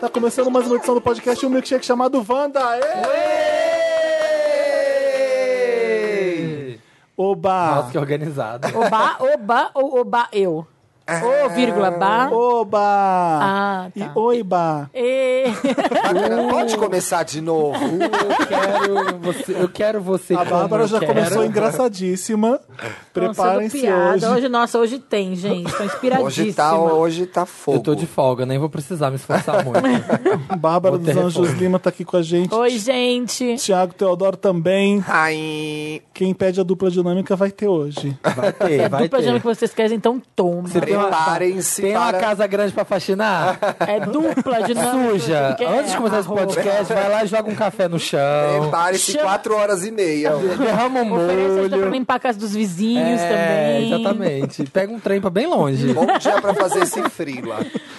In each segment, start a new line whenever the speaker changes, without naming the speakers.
Tá começando mais uma edição do podcast Um Milkshake chamado Wanda. Ê!
Nossa,
Oba!
Tá que organizado.
Oba, oba ou oba eu? Ô, vírgula, ba.
É. Oba!
Ah,
E
tá.
oiba!
E... Uh.
Bacana, Pode começar de novo.
Eu quero você, eu quero você
A
como
Bárbara
eu
já
quero.
começou engraçadíssima.
Nossa,
Preparem-se
piada.
hoje.
Nossa, hoje tem, gente. Tô inspiradíssima.
Hoje tá, hoje tá fogo.
Eu tô de folga, nem vou precisar me esforçar muito.
Bárbara
Vou
dos
ter
Anjos
reforma.
Lima tá aqui com a gente.
Oi, gente.
Tiago Teodoro também.
Ai,
Quem pede a dupla dinâmica vai ter hoje.
Vai ter,
É
vai
dupla
ter.
dinâmica que vocês querem, então toma.
Você tem uma-
Preparem-se
Tem uma
para-
casa grande pra faxinar?
É dupla dinâmica.
Suja.
que você quer.
Antes de começar esse
Arroba.
podcast, vai lá e joga um café no chão.
prepare-se
Chama-
quatro horas e meia.
Derrama um
Oferece até pra
molho.
limpar a casa dos vizinhos
É,
também.
exatamente. Pega um trem pra bem longe.
Bom dia pra fazer esse frila.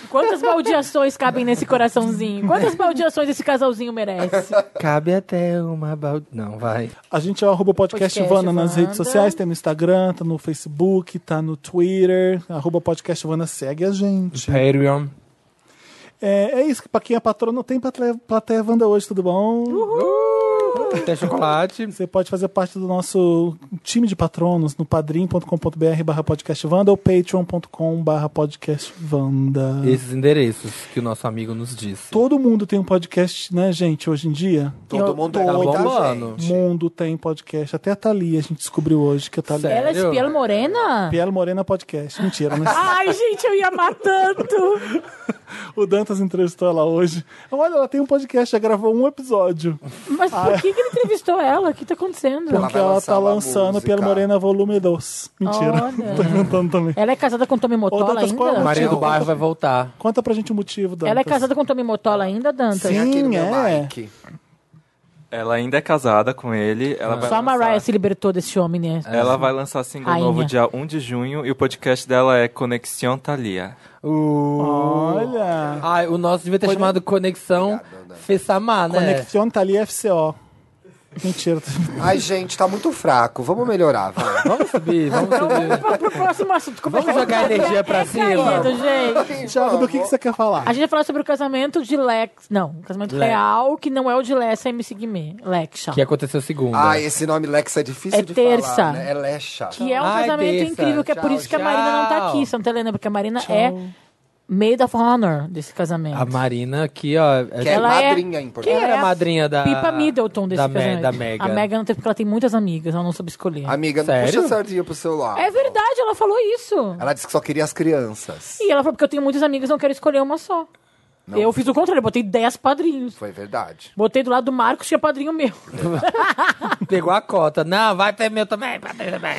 Quantas baldeações cabem nesse coraçãozinho? Quantas baldeações esse casalzinho merece?
Cabe até uma balde... Não, vai.
A gente é o arroba podcast,
Podcast
Vana nas
Vanda.
redes sociais, tem no Instagram, tá no Facebook, tá no Twitter. Arroba podcast Vana segue a gente.
Patreon.
É, é isso, pra quem é patrono, tem plateia, plateia Vanda hoje, tudo bom?
Tem chocolate.
Você pode fazer parte do nosso time de patronos no padrim.com.br barra podcastvanda ou patreon.com barra podcastvanda.
Esses endereços que o nosso amigo nos disse.
Todo mundo tem um podcast, né, gente, hoje em dia?
Todo mundo
Tá
é muita
bombando.
Todo
gente.
mundo tem podcast. Até a Thalia, a gente descobriu hoje que a Thalia... é
Sério?
Ela é espiã morena?
Pielo Morena Podcast. Mentira, né?
Ai, gente, eu ia amar tanto.
o Dantas entrevistou ela hoje. Olha, ela tem um podcast, já gravou um episódio.
Mas
Ah.
por que, que ele entrevistou ela? O que tá acontecendo?
Ela
Porque
vai
ela,
lançar
tá
uma
lançando
música.
Pielo Morena Volume 2. Mentira.
Olha.
Tô inventando também.
Ela é casada com Tommy
Ô,
Motola
Dantas, qual é o
ainda?
Maria do
Tchau.
Bairro vai voltar.
Conta pra gente o motivo, Dantas.
Ela é casada com Tommy Motola ainda, Dantas?
Tem aquele meu
é.
Mike.
Ela ainda é casada com ele. Ela vai
Só a
lançar,
Mariah se libertou desse homem, né?
Ela vai lançar single
Rainha.
novo dia 1 de junho e o podcast dela é Conexão Thalia.
Olha.
Olha.
Ai, Ah, o nosso devia ter chamado Conexão Fessamar, né?
Conexão tá ali, FCO. Mentira.
Ai, gente, tá muito fraco. Vamos melhorar, vai.
Vamos subir, vamos subir.
Pro próximo assunto, como é que
É. Vamos jogar energia pra
é
cima.
caído, gente?
Thiago, do que, que você quer falar?
A gente vai falar sobre o casamento de Lex. Não, o casamento
Lex.
real, que não é o de Lex, é MC Guimê. Lexa.
Que é- aconteceu segunda.
Ai, esse nome Lex é difícil
É
de
terça.
falar, né? É Lexa.
Que é um
Ai,
casamento
besta.
incrível, que é por
Tchau,
isso que a Marina não tá
tchau.
aqui, Santa Helena, porque a Marina é maid of honor desse casamento.
A Marina aqui, ó.
Que é
Ela é-
madrinha em
Quem
português.
era
é
a
a
madrinha da.
Pipa Middleton desse
da,
casamento.
Me, da Mega.
A Mega não teve, porque ela tem muitas amigas, ela não soube escolher.
Amiga, não
Sério?
puxa a sardinha pro seu lado.
É verdade, ela falou isso.
Ela disse que só queria as crianças.
E ela falou, porque eu tenho muitas amigas, não quero escolher uma só. Eu fiz o contrário, eu botei 10 padrinhos.
Foi verdade.
Botei do lado do Marcos, tinha padrinho meu.
Pegou a cota. Não, vai ter meu também, vai ter também.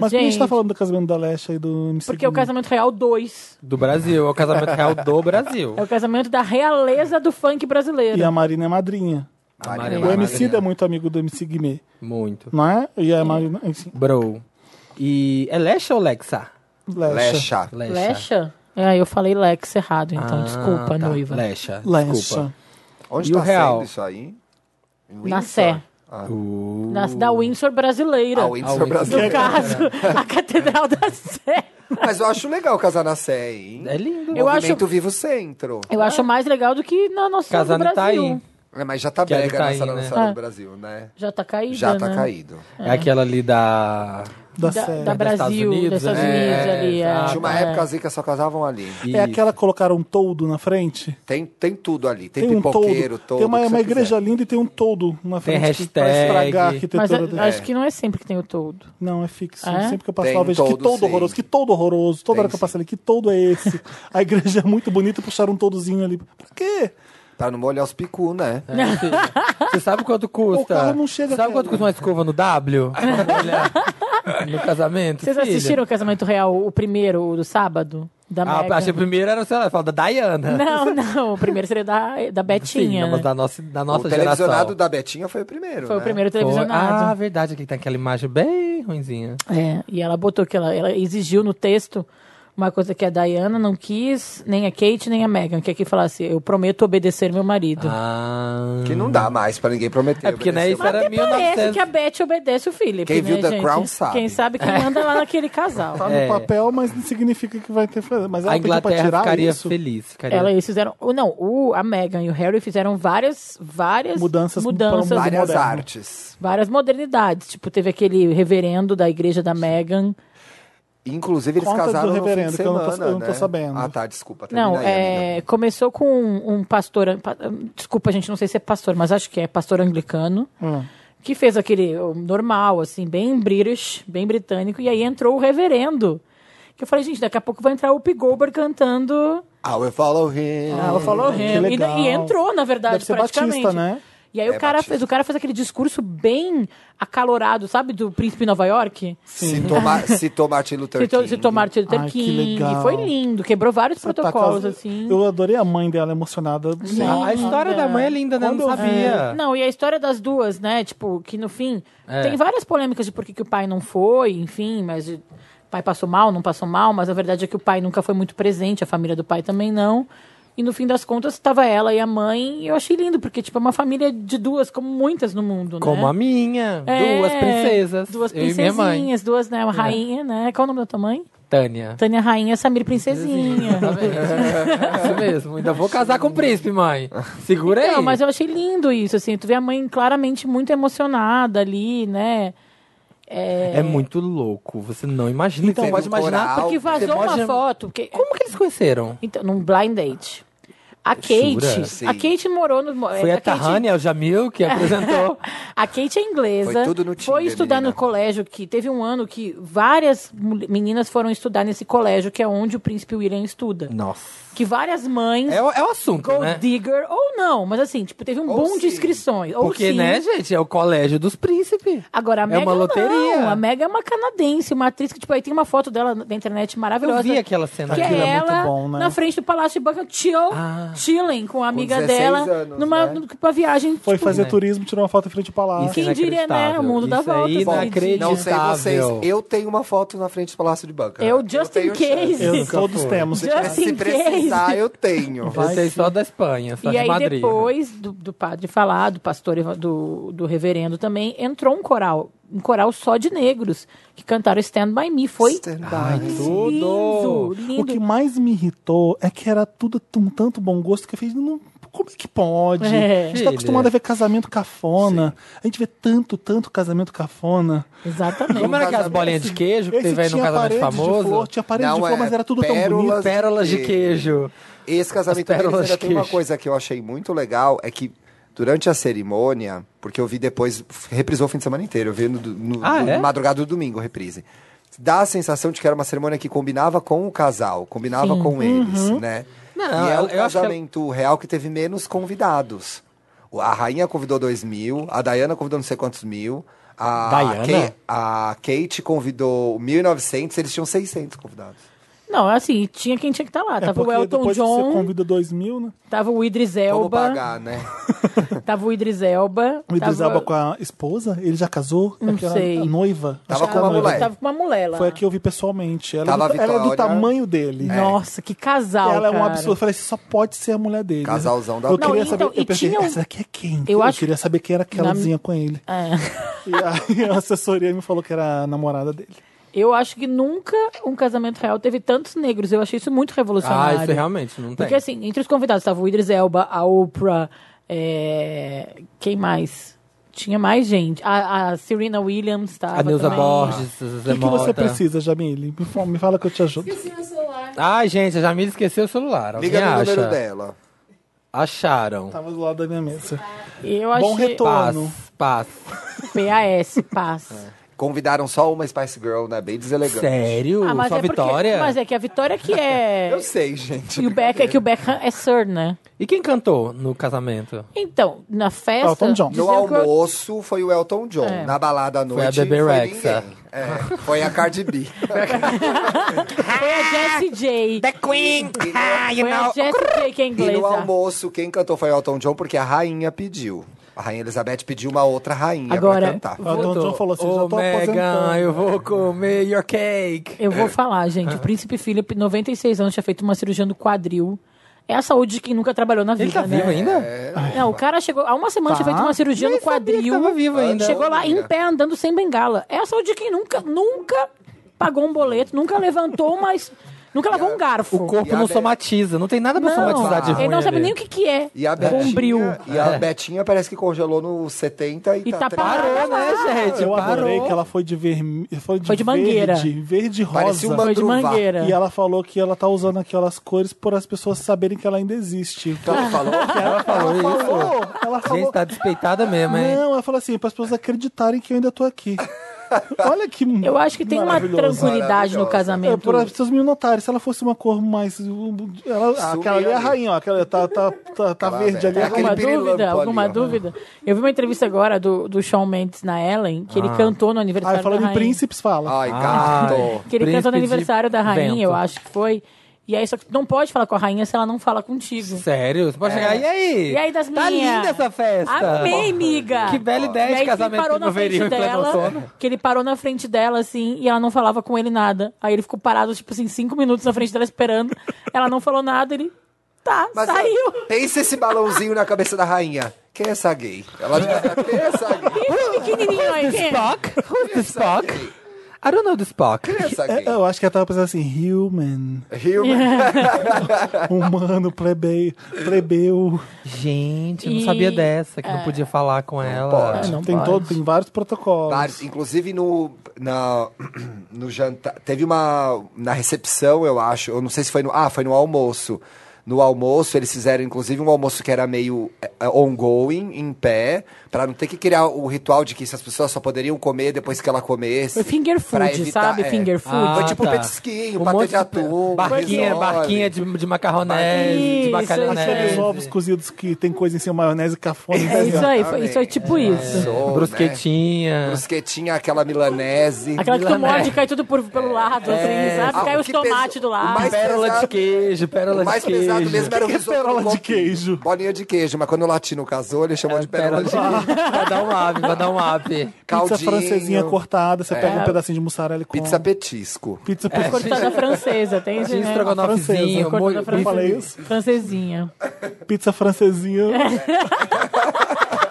Mas por que a
gente,
gente tá falando do casamento da Leste aí do MC
porque é o
Guimê?
Casamento Real 2
Do Brasil, é o casamento real do Brasil.
é o casamento da realeza do funk brasileiro.
E a Marina é madrinha.
A
Marina,
O
a
MC
madrinha.
é muito amigo do MC Guimê,
Muito.
não é? E a Marina, enfim,
Bro. E. É Lecha ou Lexa?
Lecha.
Lexa.
Lecha? É, eu falei Lex errado, então
Ah,
desculpa,
tá.
noiva.
Lecha.
Lecha.
Desculpa.
Onde
E
tá
o real?
sendo isso aí? Em
Na
Windsor?
Sé.
Uh,
Na, da Windsor brasileira.
Ah,
Ah,
Windsor
Windsor.
Brasil.
No caso, a Catedral da Sé.
Mas eu acho legal casar na Sé, hein?
é lindo.
Eu acho-
Movimento Vivo Centro.
Eu acho mais legal do que na nossa Senhora
Casar tá
do
no
Brasil.
Itaim.
É, mas já tá
Que é do
brega na
Itaim,
Sala
né?
Nacional
Ah.
do Brasil, né?
Já tá caída,
Já tá
né?
caído.
É aquela ali da.
da
Da,
série.
da Brasil,
Unidos,
dos Estados
né?
Unidos
É,
ali. É.
exato.
Tinha uma
É.
época as ricas só casavam ali.
É aquela que colocaram um toldo na frente?
Tem, tem tudo ali. Tem,
Tem um
pipoqueiro,
toldo.
todo.
tem uma, uma igreja linda e tem um toldo na frente que- pra
hashtag.
estragar a arquitetura
Mas a-
dela.
acho que não é sempre que tem o todo.
Não, é fixo.
É?
Sempre que eu passo
Tem
lá, eu vejo
um
que
toldo,
toldo
sim.
horroroso, que toldo horroroso. Toda
Tem,
hora que eu
sim.
passo ali, que toldo é esse? a igreja é muito bonita, puxaram um toldozinho ali. Pra quê?
Pra não molhar os picu, né?
É.
É, Você sabe quanto custa?
O carro não chega até
Sabe quanto
lá.
custa uma escova no W? Olha, no casamento?
Vocês
filha?
assistiram o Casamento Real, o primeiro, o do sábado? Da
Ah,
Meghan?
achei que o primeiro era, sei lá, fala da Diana.
Não, não, o primeiro seria da, da
Sim,
Betinha.
não, mas
né?
da nossa, da nossa
o
geração.
televisionado da Betinha foi o primeiro.
Foi o
né?
primeiro
Foi- Ah,
televisionado.
verdade, aqui tem aquela imagem bem ruinzinha.
É, e ela botou que ela, ela exigiu no texto Uma coisa que a Diana não quis, nem a Kate, nem a Megan. Que aqui falasse, eu prometo obedecer meu marido.
Ah.
Que não dá mais pra ninguém prometer.
É porque, né,
obedecer.
isso era
Até parece
1900.
que a Beth obedece o Philip, né,
Quem viu The
gente?
Crown sabe.
Quem sabe quem anda lá naquele casal.
Tá
É.
no papel, mas não significa que vai ter. Mas ela pediu pra
A Inglaterra
tirar
ficaria
isso.
feliz. Ficaria...
Ela, é eles fizeram. o- Não, o, a Meghan e o Harry fizeram várias, várias
Mudanças
mudanças,
pra um
Várias
moderno.
artes.
várias modernidades. Tipo, teve aquele reverendo da igreja da Meghan.
Inclusive, eles
Conta do
casaram no fim
reverendo,
de
que eu não
semana,
tô- eu não tô
né?
sabendo.
Ah, tá, desculpa. termina
Não,
aí,
é,
amiga.
começou com um, um pastor. pa- Desculpa, gente, não sei se é pastor, mas acho que é pastor anglicano.
Hum.
Que fez aquele o normal, assim, bem British, bem britânico. E aí entrou o reverendo. Que eu falei, gente, daqui a pouco vai entrar o P. Goldberg cantando.
I will follow him.
Ah, ela falou
que
Hamilton.
legal.
E, e entrou, na verdade,
Deve ser
praticamente.
Batista, né?
E aí
É,
o, cara
Batista.
fez, o cara fez aquele discurso bem acalorado, sabe? Do príncipe de Nova York.
Se tomar, se tomar Martin Luther
Citou,
King.
citou Martin Luther
Ai, que
King.
legal.
E foi lindo, quebrou vários
Você tá
protocolos,
cas-
assim.
Eu adorei a mãe dela emocionada.
A- A história da mãe é linda, né? Eu não
Quando eu vi-
sabia.
Não, e a história das duas, né? Tipo, que no fim.
É.
Tem várias polêmicas de por que, que o pai não foi, enfim, mas. O pai passou mal, não passou mal, mas a verdade é que o pai nunca foi muito presente, a família do pai também não. E no fim das contas, estava ela e a mãe, e eu achei lindo, porque, tipo, é uma família de duas, como muitas no mundo,
Como
né?
a minha.
É,
duas princesas.
Duas
eu e minha mãe. É.
princesinhas, duas, né? Uma rainha, né? Qual o nome da tua mãe?
Tânia.
Tânia Rainha, Samir Princesinha.
Tá vendo? Isso mesmo. Ainda vou casar com o príncipe, mãe. Segura aí.
Não, Então, mas eu achei lindo isso, assim. Tu vê a mãe claramente muito emocionada ali, né?
É muito louco. Você não imagina.
Então,
Você pode
um
imaginar.
coral.
Porque vazou
Você pode-
uma foto. Porque...
Como que eles conheceram?
Então, num blind date. A Kate.
Jura?
Sim.
A Kate morou no. é,
Foi a
Kate-
Tahani, é o Jamil, que apresentou.
A Kate é inglesa.
Foi tudo no Tinder,
Foi estudar
menina.
no colégio que teve um ano que várias mul- meninas foram estudar nesse colégio que é onde o príncipe William estuda.
Nossa.
Que várias mães.
Hum. É, o- é o assunto,
Gold
né?
digger ou não, mas assim, tipo, teve um
Ou
boom
sim.
de inscrições. Ou
Porque,
sim.
né, gente? É o colégio dos príncipes.
Agora, a
É
Mega
uma loteria.
Não. A Mega é uma canadense, uma atriz que, tipo, aí tem uma foto dela na internet maravilhosa.
Eu vi aquela cena.
Que
Aquilo
é
é muito
ela
bom, né?
na frente do Palácio de Buckingham, chill,
Ah.
chilling com a amiga
16
dela
anos,
numa
né?
numa viagem.
Foi
tipo,
fazer
né?
turismo, tirou uma foto em frente ao palácio.
Isso é
Quem diria, né? O mundo dá
Isso é
voltas, né, de-
Não sei vocês,
inacreditável.
eu tenho uma foto na frente do Palácio de Banca.
Eu, just in
tenho
case.
chance.
Eu-
Isso.
todos
Nunca
temos.
foi. Just
Se
in case.
precisar, eu tenho.
Eu sei só da Espanha, só
E
de
aí,
Madrid. né?
depois do, do padre falar, do pastor, eva- do, do reverendo também, entrou um coral. Um coral só de negros, que cantaram Stand By Me. Foi
Stand by.
Ai, tudo!
lindo, lindo.
O que mais me irritou é que era tudo de um tanto bom gosto que eu fiz. Não, como é que pode?
É.
A gente
Filha.
tá acostumado a ver casamento cafona. A gente vê tanto, tanto casamento cafona.
Exatamente.
Como era aquelas
casamento-
bolinhas de queijo que
Esse
teve aí no
tinha
casamento
parede de flor,
famoso?
tinha parede de
Não,
flor,
é
mas era tudo
pérolas-
tão bonito.
Pérolas de queijo.
Esse casamento
As
deles
pérolas
ainda tem uma
queixo.
coisa que eu achei muito legal, é que durante a cerimônia, porque eu vi depois, reprisou o fim de semana inteiro, eu vi no, no-
Ah,
no-
é?
madrugada do domingo, reprise. Dá a sensação de que era uma cerimônia que combinava com o casal, combinava com eles, né?
Uhum. Não,
e é
eu-
o
eu acho que-
casamento real que teve menos convidados. O- A rainha convidou dois mil, a Diana convidou não sei quantos mil, a,
Diana?
Kate, a Kate convidou 1.900, eles tinham 600 convidados.
Não, assim, tinha quem tinha que estar lá.
É
tava o
porque
Elton
depois que você
John,
convida dois mil, né?
tava o Idris
É
Como
Elba,
pagar, né?
tava o Idris Elba.
O Idris
tava-
Elba com a esposa, ele já casou? é
Não
Aquela
sei.
noiva?
Tava
Acho que
com
era
uma
noiva.
mulher.
Tava com uma mulher lá.
Foi a que eu vi pessoalmente. Ela,
Tava
era, do,
a
ela era do
Vitória.
tamanho
É.
dele.
Nossa, que casal,
Ela é um
cara.
absurdo. Eu falei, só pode ser a mulher dele.
Casalzão da
eu
Não,
queria
então,
saber, Eu
e
pensei,
tinha um-
essa daqui é quem?
Eu acho-
queria saber quem era aquelazinha com ele.
É.
E aí a assessoria me falou que era a namorada dele.
Eu acho que nunca um casamento real teve tantos negros. Eu achei isso muito
Ah,
revolucionário.
isso realmente não tem.
Porque assim, entre os convidados tava o Idris Elba, a Oprah, é, quem mais? Tinha mais gente. A, a Serena Williams tava
a Neuza
ah, também.
Borges, a Zé
ah, O que, que você
Mota.
precisa, Jamile? Me fa- Me fala que eu te ajudo.
Ai, gente, a Jamila esqueceu o celular. Alguém
Liga no
acha?
número dela.
Acharam.
Tava do lado da minha mesa.
Eu
Bom
achei...
retorno.
Paz,
Torno.
paz.
PAS, paz.
É.
Convidaram só uma Spice Girl, né? Bem deselegante.
Sério?
Ah, mas
Só
é porque-
Vitória?
mas é que a Vitória que é...
Eu sei, gente.
E o Beck, é que o Beckham é Sir, né?
E quem cantou no casamento?
Então, na festa.
Elton John.
No
diziam que eu-
almoço foi o Elton John.
É.
Na balada à
a
noite
Bebê
foi
Rexha.
ninguém. É, foi a Cardi B.
Foi a Jessie J.
Queen!
Foi a Jessie J que é
e no
inglesa.
almoço, quem cantou foi o Elton John, porque a rainha pediu. A rainha Elizabeth pediu uma outra rainha pra
Agora,
cantar.
Ó, o Don John falou assim, já
Ô,
tô
Megan,
aposentando.
eu vou comer your cake.
Eu vou falar, gente.
É.
O príncipe Philip, 96 anos, tinha feito uma cirurgia no quadril. É a saúde de quem nunca trabalhou na vida,
Ele tá
né?
vivo ainda?
É.
Não, o cara chegou. Há uma semana tinha
Tá.
feito uma cirurgia no quadril.
tava vivo ainda.
Chegou lá em
Olha.
pé andando sem bengala. É a saúde de quem nunca, nunca pagou um boleto, nunca levantou, mas. Nunca lavou um garfo.
O corpo
E a
não
Be-
somatiza, não tem nada pra somatizar de ruim.
ele não sabe
ali.
nem o que, que é.
E a
Bombril. É.
Betinha, e a Betinha parece que congelou no 70 e,
E tá
tá
parada.
Parou, né, gente?
Eu
Parou.
adorei que ela foi de vermelho. Foi de,
É, Foi de mangueira.
verde, verde e rosa.
Parecia um uma
Foi de
druva.
mangueira.
E ela falou que ela tá usando aquelas cores por as pessoas saberem que ela ainda existe. Então,
Ela falou?
ela falou
isso?
Ela
Gente,
falou.
tá despeitada mesmo, hein?
Não, ela falou assim, para as pessoas acreditarem que eu ainda tô aqui. Olha que
Eu acho que tem uma
maravilhoso.
tranquilidade no
Maravilhoso.
É,
casamento.
por as pessoas me notarem, se ela fosse uma cor mais. um, Ela, aquela ali é a
ali.
rainha, ó, aquela tá, tá, tá, tá
Aquela
verde ali. Aquela...
velha.
Alguma
Aquele pirilampo
dúvida?
ali,
Alguma
ó.
dúvida? Eu vi uma entrevista agora do, do Shawn Mendes na Ellen, que
Ah.
ele cantou no aniversário
Aí falando
da
em
rainha.
príncipes, fala.
Ai, gato.
Que ele
Príncipe
cantou
de
no aniversário da rainha,
vento.
eu acho que foi. E aí, só que tu não pode falar com a rainha se ela não fala contigo.
Sério? Você pode chegar, e aí?
É. E aí, das
Tá
minhas?
linda essa festa.
é
Amei, miga!
Que bela
E
ideia
aí
de
que ele
casamento
parou na
primaveril
frente
em pleno
dela,
outono.
que ele parou na frente dela, assim, e ela não falava com ele nada. Aí ele ficou parado, tipo assim, cinco minutos na frente dela esperando. Ela não falou nada, ele... Tá,
Mas é
saiu!
Pensa esse balãozinho na cabeça da rainha. Quem é essa gay? Ela devia estar, quem é essa gay?
Esse pequenininho aí, quem é?
Spock? Who's the Spock? I don't know the Spock.
Quem é essa
É,
gay?
Eu acho que ela tava pensando assim, human,
É.
Human.
humano, plebeio, plebeu.
Gente, eu
E- é.
não sabia dessa, que não podia falar com ela.
pode.
Ah, Não
tem
pode.
todo, tem vários protocolos.
Vários. Inclusive no, na, no jantar. Teve uma. Na recepção, eu acho. Eu não sei se foi no. Ah, foi no almoço. No almoço, eles fizeram, inclusive, um almoço que era meio eh, ongoing, em pé, pra não ter que criar o ritual de que se as pessoas só poderiam comer depois que ela comesse.
Foi finger
pra
food,
evitar-
sabe?
é.
Finger food. Um
Foi tipo petisquinho, patê
Um monte
de atum,
Barquinha,
risole.
barquinha de, de macarronese, de
Isso,
bacalhonese.
Aqueles
isso
ovos cozidos que tem coisa em cima, maionese, cafona.
É isso aí, foi,
Exatamente.
isso é tipo isso.
Sou, né?
Brusquetinha.
Brusquetinha, aquela milanese.
Aquela que tu
Milanese.
morde e cai tudo por- pelo lado, assim, sabe?
Ah,
Cai
o
os
que
tomates
pesa-
do
o
lado.
mais
Pérola
pesado-
de queijo, pérola
O mais
de queijo.
pesado mesmo era o
Que que é
risoto
pérola
com
de queijo?
Bolinha de queijo, mas quando o latino casou, ele
É,
chamou de pérola de queijo.
Vai dar um up, vai dar um up.
Pizza
Caldinho,
francesinha cortada, você
É.
pega um pedacinho de mussarela e come.
Pizza petisco.
Pizza é,
Cortada francesa, tem isso,
Tinha
né?
francesa,
estrogonofezinho, molho,
Cortada
Eu falei isso?
francesa. Francesinha.
Pizza francesinha.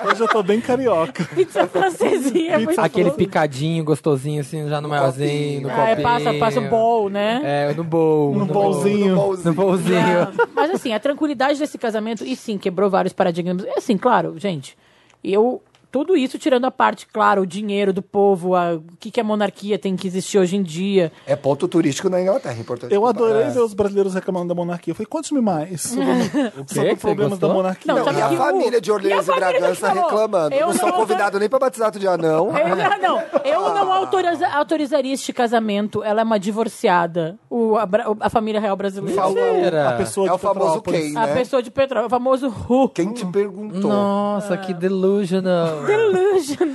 Hoje eu tô bem carioca.
Pizza francesinha. é muito
aquele
boa.
picadinho gostosinho, assim, já no, maiorzinho, no
Ah,
copinho.
é, passa, passa o bowl, né?
É, no bowl.
Num bolzinho.
No
É.
bolzinho.
Ah, Mas assim, a tranquilidade desse casamento, e sim, quebrou vários paradigmas. É assim, claro, gente, eu... Tudo isso tirando a parte, claro, o dinheiro do povo, a- o que, que a monarquia tem que existir hoje em dia.
É ponto turístico na Inglaterra, importante.
Eu
notar.
adorei ver os brasileiros reclamando da monarquia. Eu falei, conte-me mais sobre, sobre
Você
problemas da
gostou?
monarquia.
Não, sabe
E a
que o-
família de Orleans
e
e
a família
Bragança
que falou,
reclamando.
eu
não são
não-
convidados nem pra batizado de anão.
Eu, não, não, eu não autoriza- autorizaria este casamento. Ela é uma divorciada. O, a, bra- a família real brasileira.
Mentira.
A pessoa
É
de
o famoso
Petrópolis.
quem,
A
né?
pessoa de Petrópolis, o famoso Ru.
Quem te perguntou?
Nossa, que delusional.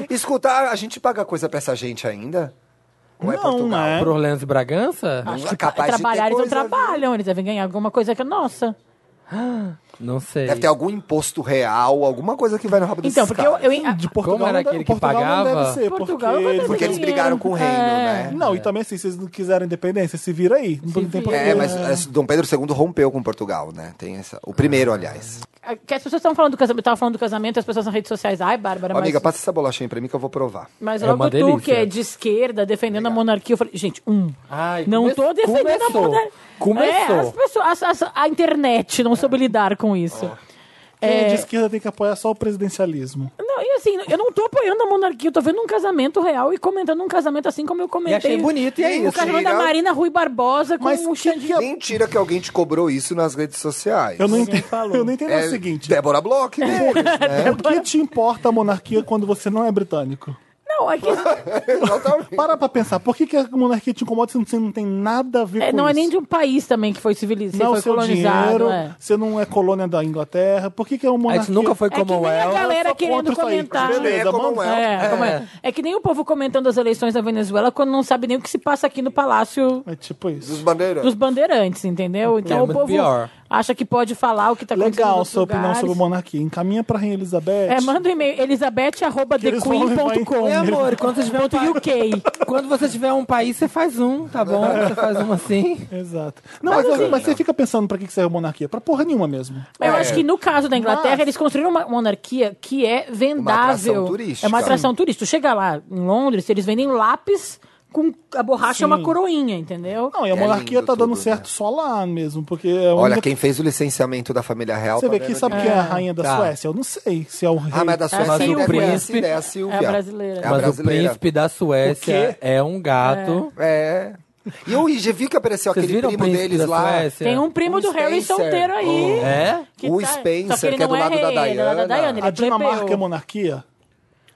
Escuta, a gente paga coisa pra essa gente ainda? Ou é
Não,
Portugal?
né?
Pro Orleans e Bragança?
Não é
que
capaz de ter
trabalhar, eles não
coisa, viu?
trabalham. Eles devem ganhar alguma coisa que é nossa.
Não sei.
Deve ter algum imposto real, alguma coisa que vai no rabo desses
Então, porque eu...
caras.
eu a-
De Portugal
Como era
não deve-
aquele que
Portugal Não
pagava?
deve ser,
Portugal
porque,
não deve
Porque eles
dinheiro.
brigaram com o reino,
É.
né?
Não, e também assim, se vocês não quiserem independência, se vira aí. Não tem
vira.
problema.
É, mas é, Dom Pedro II rompeu com Portugal, né? Tem essa, o
Ah.
primeiro, aliás.
a- É, que as pessoas estão falando do casamento, eu tava falando do casamento, as pessoas nas redes sociais, ai, Bárbara, mas,
Amiga, passa essa bolachinha pra mim que eu vou provar.
mas
É
logo
uma
tu,
delícia.
que é de esquerda, defendendo a monarquia, eu falei, gente, um,
Ai,
não
come-
tô defendendo
começou.
a monarquia.
Começou.
É, as pessoas, as- as- a internet não soube lidar com isso.
Quem
É,
é de esquerda tem que apoiar só o presidencialismo.
Não, e assim, eu não tô apoiando a monarquia, eu tô vendo um casamento real e comentando um casamento assim como eu comentei.
E achei bonito, e é
O
isso.
casamento da
Mentira.
Marina Rui Barbosa com
Mas
o
que-
Xandinho.
Mentira que é alguém te cobrou isso nas redes sociais.
Eu não
Ninguém
entendo.
falou.
Eu não entendo
É
o seguinte.
Débora Bloch, né?
O que te importa a monarquia quando você não é britânico?
Não, Não, é que
Exatamente.
Para pra pensar, por que, que a monarquia te incomoda se você não tem nada a ver
é,
com
não
isso?
é nem de um país também que foi
Não
civilizado,
é o
foi
seu
colonizado.
dinheiro,
é.
você não é colônia da Inglaterra, por que, que é uma
A
monarquia?
gente Ah, nunca foi
É que nem a
Commonwealth.
Eu
galera
sou
querendo
contra isso aí.
comentar.
Beleza,
É,
vamos-
Commonwealth.
É,
É.
como é? É que nem o povo comentando as eleições da Venezuela quando não sabe nem o que se passa aqui no Palácio
É tipo isso.
Dos bandeiras.
dos Bandeirantes, entendeu? Então
é
o
muito
povo
pior.
acha que pode falar o que tá acontecendo.
Legal
nos
sua opinião
lugares.
sobre monarquia. Encaminha pra Rainha Elizabeth.
É, manda um e-mail,
eles vão levar em
elizabeth.queen.com.
É, amor, quando você,
tá
tiver um pa-
UK.
quando você tiver um país, você faz um, tá bom? Você faz um assim.
Exato. Não, mas,
assim,
mas você fica pensando pra que que serve a monarquia? Pra porra nenhuma mesmo.
Mas eu acho que no caso da Inglaterra,
Mas-
eles construíram uma monarquia que é vendável.
Uma atração turística.
É uma atração turística. Tu chega lá em Londres, eles vendem lápis com a borracha é uma coroinha, entendeu?
Não, e a
É
monarquia
lindo
tá dando
tudo,
certo
né?
só lá mesmo, porque é a
Olha,
única-
quem fez o licenciamento da família real.
Você
tá
vê aqui,
vendo
sabe
ali?
quem é a rainha da
Tá.
Suécia? Eu não sei se é o rei.
Ah, mas é da
a
Suécia
Silvia.
não conhece,
Príncipe.
né? A Silvia.
É a brasileira.
É a
Mas o
brasileira.
príncipe da Suécia é um gato.
É. E o Ijevi que apareceu
Vocês
aquele
viram o
primo
príncipe
deles
da
lá.
Suécia?
Tem um primo
O
do Harry
Spencer.
solteiro aí.
É?
O
tá-
Spencer,
só ele
que é
não
do lado da
rei, ele é da
Diana.
Diana. Ele
A
é plebeu.
Dinamarca é monarquia?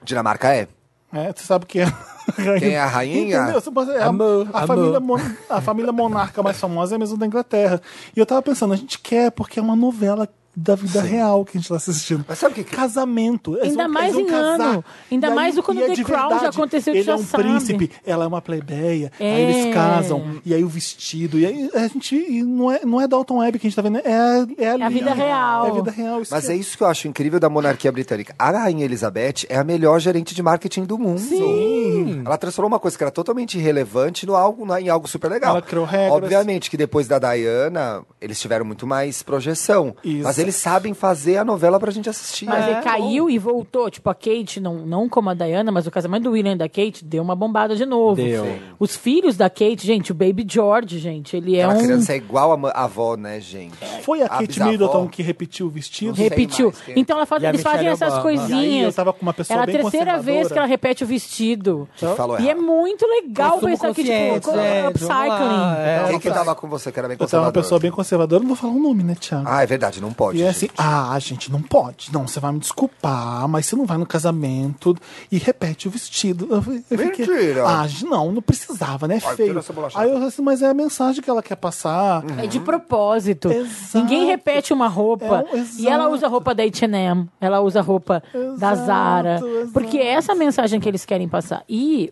Dinamarca é.
É, você sabe quem é a rainha.
Quem é a rainha?
Entendeu? Você pode- é a,
Amor,
a
amor.
família mon- a família monarca mais famosa é mesmo da Inglaterra. E eu tava pensando, a gente quer porque é uma novela da vida real que a gente tá assistindo.
Mas sabe o que que-
Casamento. Eles
Ainda
vão-
mais
eles vão
em
casar.
ano. Ainda
E
mais do quando
e é
The
de
Crown já
verdade.
aconteceu, tu
Ele
já
é um
sabe.
príncipe, ela é uma plebeia. Aí
É.
eles casam. E aí o vestido. E aí a gente... e não, é, não é Dalton Web que a gente tá vendo. É, a- é, ali,
vida
ó.
real.
É a vida real. Isso
Mas
que
é isso que eu acho incrível da monarquia britânica. A rainha Elizabeth é a melhor gerente de marketing do mundo. Sim. Ela transformou uma coisa que era totalmente irrelevante no algo, na- em algo super legal.
Ela criou regras.
Obviamente que depois da Diana, eles tiveram muito mais projeção.
Isso. É.
Mas eles sabem fazer a novela pra gente assistir.
Mas
né?
ele caiu e voltou. Tipo, a Kate, não, não como a Diana, mas o casamento do William e da Kate deu uma bombada de novo.
Deu. Sim.
Os filhos da Kate, gente, o Baby George, gente, ele é
Aquela
um.
criança é igual a ma- a avó, né, gente?
Foi a,
A
Kate
bisavó.
Middleton que repetiu o vestido?
sei
Repetiu.
mais quem é.
Então ela faz-
E a
eles fazem
Michelle
essas
Obama.
E aí eu
coisinhas.
tava com uma pessoa
Ela é a
bem
terceira
conservadora.
vez que ela repete o vestido.
Falou
E é
errado.
muito legal
Consumo
pensar que, tipo,
consciente,
é,
gente, vamos lá,
upcycling.
é.
Quem que tava com você que era bem
Eu tava é uma
conservador?
pessoa bem conservadora, não vou falar o nome, né, Thiago?
Ah, é verdade, não pode.
E é
gente.
assim, ah, gente, não pode. Não, você vai me desculpar, mas você não vai no casamento e repete o vestido. Eu, fi- eu fiquei,
Mentira.
Ah, gente, não, não precisava, né?
Ai,
feio.
tira essa bolacha. Uhum.
Aí eu falei assim, mas é a mensagem que ela quer passar.
É de propósito.
Exato.
Ninguém repete uma roupa.
É um- exato.
e ela usa a roupa da H&M. Ela usa a roupa da
Exato,
Zara.
exato.
Porque é essa a mensagem que eles querem passar. E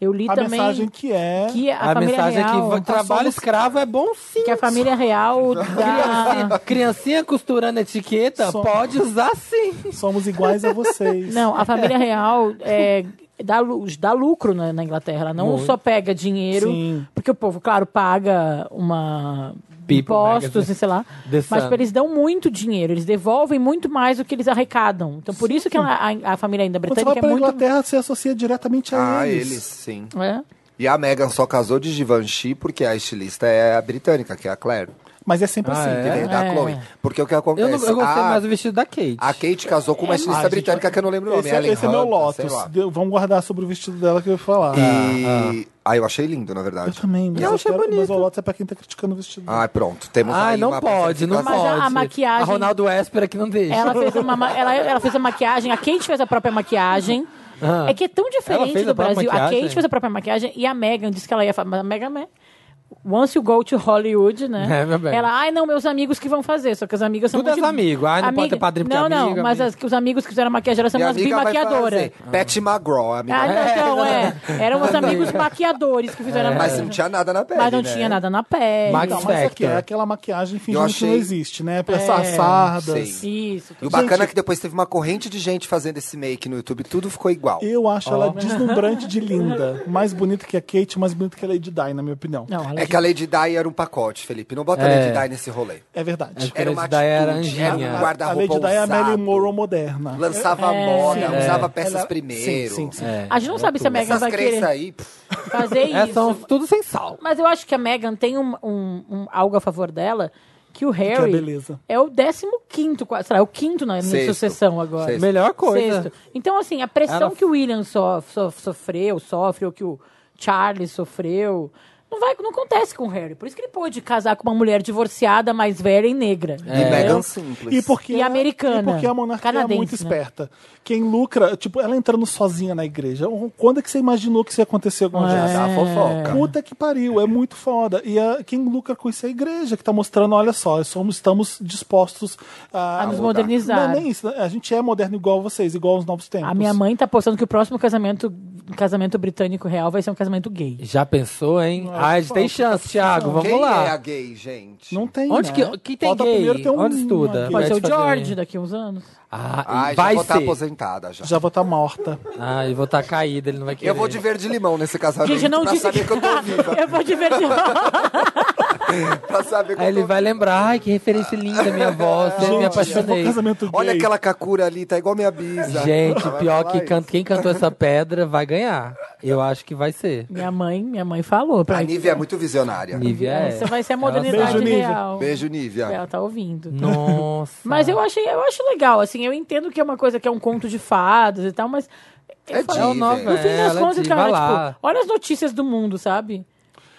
eu li
a
também
mensagem que é.
que a,
A,
família
mensagem é
real... Então,
que va- trabalho escravo é bom sim.
que a família real da...
Ah.
Criancinha, criancinha costurando etiqueta
Só-
pode usar sim.
Somos iguais a vocês.
Não, a família real é, dá, lu- dá lucro na, na Inglaterra. Ela não
Muito.
só pega dinheiro,
Sim.
porque o povo, claro, paga uma
People
impostos e
magazine.
sei lá.
The
Mas
Sun.
eles dão muito dinheiro, eles devolvem muito mais do que eles arrecadam. Então por isso que ela- a, a família ainda
Quando você vai
britânica é
pra
muito.
Inglaterra, você associa diretamente a
Ah,
eles.
eles, sim.
É.
E a Megan só casou de Givenchy porque a estilista é a britânica, que é a Claire.
Mas é sempre
Ah,
assim,
é?
Que
entendeu?
veio da
É.
Chloe. Porque o que
Eu,
acontece?
não, eu gostei
a,
mais do vestido da Kate.
Ah, a Kate casou com uma estilista
gente,
britânica que eu não lembro o nome.
Esse, é-
Ellen
esse é meu
Hunt, sei
Lotus.
lá.
Deu- Vamos guardar sobre o vestido dela que eu ia falar.
E... Ah, eu achei lindo, na
Eu
verdade.
também, mas
Eu achei
quero-
bonito.
Mas o Lotus é pra quem tá criticando o vestido.
Ah, pronto. Temos
Ai,
aí
não
uma
pode, não
personificação.
Mas a- a
pode.
maquiagem-
A Ronaldo Esper que não deixa.
É, Ela fez, uma, ma- ela, ela fez a maquiagem, a Kate fez a própria maquiagem.
Ah.
É que é tão
Ela
diferente
fez a
do
própria
Brasil. A
maquiagem?
Kate fez a própria maquiagem e a Megan disse que ela ia fazer. Mas a Megan é. Once you go to Hollywood, né?
É, meu bem.
Ela, ai não, meus amigos que vão fazer, só que as amigas são
Tudo
muito...
as amigo. Ai, não pode ter padrinho porque
Não, não,
amiga,
mas
amiga.
as- os amigos que fizeram maquiagem, elas são
Minha
umas
amiga vai
bimaquiadoras.
fazer. Pat McGraw, amiga.
Ah, não,
É.
então, é. Eram os amigos maquiadores que fizeram a
Mas não
maquiagem.
tinha nada na pele,
É. Mas não
né?
tinha nada na pele.
Max
Então, mas aqui
Factor.
é aquela maquiagem fingindo
Eu
que não
achei-
existe, né?
É,
Essa sardas.
Sim.
Isso.
E o bacana é que depois teve uma corrente de gente fazendo esse make no YouTube. Tudo ficou igual.
Eu acho ela deslumbrante de linda. Mais bonita que a Kate, mais bonita que a Lady Di, na minha opinião.
Não, ela
É que a Lady Di era um pacote, Felipe. Não bota a
É.
Lady Di nesse rolê.
É verdade.
É.
Era uma
Lady Di era
atitude,
anjinha.
um
A
guarda-roupa
Lady Di é a Marilyn
ousado.
Monroe moderna.
Lançava moda, usava peças
Ela- é-
primeiro.
Sim, sim, sim.
É,
A gente não sabe se a Megan
Essas
vai
crenças
querer
aí, pff,
fazer
É, são
isso.
tudo sem sal.
Mas eu acho que a Megan tem um, um- um algo a favor dela, que o
Que é
Harry
beleza.
é o 15 quinto, qua- sei lá, é o quinto na minha
Sexto.
sucessão agora.
Sexto.
Melhor coisa.
Sexto. Então, assim, a pressão
Ela-
que o William so- so- sofreu, sofre, ou que o Charles sofreu, Não, vai, não acontece com o Harry. Por isso que ele pôde casar com uma mulher divorciada, mais velha e negra.
E
É.
Megan Simples.
E porque
E
a-
americana.
E porque a monarquia é
Canadense,
muito
né?
esperta. Quem lucra, tipo, ela entrando sozinha na igreja. Quando é que você imaginou que isso ia acontecer alguma
Já
vez?
dá a Ah, fofoca.
Puta que pariu, é muito foda. E a- quem lucra com isso é a igreja, que tá mostrando, olha só, somos, estamos dispostos a...
A nos
mudar.
Não, é
modernizar.
nem isso, né? a gente é moderno igual vocês, igual aos novos tempos.
A minha mãe tá postando que o próximo casamento, casamento britânico real vai ser um casamento gay.
Já pensou, hein? Ah, a gente tem chance, Thiago. Vamos
Quem
lá.
é a gay, gente?
Não tem,
Onde
né?
que- que tem
Falta
gay?
primeiro ter um-
Onde estuda?
uma-
Pode
Vai
ser o
te
George
fazer.
daqui a uns anos.
Ah,
Ai,
e vai
já vou estar
ser.
aposentada já.
Já vou estar morta.
Ah, e vou estar caído, ele não vai querer.
Eu vou de verde limão nesse casamento.
Gente, eu não
Tá pra
disse
saber que eu tô viva.
eu vou divertir.
pra saber que
Aí
eu tô
ele vai lembrar, ai, que referência linda, minha avó, sempre me
Gente, se for
apaixonei.
casamento gay.
Olha aquela Kakura ali, tá igual minha bisa.
Gente,
Ela vai
pior
falar
que
isso.
can- quem cantou essa pedra vai ganhar. Eu acho que vai ser.
minha mãe, minha mãe falou pra
A
mim.
Nívia é muito visionária.
Nívia é.
Essa vai ser a
Ela sabe.
modernidade
Beijo, Nívia.
real.
Beijo, Nívia.
Ela tá ouvindo.
Hum, Nossa.
Mas eu achei, eu acho legal, assim, eu entendo que é uma coisa que é um conto de fadas e tal, mas.
É
eu falo-
diva,
É o novo,
No fim das contas, cara,
vai
era,
lá.
tipo, olha as notícias do mundo, sabe?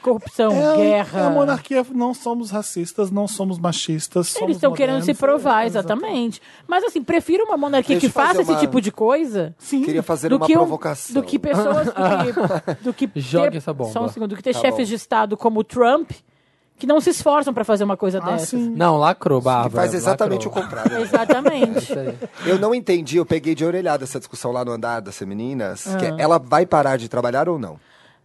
Corrupção,
É,
Então, guerra.
É a monarquia, não somos racistas, não somos machistas. somos é,
Eles estão querendo se
modernos.
provar, exatamente. Mas assim, prefiro uma monarquia
Deixa
que
eu fazer
faça esse
uma-
tipo de coisa.
é, Sim.
Queria fazer
do
uma
que um-
provocação.
do que pessoas do que, do que ter-
Jogue essa bomba.
só um segundo, do que ter
Tá
chefes
bom.
de estado como o Trump que não se esforçam pra fazer uma coisa
Ah,
dessa.
sim.
Não, lacrou,
Que
Bárbara.
faz exatamente o
lacrou.
contrário.
Exatamente.
Eu não entendi, eu peguei de orelhada essa discussão lá no andar das femininas, que é, ela vai parar de trabalhar ou não?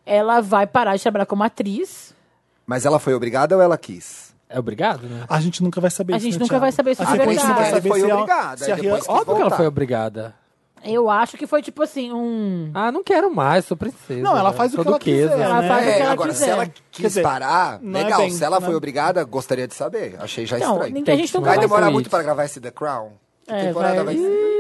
Ela vai parar de trabalhar como atriz.
Mas ela foi obrigada ou ela quis?
É obrigado,
Ah,
né?
A gente nunca vai saber
A
isso.
gente
né,
nunca
Thiago?
vai saber isso,
A
isso é
gente não vai
verdade.
saber
Foi
se ela-
obrigada,
se a
e depois
Rihanna-
que-
Óbvio que ela
voltar.
foi obrigada.
Eu acho que foi tipo assim, um
Ah, não quero mais, sou princesa.
Não, ela faz o
sou
que ela
duquesa.
quiser,
Ela
né?
faz o que ela
É, agora,
quiser.
se ela
Quer
quis
dizer,
parar,
não é
legal.
bem,
se ela
não
foi
é-
obrigada, gostaria de saber. Achei já
Então,
estranho.
ninguém- a gente nunca
Vai
vai
demorar
saber
muito
isso.
pra gravar esse The Crown? Que
É,
temporada
vai-
vai ser?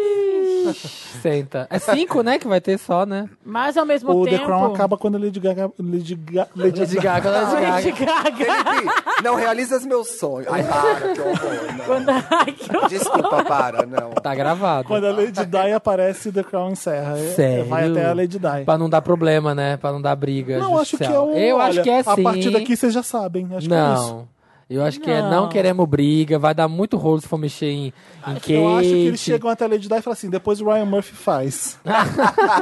Senta. É cinco, né? Que vai ter só, né?
mas ao mesmo
O
tempo
The Crown acaba quando a Lady Gaga. Lady Ga- Lady
Lady Gaga, Lady
Lady
Gaga.
Gaga.
Felipe, não realiza os meus sonhos. Ai, para, que horror. não.
Quando- Ai, que horror.
Desculpa, para, não.
Tá gravado.
Quando a Lady Di aparece, The Crown encerra. É-
Sério?
Vai até a Lady Di.
Pra não dar problema, né? Pra não dar briga.
Não, acho que
judicial.
é o.
Eu acho
olha,
que é sim.
A partir daqui vocês já sabem. Acho que é isso.
Não. Eu acho que é
Não.
não queremos briga, vai dar muito rolo se for mexer em, em
Ah,
Kate.
Eu acho que eles chegam até a Lady Di e falam assim: depois o Ryan Murphy faz.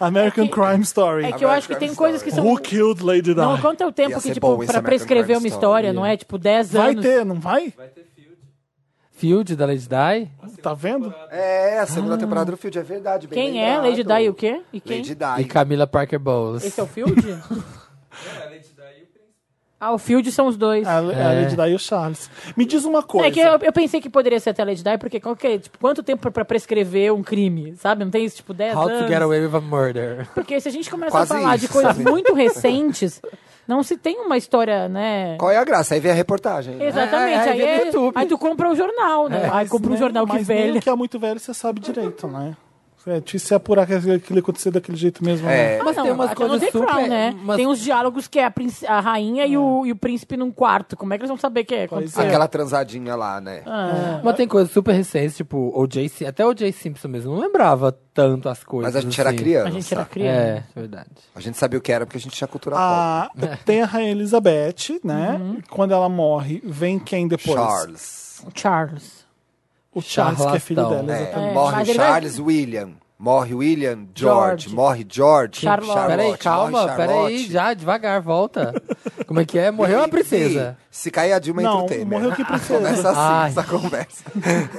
American Crime Story.
É que eu acho que tem coisas que são
Who killed Lady Di?
Não, quanto é o tempo
Ia
que
ser
tipo
bom esse
para
American
prescrever
Crime
uma
Story.
história, não é? Tipo 10
Vai
anos.
ter, não vai?
Field da Lady Di?
Tá vendo?
É, a segunda temporada do Field, é verdade. bem
Ah. Quem é
lembrado.
Lady Di e o quê? E quem?
Lady
E
Di.
Camila Parker Bowles.
Esse é o Field? ah, o Field são os dois.
A, a
É.
Lady Di e o Charles. Me diz uma coisa.
É que eu, eu pensei que poderia ser até Lady Di, porque qual que é, tipo, quanto tempo pra prescrever um crime, sabe? Não tem isso, tipo, 10
How
anos.
to Get Away with a Murder.
Porque se a gente começa
Quase
a falar de
isso,
coisas
sabe?
muito recentes, não se tem uma história, né?
Qual é a graça? Aí vem a reportagem. né?
Exatamente.
É, é,
aí,
vê no
é-
YouTube.
aí tu compra o jornal, né? aí
Mas
compra um
nem-
jornal que
mas nem
velho.
o que é muito velho, você sabe direito, né? É, te- se apurar que aquilo aconteceu daquele jeito mesmo. né?
É.
Mas
Não,
tem umas
até
coisas
no The
super...
Crown, né?
umas-
Tem uns diálogos que é a, princ- a rainha e, o, e o príncipe num quarto. Como é que eles vão saber que é? Ah.
Pois
Aconteceu.
é.
Aquela transadinha lá, né?
Mas tem coisas super recentes, tipo, O.J. Sim- até o J. Simpson mesmo. Não lembrava tanto as coisas.
Mas a gente era
assim.
criança.
A gente era criança.
É, verdade.
A gente sabia o que era porque a gente tinha cultura pop.
A- tem a Rainha Elizabeth, né?
Uhum.
Quando ela morre, vem quem depois?
Charles.
O Charles.
O Charles, que é filho
Charlatão.
dela,
É,
exatamente.
Morre o
mas ele vai-
Charles William. Morre William George.
George.
Morre George.
Charlotte.
Tá
Peraí, calma,
morre Charlotte.
peraí, já, devagar, volta. Como é que é? Morreu a princesa.
E Se cair a Dilma, entra
Não,
o Temer.
morreu que princesa.
Começa assim
Ai.
essa conversa.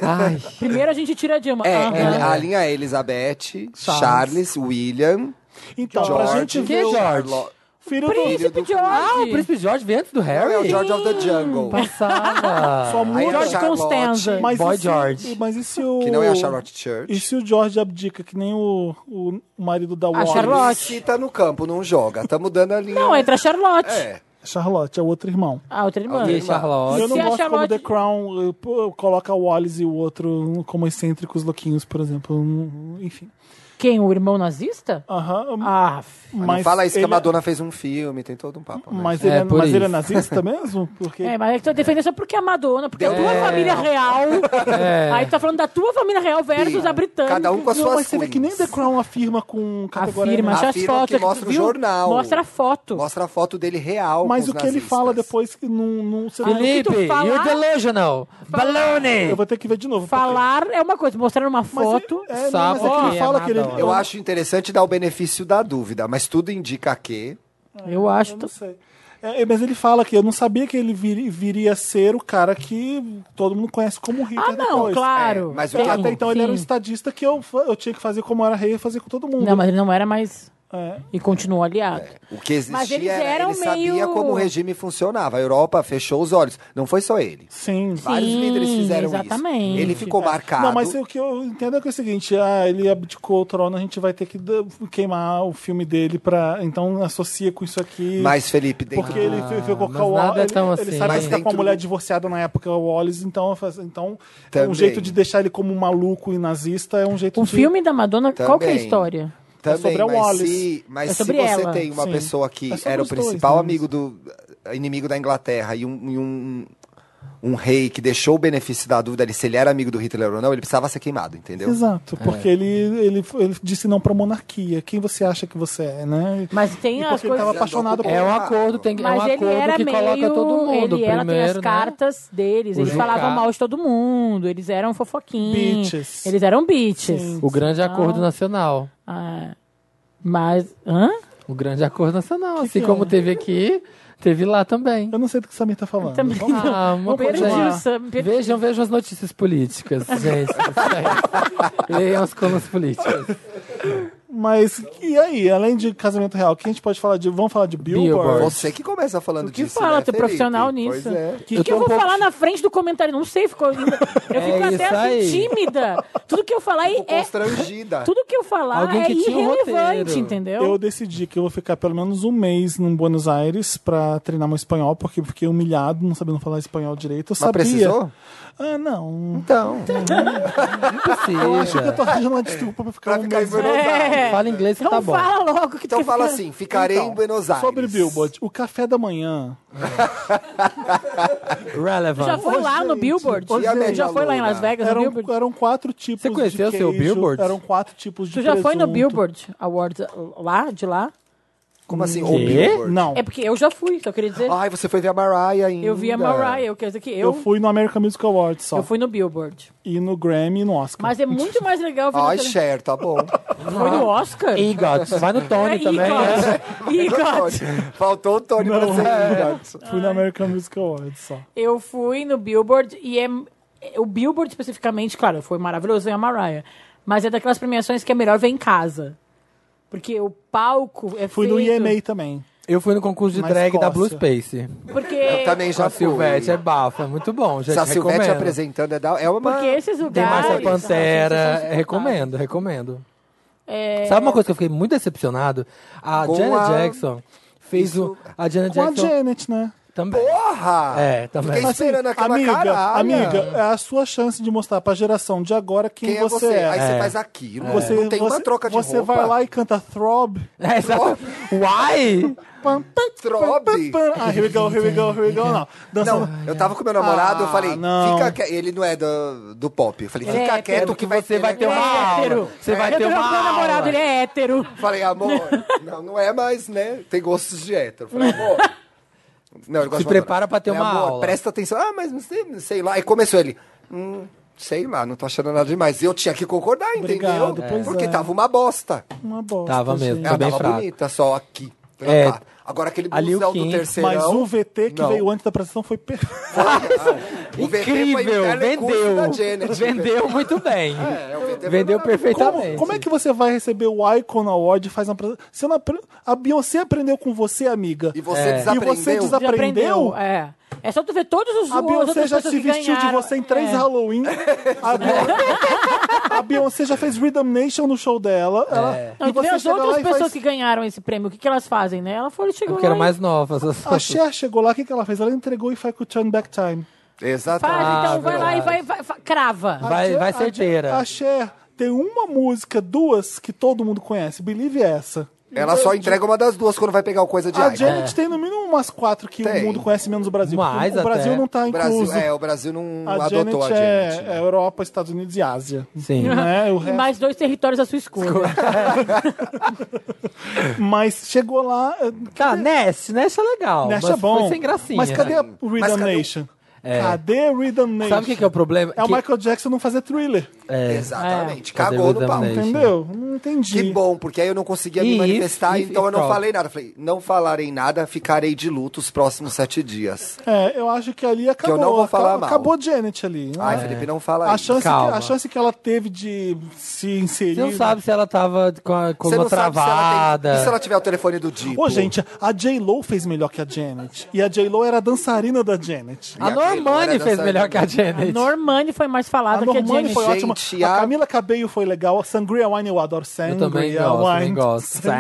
Ai,
Primeiro a gente tira a Dilma.
É,
Aham.
ele- a linha é Elizabeth,
Charles.
Charles, William,
Então, pra
George.
gente
Quem é
ver o
George?
Charlo-
filho
Príncipe
do...
é do-
George.
Ah, o Príncipe George veio antes do
Não,
Harry? Hum,
é o George of the Jungle.
Passava.
Só
Aí
muda...
é
George
Charlotte,
Constanza.
Mas
Boy
e se-
George.
Mas e se o...
Que
Uh.
não é a Charlotte Church.
E se o George abdica, que nem o, o marido da
A
Warren?
Charlotte.
Se tá no campo, não joga. Tá mudando a linha.
Não, entra a Charlotte.
É.
Charlotte, é o outro irmão.
A outra irmã.
E Charlotte.
eu não
Se a
gosto como
Charlotte-
The Crown eh, pô, coloca o Wallace e o outro como excêntricos louquinhos, por exemplo. Hum, Enfim.
Quem? O irmão nazista?
Aham.
Ah,
Mas
mas
não fala isso que a
ele- é-
Madonna fez um filme, tem todo um papo. Né?
Mas,
É,
ele é,
por
mas ele é
isso.
nazista mesmo? Porque
é, mas é que tu tá defendendo só porque é a Madonna, porque é a tua
É.
família real.
É.
Aí tu tá falando da tua família real versus
Sim.
a britânica.
Cada um com a
Não,
sua
mas você vê que nem The Crown afirma com categoria. nenhuma.
Afirma, acha as
Afirma que
fotos. tu
mostra o
viu?
jornal.
Mostra a foto.
Mostra a foto dele real.
Mas
com
o
os
que ele
nazistas.
fala depois que não, não você não-
que tu
Felipe,
falar-
you're delusional. Baloney!
Eu vou ter que ver de novo.
Falar é uma coisa, mostrar uma
porque- Mas
foto.
É, é, não,
Sabe
mas é que ele
que é
fala que ele.
Madonna.
Eu acho interessante dar o benefício da dúvida, mas tudo indica que.
Eu acho.
Eu não sei. É, é, mas ele fala que eu não sabia que ele vir- viria a ser o cara que todo mundo conhece como Hitler
Ah, não,
depois.
claro.
É, mas o
Porque
que
até então ele era um
Sim.
estadista que eu, fa- eu tinha que fazer como era rei, eu fazia com todo mundo.
Não, mas ele não era mais.
É.
E continuou aliado.
O que existia
Mas eles
era-
eram
ele sabia
meio-
como o regime funcionava. A Europa fechou os olhos. Não foi só ele.
Sim. É.
Vários
Sim,
líderes fizeram
exatamente.
isso. Ele ficou marcado.
Não, mas o que eu entendo é, que é o seguinte: ah, ele abdicou o trono, a gente vai ter que da- queimar o filme dele pra. Então associa com isso aqui.
Mas, Felipe, dentro
Porque ele fi- ficou
mas
com a
nada
Wallace.
é
Ele,
tão
ele
assim.
sabe
Mas
ficar com uma
dentro
mulher
do-
divorciada na época, o Wallace, então, faz- então um
Também.
jeito de deixar ele como um maluco e nazista é um jeito
O
de.
filme da Madonna, qual que é a
Também.
história?
É
Também,
sobre a
Tá mas
Wallace.
se, mas
É
se
sobre
você
ela.
tem uma
Sim.
pessoa
É
que
sobre
era o
os dois,
principal
né?
amigo do eh, inimigo da Inglaterra e um, e um, um rei que deixou o benefício da dúvida ali se ele era amigo do Hitler ou não, ele precisava ser queimado, entendeu?
Exato, porque ele, ele, ele disse não pra monarquia. Quem você acha que você é, né?
Mas tem
E
as
porque ele
coisas.
tava apaixonado por
É um acordo, tem que- é um
Mas ele
acordo
era
que
meio.
coloca todo mundo
ele era, tem as
primeiro, né?
cartas deles.
O
eles
Juca-
falavam mal de todo mundo. Eles eram fofoquinhos.
Bitches.
Eles eram bitches.
Sim.
O grande acordo nacional.
Ah, mas. Hã?
O grande acordo nacional. assim
que
como
é?
teve aqui, teve lá também.
Eu não sei do que o Samir tá falando.
Também
Vamos lá.
Ah, uma
Perdi
coisa
o
lá.
Sam. perdi.
Vejam, vejam as notícias políticas, gente. Sério. Leiam as colunas políticas.
Mas e aí, além de casamento real, que a gente pode falar de. Vamos falar de Billboard?
Billboard.
Você que começa falando
O que
disso.
fala? Tu
né,
é
Felipe?
profissional
Pois
nisso.
é.
O que, que eu
tô um
vou
pouco-
falar na frente do comentário? Não sei, ficou. Eu fico
É
até
isso aí.
assim, tímida. Tudo que eu falar
Ficou
é.
constrangida.
Tudo que eu falar
Alguém
é
que tinha um
irrelevante,
roteiro.
entendeu?
Eu decidi que eu vou ficar pelo menos um mês em Buenos Aires pra treinar meu espanhol, porque eu fiquei humilhado, não sabendo falar espanhol direito. Eu
Mas
sabia.
precisou?
Ah, não.
Então.
Eu
Impossível.
tô arranjando uma desculpa pra ficar,
Pra ficar em
um mês.
Buenos Aires.
É.
Fala inglês que
Então
tá bom.
fala logo que tu
Então
quer
fala
ficar-
assim, ficarei em Buenos Aires.
Sobre Billboard, o café da manhã.
Já
Relevant.
foi lá no Billboard?
e a média
já foi lá em Las
luna?
Vegas no
Eram,
Billboard?
eram quatro tipos
Você conheceu
de
seu
queijo,
Billboard?
Eram quatro tipos de
Tu já foi
presunto.
no Billboard Awards eh, lá, de lá?
Como assim? Ou
Quê?
Billboard?
Não.
É porque eu já fui, só queria dizer.
Ai, você foi ver a Mariah ainda.
eu vi a Mariah, eu quero dizer que eu,
Eu fui no American Music Awards só.
eu fui no Billboard.
E no Grammy e no Oscar.
Mas é muito mais legal ver no
Ai,
tele-
Cher, tá bom.
Foi no Oscar?
Igot. Vai no
É,
Tony também. né?
Igor. Igor.
Faltou o Tony pra ser é.
Fui no American Music Awards só.
Eu fui no Billboard e é. é- O Billboard especificamente, claro, foi maravilhoso ver a Mariah. Mas é daquelas premiações que é melhor ver em casa. Porque o palco é
Fui
feito,
no IMA também.
Eu fui no concurso de
Na
drag da Blue
Escócia.
Space.
Porque,
Eu também já
a
fui.
Silvete é bafa, é muito bom. Gente,
Se a Silvete
recomendo.
apresentando é, da, é uma...
porque esses
Tem
lugares...
Márcia
Ah,
Pantera.
vocês são
recomendo, recomendo.
É,
Sabe uma coisa que eu fiquei muito decepcionado? A
Com
Janet
a-
Jackson fez o. A Janet
Com a
Jackson
Janet, né?
também.
Porra!
É, também.
Fiquei
Assim,
esperando aquela
amiga,
caralha.
amiga, é a sua chance de mostrar pra geração de agora quem, É.
Quem é você? Aí você faz aquilo.
Você,
Não tem
você-
uma troca de
Você
roupa.
vai lá e canta Throb.
É, exato. Why?
Pam, pam,
Throb?
pam, pam. Ah, here we go, here we go, here we go. Não, dançando.
Não, eu tava com meu namorado,
Ah,
eu falei,
não.
fica quieto. Ele não é do, do pop. Eu falei,
Ele é
fica
hétero,
quieto que vai
Você vai ter
Ele
uma
é hétero.
aula. Você vai
Eu
ter
tenho
uma
meu namorado,
aula.
ele é hétero.
Falei, amor, não, não é mais, né? Tem gostos de hétero. Falei, amor. Não, ele gosta
Se
de
prepara pra ter
Falei,
uma
amor,
aula.
Presta atenção. Ah, mas não sei, sei lá. Aí começou ele. Hum, sei lá, não tô achando nada demais. Eu tinha que concordar, entendeu?
Obrigado, pois
Porque
é.
tava uma bosta.
Uma bosta. assim.
Tava
gente.
mesmo.
Ela
é bem
tava
fraco.
bonita, só aqui.
É.
Ah, Agora aquele
Ali o um
blusão do
Kim,
terceirão.
Mas o VT que
não.
veio antes da apresentação foi perfeito.
O VT foi
Incrível,
interno e curso da
vendeu.
Janet.
Vendeu muito bem.
É, o VT foi
Vendeu
maravilhoso.
perfeitamente.
Como, como é que você vai receber o Icon Award e faz uma apresentação? Você não apre- A Beyoncé aprendeu com você, amiga.
E você
É.
E
desaprendeu.
você
Já aprendeu?
desaprendeu?
É. É só tu ver todos os
A
os
Beyoncé
outras
já
pessoas
se
que
vestiu de
ganharam.
você em três
É.
Halloween. A Beyoncé, a Beyoncé já fez Rhythm Nation no show dela. Ela-
Não,
E
tu vê
você
as
chega
outras
lá e
pessoas
faz...
que ganharam esse prêmio, o que, que elas fazem, né? Ela foi, chegou
Porque era
lá e-
mais nova.
A Cher chegou lá, o que, que ela fez? Ela entregou e foi com o Turn Back Time.
Exatamente.
Faz,
Ah,
então vai lá e
verdade.
vai, vai- vai- crava.
Vai,
Cher-
vai
a Cher-
certeira.
A Cher Tem uma música, duas, que todo mundo conhece. Believe é essa.
Ela só entrega uma das duas quando vai pegar o coisa de
A
Ike.
Janet tem no mínimo umas quatro que
Tem.
o mundo conhece menos o Brasil. porque
Mais
o Brasil
até.
não tá
O Brasil,
incluso.
é, o Brasil não
a Janet,
adotou a
é,
Janet. né?
é Europa, Estados Unidos e Ásia.
Sim.
Né? O
E
resto- mas...
mais dois territórios à sua escolha.
chegou lá. eh,
Tá, Nest, Nest é legal.
Nest é
mas
bom.
Foi sem gracinha. né?
Mas cadê a
Mas
Rhythm
cadê o-
Nation? Cadê Rhythm Nation?
É. Sabe o que, que é o problema?
É o
Que-
Michael Jackson não fazer thriller,
é,
Exatamente.
É.
Cagou
Cadê
no
o
pau.
Examination?
entendeu? Não entendi.
Que bom, porque aí eu não conseguia
E
me
isso,
manifestar,
e-
então
e
eu não
pronto.
falei nada. Falei, não falarei nada, ficarei de luto os próximos sete dias.
É, eu acho que ali acabou.
não vou falar
acabou,
mal.
acabou Janet ali.
Ai,
É.
A-
Felipe, não fala
a,
isso.
chance que, a
Calma.
chance que ela teve de se inserir.
Você não sabe se ela tava com a
Você
coluna
não sabe se ela tem-
travada.
E se ela tiver o telefone do Dipo?
Pô,
tipo-
gente, a J-Lo fez melhor que a Janet. E a J-Lo era a dançarina da Janet.
E
A
a
Normani
Keylora
fez
dançando.
melhor que a
A
Janet.
Normani foi mais
A
falada que a
Normani
Jenny.
foi
Gente,
ótima. A
a-
Camila Cabello foi legal. A Sangria Wine, eu adoro Sangria
Eu também gosto,
Wine.
também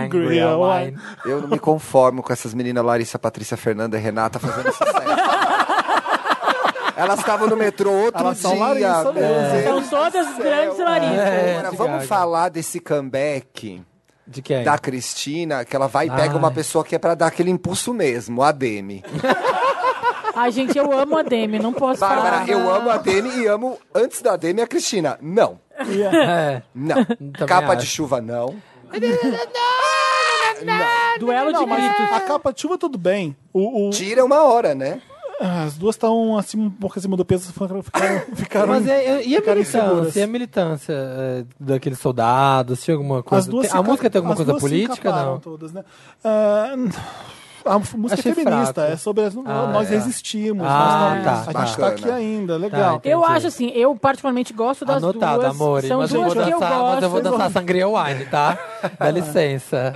gosto. Sangria Wine.
Eu não me conformo com essas meninas Larissa, Patrícia, Fernanda e Renata fazendo sucesso. Elas estavam no metrô outro
Elas são
dia.
Larissa
meu
mesmo.
Deus
São
do
todas
céu.
grandes Larissa.
É,
Agora,
de
vamos
Gaga.
falar desse comeback
De quem?
da Cristina, que ela vai e pega uma
Ai.
pessoa que é pra dar aquele impulso mesmo, a Demi.
Ai, gente, eu amo a Demi, não posso
Bárbara,
falar.
eu amo a Demi e amo, antes da Demi, a Cristina. Não,
Yeah.
É.
não. Capa
acho.
de chuva, não.
Duelo de
Não, mas
É.
gritos.
a capa de chuva tudo bem. O, o-
Tira uma hora, né?
ah, as duas estão acima, um pouco acima do peso, ficaram. ficaram
Mas é, é- e a
ficaram inseguras.
militância? E a militância é, daqueles soldados? Tinha alguma coisa?
As duas
Tem-
se
a
enca-
música tem alguma
as
coisa
duas se
política?
encaparam
Não.
Todas, né? Ah, a f- música
Achei
é feminista,
fraco.
é sobre as-
Ah,
nós
é.
resistimos,
Ah,
nós
tá,
estamos- a gente está
bacana.
aqui ainda, legal.
Tá,
Eu
Entendi.
acho assim, eu particularmente gosto das
Tá Anotado,
duas.
amores.
São
mas, eu
duas
vou
que eu
dançar, mas eu vou
gosto.
dançar Sangria Wine, tá? Dá licença.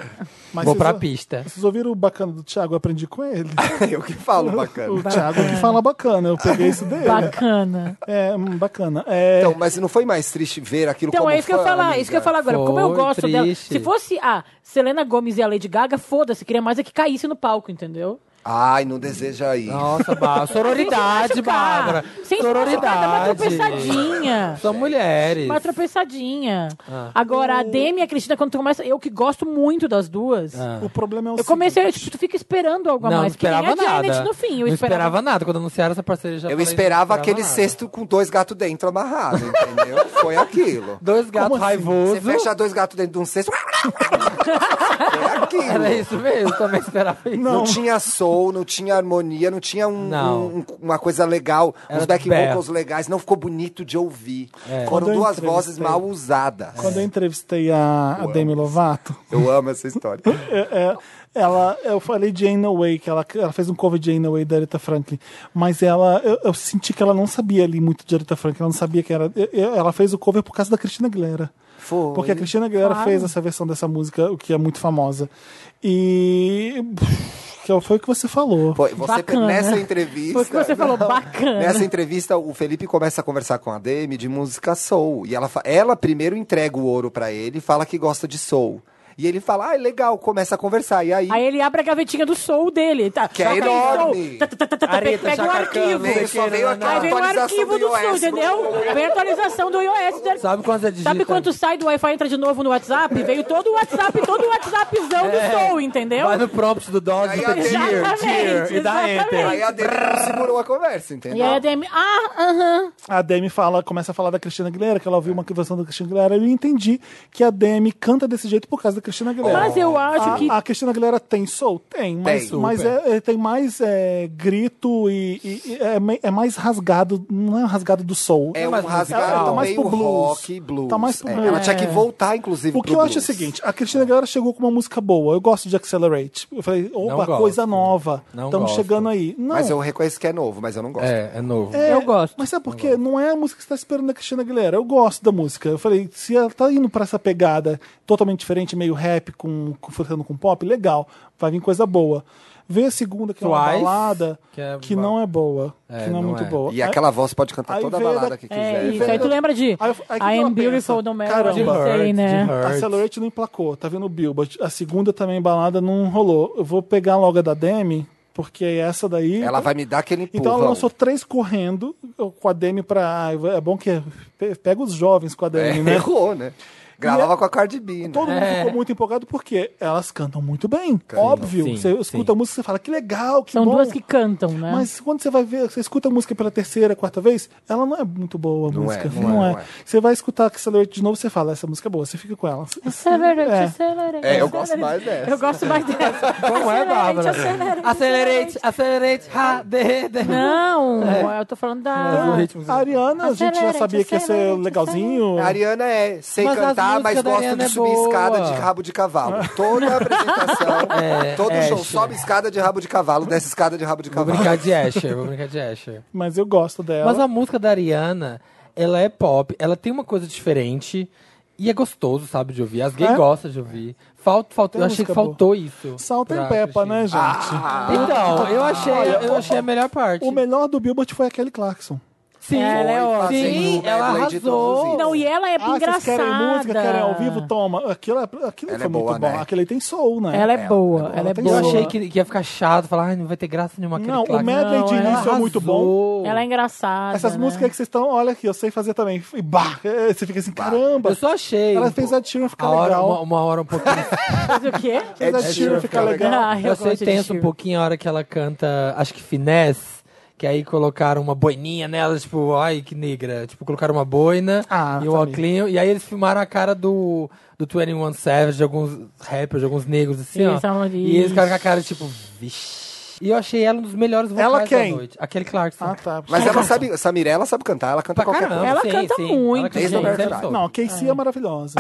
Mas
vou
vocês
pra
o-
pista.
Vocês ouviram o bacana do Thiago? Eu aprendi com ele.
Eu que falo,
Uhum.
bacana.
O Thiago que fala bacana, eu peguei isso dele.
Bacana.
É, hum, bacana. É,
Então, mas não foi mais triste ver aquilo
Então
como
é isso que eu ia
fã,
falar, é isso
amiga?
que eu ia falar agora. Como eu
Foi
gosto dela.
triste.
Se fosse a Selena Gomes e a Lady Gaga, foda-se, queria mais é que caísse no palco, entendeu?
Ai, não deseja ir.
Nossa, Bárbara. Sororidade, Bárbara.
Sem Uma
Sororidade.
tropeçadinha.
São mulheres.
Uma tropeçadinha.
Ah.
Agora, a Demi e a Cristina, quando tu começa. Eu que gosto muito das duas.
Ah.
o problema é o
Eu comecei,
seguinte,
tipo, tu fica esperando algo a
não, não
mais. que nem
esperava
a Janet
nada.
no fim. Eu
não
esperava.
esperava nada. Quando anunciaram essa parceria, já
Eu
falei, não
esperava aquele
nada.
cesto com dois gatos dentro amarrado, entendeu? Foi aquilo.
Dois gatos
assim?
Você
raivosos.
fecha dois gatos dentro de um cesto. Foi aquilo.
Era isso mesmo, também esperava isso.
Não. tinha soul, não tinha harmonia, não tinha um-
Não.
um- uma coisa legal, uns
Era
back
berro. É.
vocals legais, não ficou bonito de ouvir.
Quando eu
Foram duas
entrevistei-
vozes mal usadas.
Quando eu entrevistei a, a Demi Lovato,
Eu amo essa história.
É, é, ela, eu falei de Jane Away, que ela, ela fez um cover de Jane Away da Aretha Franklin, mas ela, eu, eu senti que ela não sabia ali muito de Aretha Franklin, ela não sabia que era. eu- eu- Ela fez o cover por causa da Cristina Aguilera.
Foi.
Porque a Cristina Aguilera
Claro.
fez essa versão dessa música, o que é muito famosa. E. Que foi o que você falou.
Foi, você,
Bacana.
Nessa
Foi
entrevista.
o que você falou, bacana.
Nessa entrevista, o Felipe começa a conversar com a Demi de música soul. E ela, fa- ela primeiro entrega o ouro pra ele e fala que gosta de soul. E ele fala, ah, é legal, começa a conversar. E aí,
Aí ele abre a gavetinha do soul dele. Tá,
Que é
Toca aí,
enorme.
soul. Tá, tá, tá, tá, tá, pe-
Areta,
Pega o
Chacacã,
arquivo.
veio, só veio aqui
Aí vem o
atualização
arquivo do
do
soul,
iOS.
entendeu? Vem a atualização do iOS. dele.
Sabe né? quando você digita?
Sabe quando sai do Wi-Fi e entra de novo no WhatsApp? Veio todo o WhatsApp, todo o WhatsAppzão do Soul, entendeu?
Vai no prompt do Dodge,
Aí
tá
a Demi-
dear, dear,
Exatamente,
e dá enter.
aí a Demi não segurou a conversa,
E
entendeu?
aí a DM, ah, aham.
A Demi fala, começa a falar da Cristina Aguilera, que ela ouviu uma versão da Cristina Aguilera, e eu entendi que a Demi canta desse jeito por causa da Cristina Aguilera.
Mas eu acho
a,
que.
a Cristina Aguilera tem soul? Tem, mas,
Tem.
mas é, é- tem mais é, grito e, e- e é, me- é mais rasgado, não é rasgado do soul.
É um
mais
rasgado
tá mais
meio
pro blues.
rock, blues.
Tá mais pro
É,
blues.
Ela tinha que voltar, inclusive,
O que
pro
eu acho é o
blues.
seguinte, a Cristina Aguilera chegou com uma música boa. Eu gosto de Accelerate. Eu falei, opa,
gosto.
coisa nova.
Não
Estamos
gosto.
chegando aí. Não.
Mas eu reconheço que é novo, mas eu não gosto.
É, é novo.
É,
Eu gosto.
Mas sabe por quê? Não é a música que você tá esperando da Cristina Aguilera. Eu gosto da música. Eu falei, se ela tá indo pra essa pegada totalmente diferente, meio rap, com, com, flertando com pop, legal. Vai vir coisa boa. Vê a segunda, que é uma
Twice,
balada, que,
que é ba-
não é boa.
É,
que não é
não
muito
é.
boa.
E
Aí-
aquela voz pode cantar
aí
toda a
veio
balada
da-
que
É
quiser.
isso. Aí tu lembra de
Aí eu- aí que
I
ela
am
pensa,
beautiful no matter
caramba,
what you say, né?
Accelerate não emplacou, tá vendo o Billboard. A segunda também balada não rolou. Eu vou pegar logo a da Demi, Porque essa daí.
Ela vai me dar aquele empurrão.
Então ela lançou três correndo com a Demi pra. ah, É bom que pe- pega os jovens com a
É,
Demi, né? é-
Errou, né? Gravava com a Cardi B, né?
Todo mundo
É.
ficou muito empolgado porque elas cantam muito bem. Óbvio.
Sim,
você
sim.
escuta a música e fala, que legal, que
São
bom.
duas que cantam, né?
Mas quando você vai ver, você escuta a música pela terceira, quarta vez, ela não é muito boa a
Não
música.
é,
não, é, Você vai escutar Accelerate de novo, você fala, essa música é boa, você fica com ela.
Accelerate,
É.
accelerate.
É, eu gosto mais dessa.
Eu gosto mais dessa.
Como é, Bárbara? Acelerate, acelerate, ha, de, de.
Não,
É.
eu tô falando da.
Mas o ritmo-
A Ariana, a gente já
Accelerate,
sabia que ia ser
accelerate,
legalzinho.
A Ariana é, sem
Mas as
cantar,
músicas
mas
da
gosta
Ariana
de
é
subir
boa.
escada de rabo de cavalo.
É.
Toda apresentação,
É,
todo
é,
show,
Asher.
sobe escada de rabo de cavalo, desce escada de rabo de
Vou
cavalo.
brincar de Asher, vou brincar de Asher.
Mas eu gosto dela.
Mas a música da Ariana, ela é pop, ela tem uma coisa diferente e é gostoso, sabe, de ouvir. As gays
É?
gostam de ouvir. Falta, falta,
Tem
eu achei
música
que faltou isso.
Salta
pra
em Peppa,
Cristina.
né, gente?
Então, eu achei, eu achei a melhor parte.
O melhor do Billboard foi a Kelly Clarkson.
Sim,
Ela é ótima.
sim,
Fazendo
ela
medley de todos os
arrasou.
itens.
Não, e ela é
ah, vocês
engraçada.
querem música, querem ao vivo? Toma. Aquilo, é- aquilo
Ela
foi
é
muito
boa,
bom.
né?
Aquilo aí tem soul, né?
Ela é boa, ela é
tem
Eu
boa.
achei que, que ia ficar chato, falar, "Ai, não vai ter graça nenhuma. aquele
Não, o
clássico."
medley de
Não, ela
início é muito bom.
arrasou.
Ela é engraçada.
Essas
né?
músicas que vocês estão, olha aqui, eu sei fazer também. E bah, é, você fica assim, caramba.
Eu só achei.
Ela
um
fez
pouco-
a Tira ficar
a hora,
legal.
uma, uma hora um pouquinho.
Faz o quê?
Fez
É
a
Ed
Tira
Sheeran
ficar
ficar
legal.
Ah,
Eu sei
gosto de
tenso um
Sheer.
pouquinho a hora que ela canta, acho que finesse, que aí colocaram uma boininha nela, tipo, ai que negra. Tipo, colocaram uma boina
Ah,
e um
família.
óculinho. E aí eles filmaram a cara do, do 21 Savage, de alguns rappers, de alguns negros, assim,
é
Isso,
ó.
amor,
E eles
isso.
ficaram com a cara, tipo, vixi. E eu achei ela um dos melhores vocais
Ela quem?
da noite. Aquele Clarkson.
Ah, tá.
Mas é ela sabe, essa Mirella ela sabe cantar, ela canta
Pra
qualquer
caramba,
Ela
sim,
canta
sim.
muito,
Ela canta
desde o
muito,
Roberto
sempre soube.
Não, a Casey é, maravilhosa.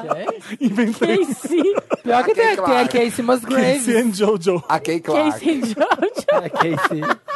Quem
Inventei.
se-
É Pior que tem,
Kay
tem a
Clark.
Casey Musgraves. né?
Casey and Jojo.
A
quem
Kay Clark,
se George?
A Casey.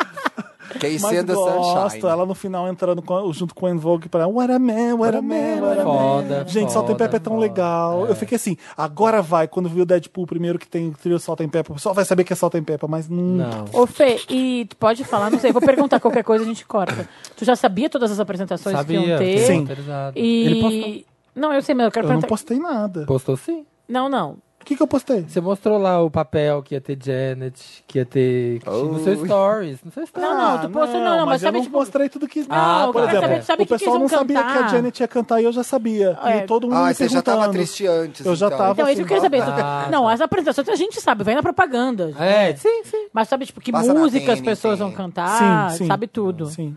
Casey
Mas
and the Sunshine.
gosto, ela no final entrando com- junto com o En Vogue pra What a Man, What a Man, What a Man.
Foda,
Gente, Salta em
foda,
Peppa é tão
foda.
legal. Eu fiquei assim, agora vai. Quando vi o Deadpool primeiro que tem o trio Salta em Peppa, o pessoal vai saber que é Salta em Peppa, mas não.
Não.
Ô, Fê, e tu pode falar? Não sei, vou perguntar qualquer coisa, a gente corta. Tu já sabia todas as apresentações que
Sabia.
iam ter?
Sim.
E...
Ele postou.
Não, eu sei, mas eu quero
Eu não
perguntar.
postei nada.
Postou sim.
Não, não.
O que, que eu postei?
Você mostrou lá o papel que ia ter Janet, que ia ter. que tinha no seu
Oi.
stories. No seu stories.
Não, não, tu postou- não, não, mas
eu
sabe,
Ah, não
tipo-
mostrei tudo que.
Ah,
não, por
tá.
exemplo,
Sabe-
sabe
o
que eles
pessoal
vão
não sabia
cantar?
que a Janet ia cantar e eu já sabia.
É.
E todo mundo
Ah,
me
você já tava
perguntando.
triste antes.
Eu já tava.
Então, é isso que eu queria saber.
Ah,
Tu-
tá.
Não, as apresentações a gente sabe, vem na propaganda.
É, sim, sim.
Mas sabe, tipo, que
Passa na
música as
TNT.
pessoas vão cantar,
Sim, sim.
Ah, sabe tudo.
Sim,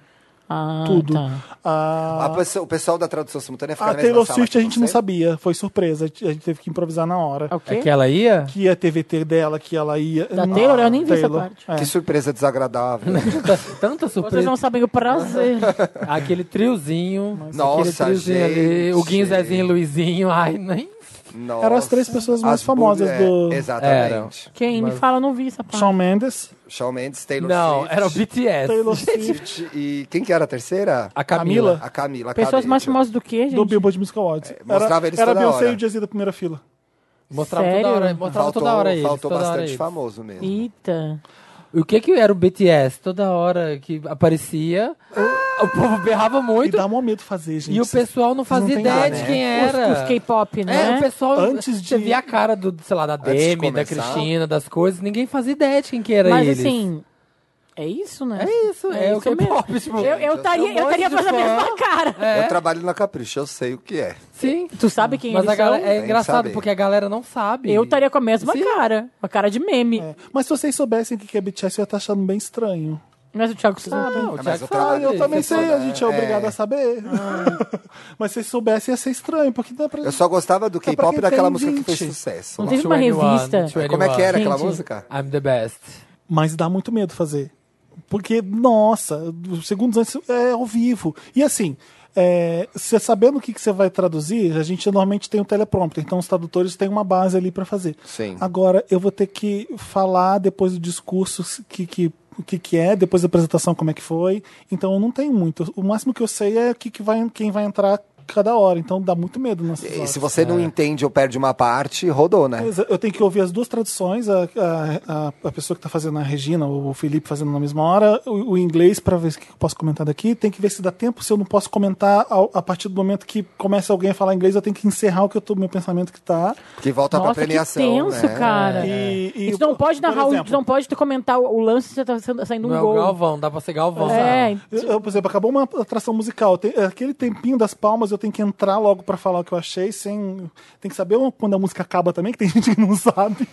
Ah,
tudo.
tá.
Ah,
A pessoa- o pessoal da tradução simultânea fica
A
na mesma
Taylor
sala
Swift
que
a gente não
você?
sabia, foi surpresa, a gente a gente teve que improvisar na hora.
É o
É
quê?
que ela ia?
Que ia TVT dela, que ela ia.
Da
Não,
Taylor? Eu nem vi essa
Taylor.
parte.
É.
Que surpresa desagradável.
Tanta- Tanta
Vocês
surpresa.
não sabem o prazer.
Aquele triozinho. aquele
Nossa,
triozinho ali.
gente.
O Guinho, Zezinho e Luizinho. Ai, nem.
Nossa.
Eram as três pessoas mais
As
famosas
bur- é,
do
Exatamente.
Quem me fala, eu não vi essa parte.
Shawn Mendes,
Shawn Mendes, Taylor
Não,
Swift.
era o BTS.
Taylor Swift,
Swift E quem que era a terceira?
A Camila.
A Camila.
Pessoas
acabei
mais
de-
famosas do que, gente?
do Billboard Music Awards.
É, mostrava
era
eles
era
toda
Beyoncé
hora.
e o Jay-Z da primeira fila.
Mostrava toda
Sério?
hora. Mostrava
Faltou,
toda hora eles.
faltou
toda hora
bastante
eles.
famoso mesmo.
Eita.
O que que era o BTS? Toda hora que aparecia,
Ah!
o povo berrava
E
muito.
dá um medo fazer, gente.
E o pessoal não fazia
tem
ideia
nada,
de
né?
quem era.
Os, os K-pop,
É,
né?
o pessoal.
Antes
Você
de-
via a cara do, sei lá, da
de
Demi, da
começar.
Cristina, das coisas, ninguém fazia ideia de quem que era
Mas
eles.
assim, é isso, né?
É isso, é, o
isso mesmo.
K-pop, tipo.
Eu- Eu estaria
um monte
eu estaria
de
fazendo a
fã.
mesma cara.
É.
Eu trabalho na Capricho, eu sei o que é.
Sim.
Tu sabe quem
Mas a
eles
galera,
são?
é
que
engraçado,
saber.
porque a galera não sabe.
Eu estaria com a mesma
Sim.
cara. Uma cara de meme.
É. Mas se vocês soubessem o que que é BTS, eu ia estar achando bem estranho.
Mas o Thiago sabe.
Não, o
Mas
Thiago
eu trabalho-
Ah,
sabe.
eu também
você
sei, a
toda-
gente é
é. Ah.
obrigado a saber. Mas se soubessem, ia ser estranho, porque dá pra.
Eu só gostava do
É pra
K-pop
quem
e daquela
tem
música que fez
20.
sucesso.
Não
lá.
teve uma
21,
revista.
21.
Como é que era aquela
Gente.
música?
I'm the best.
Mas dá muito medo fazer. Porque, nossa, os segundos antes é ao vivo. E assim, é, você sabendo o que, que você vai traduzir, a gente normalmente tem o teleprompter, então os tradutores têm uma base ali pra fazer.
Sim.
Agora, eu vou ter que falar depois do discurso se- que, que, o que, que é, depois da apresentação como é que foi. Então eu não tenho muito. O máximo que eu sei é o que, que vai, quem vai entrar cada hora, então dá muito medo nessas
E
horas.
se você
É.
não entende ou perde uma parte, rodou, né?
Mas Eu tenho que ouvir as duas traduções, a, a, a- a pessoa que está fazendo a Regina, ou o Felipe fazendo na mesma hora, o, o inglês para ver o que eu posso comentar daqui. Tem que ver se dá tempo, se eu não posso comentar ao- a partir do momento que começa alguém a falar inglês, eu tenho que encerrar o que eu tô, meu pensamento que tá.
Porque volta
Nossa,
pra premiação.
que tenso,
né?
cara.
É. E,
E tu não pode
por
narrar, o,
exemplo,
tu não pode comentar o lance se tá sendo- saindo
Não
um
é o
gol.
Galvão, dá pra ser Galvão.
É,
Eu, eu, por exemplo, acabou uma atração musical. tem- é, aquele tempinho das palmas eu tenho que entrar logo pra falar o que eu achei, sem. Tem que saber quando a música acaba também, que tem gente que não sabe.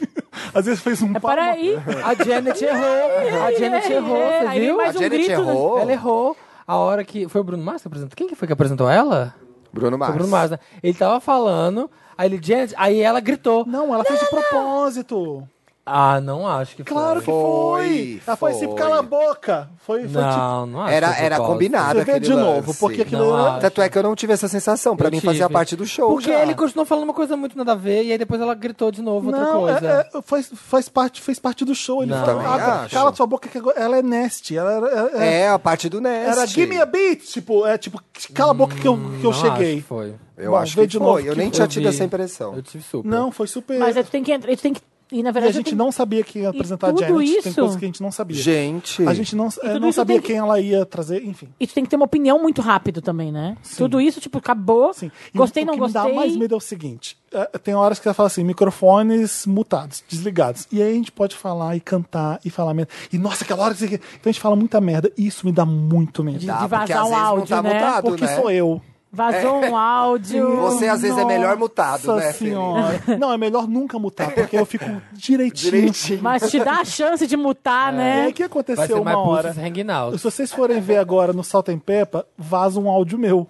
Às vezes fez um
é
palma-
para aí.
A Janet errou. A Janet errou, você
aí
viu?
mais
A
um
Janet
grito, né?
errou.
Ela errou. A hora que. Foi o Bruno Mars que apresentou? Quem que foi que apresentou ela?
Bruno
Foi
Mars.
o Bruno Mars, né? Ele tava falando, aí ele, Janet, aí ela gritou.
Não, ela fez de propósito.
Ah, não acho que
Claro
foi.
que foi.
Foi,
Ela foi assim,
foi.
cala a boca. Foi, foi tipo.
Não, não acho
Era,
que foi
era
propósito.
combinado
Você vê
aquele
de novo,
lance.
porque aquilo
Não,
era-
acho.
Tanto é que eu não tive essa sensação. Pra
Eu
mim
tive.
fazia parte do show
Porque
já.
ele continuou falando uma coisa muito nada a ver, e aí depois ela gritou de novo outra
Não,
coisa.
é- é- faz, faz parte, fez parte do show. Ele
Não.
falou,
Também
ah,
acho.
cala sua boca que agora- ela é Nest. Ela era, era,
É, a parte do Nest.
era give me a beat. Tipo, é tipo, cala a boca que eu, que eu
Hum, Não
cheguei.
Acho que foi.
Eu
Bom,
acho
vê
que
de
foi.
novo
eu
que
nem
foi.
tinha
Eu
tido
vi.
essa impressão.
Eu tive super.
Não, foi super.
Mas é aí tu tem que entrar, tu tem que. E
E
na
a
verdade.
gente
tem-
não sabia quem ia apresentar a
tudo
Janet. Tem
isso?
coisas que a gente não sabia.
Gente.
A gente não, eh,
tudo
não
isso
sabia
tem que-
quem ela ia trazer, enfim.
E tu tem que ter uma opinião muito rápido também, né? Tudo isso, tipo, acabou.
Sim. E
Gostei,
o
não
que
gostei.
me dá mais medo é o seguinte: eh, tem horas que ela fala assim, microfones mutados, desligados. E aí a gente pode falar e cantar e falar merda. E nossa, aquela hora que você... Então a gente fala muita merda. E isso me dá muito medo.
De-
Dá,
vazar
porque às
um
vezes não
áudio,
tá
né?
mutado,
Porque
né?
sou eu.
Vazou
é
um áudio.
Você às vezes é melhor mutado,
Nossa
né, Felipe?
senhora. Não, é melhor nunca mutar, porque eu fico direitinho.
Direitinho.
Mas te dá a chance de mutar,
E
né?
aí o É. que
Vai ser
aconteceu
mais
uma hora?
Pulses Hanging Out.
Se vocês forem ver agora no Salt and Peppa, vaza um áudio meu.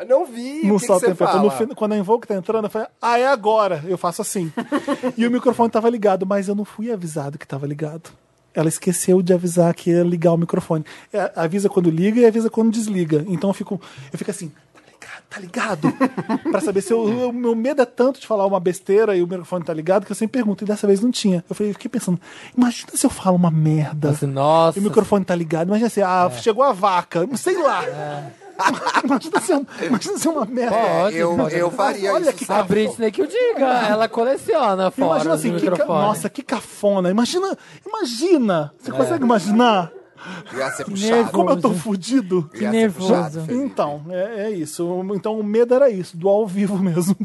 Eu Não vi.
no
o que, que
Salt
você
and Pepper.
fala?
No fin- quando a Invoke tá entrando, eu falei, ah, é agora. Eu faço assim. e o microfone tava ligado, mas eu não fui avisado que tava ligado. Ela esqueceu de avisar que ia ligar o microfone. É, avisa quando liga e avisa quando desliga. Então eu fico, eu fico assim, tá ligado? Tá ligado? pra saber se eu, eu- meu medo é tanto de falar uma besteira e o microfone tá ligado que eu sempre pergunto. E dessa vez não tinha. Eu falei, eu fiquei pensando, imagina se eu falo uma merda.
Assim, nossa.
E o microfone tá ligado, imagina assim, ah,
É.
chegou a vaca, sei lá. imagina, ser, um- imagina ser uma merda.
Pode,
Eu,
pode.
eu faria
Olha
isso.
que
A
sabe?
Britney que o diga, ela coleciona fora
imagina
do
assim, que ca-
microfone.
nossa, que cafona. Imagina, imagina. Você consegue imaginar
Ia
nervo.
Ah,
ser puxado.
como eu tô fudido?
Ia ser
nervoso.
puxado, Felipe.
Então, é, é isso. Então o medo era isso, do ao vivo mesmo.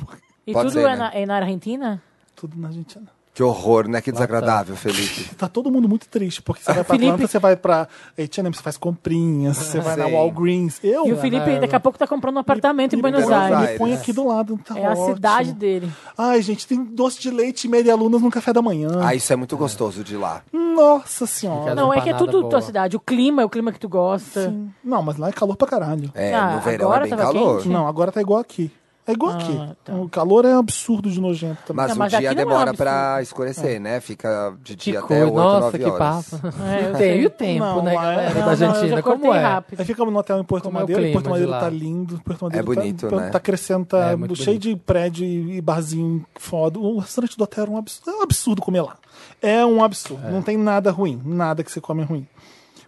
E
Pode
tudo
ser,
é,
né?
na, é na Argentina?
Tudo na Argentina.
Que horror, né? Que desagradável, Felipe.
Tá todo mundo muito triste, porque você vai pra
É, Felipe- Ah,
Atlanta, você vai pra H&M, você faz comprinhas, você vai na
Sim.
Walgreens. Eu...
E o Felipe daqui a pouco tá comprando um apartamento em Buenos
Buenos
Aires.
Aires.
Me põe aqui do lado, tá
É a
ótimo.
cidade dele.
Ai, gente, tem doce de leite e medialunas no café da manhã.
Ah, isso é muito gostoso de lá.
Nossa senhora.
Cada
Não, é que é
empanada
tudo
boa.
tua cidade. O clima é o clima que tu gosta.
Sim. Não, mas lá é calor pra caralho.
É,
Ah,
no verão
agora
é bem
tava
calor.
quente? né?
Não, agora tá igual aqui. É igual
Ah,
aqui.
tá.
O calor é absurdo de nojento também.
Mas
Não,
o
mas
dia
aqui não é um
demora
absurdo.
pra escurecer, né? Fica de
Que
dia até
coisa,
8,
nossa,
9
que
horas.
papo.
É, eu
Tem
sei.
o tempo,
Não,
né,
lá é-
galera,
não,
da
não, eu já
Argentina,
eu já
como
cortei
é?
rápido.
Aí ficamos no hotel em Porto
Como é o
Madeira.
clima
Porto Madeira
de lá?
tá lindo. Porto Madeira
É
tá-
bonito,
tá,
né?
tá crescendo, tá
É, muito
cheio de prédio e barzinho foda. O restaurante do hotel era um absurdo, é um absurdo comer lá. É um absurdo. Não tem nada ruim. Nada que você come é ruim.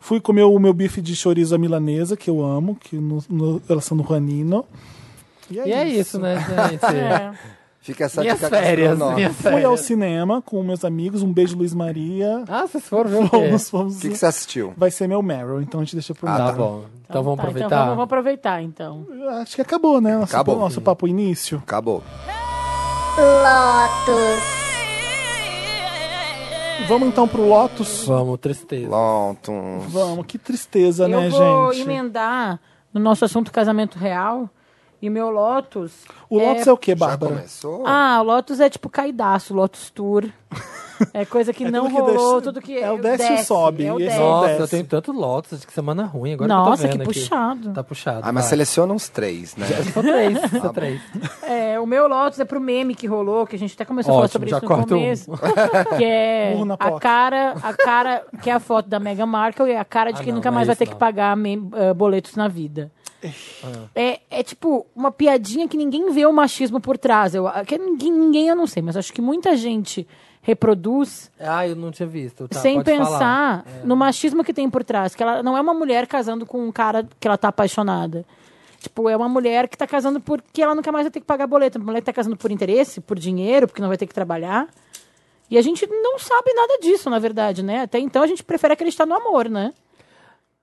Fui comer o meu bife de chorizo à milanesa, que eu amo, que no, no, elas são no Juanino.
E é isso, né, gente?
É.
Fica essa
Minhas
dica
férias,
gastronômica.
minhas
Fui ao
férias.
cinema com meus amigos. Um beijo, Luiz Maria.
Ah, vocês foram ver o quê?
Vamos, vamos.
O É. que, que você assistiu?
Vai ser meu Meryl, então a gente deixa pro
Ah,
Tá
Meryl.
bom, então vamos
Tá,
aproveitar.
Então vamos, vamos aproveitar, então.
Acho que acabou, né? Nosso,
Acabou.
nosso papo início.
Acabou.
Vamos então pro Lotus.
Vamos, tristeza.
Lonton.
Vamos, que tristeza,
eu
né,
vou
gente?
emendar no nosso assunto casamento real. E meu Lotus.
O Lotus é, o quê,
Já
Bárbara?
começou?
Ah, o Lotus é tipo caidaço, Lotus Tour. É coisa que
É
não
tudo que
rolou,
desce-
tudo que
é o desce e
desce,
sobe,
É o
e esse
desce.
é o
Nossa,
desce.
eu tenho tanto Lotus, acho que semana ruim agora que
Nossa,
eu
que
tô vendo aqui.
puxado.
Tá puxado.
Ah, mas
vai.
seleciona uns três, né?
Só três, só três.
É, o meu Lotus é pro meme que rolou, que a gente até começou a falar
Ótimo,
sobre
já
isso no
corta um.
começo. Que é
Burro na
a
poca.
cara, a cara, que é a foto da Meghan Markle e a cara de
Ah,
quem
não,
nunca
não é
mais vai
isso,
ter que
não.
pagar mem- eh, boletos na vida. É, é tipo uma piadinha que ninguém vê o machismo por trás. Eu, que ninguém, ninguém, eu não sei, mas acho que muita gente reproduz
Ah, eu não tinha visto. Tá,
sem
pode falar.
é pensar no machismo que tem por trás. Que ela não é uma mulher casando com um cara que ela tá apaixonada. Tipo, é uma mulher que tá casando porque ela nunca mais vai ter que pagar boleto. Uma mulher que tá casando por interesse, por dinheiro, porque não vai ter que trabalhar. E a gente não sabe nada disso, na verdade, né? Até então a gente prefere acreditar no amor, né?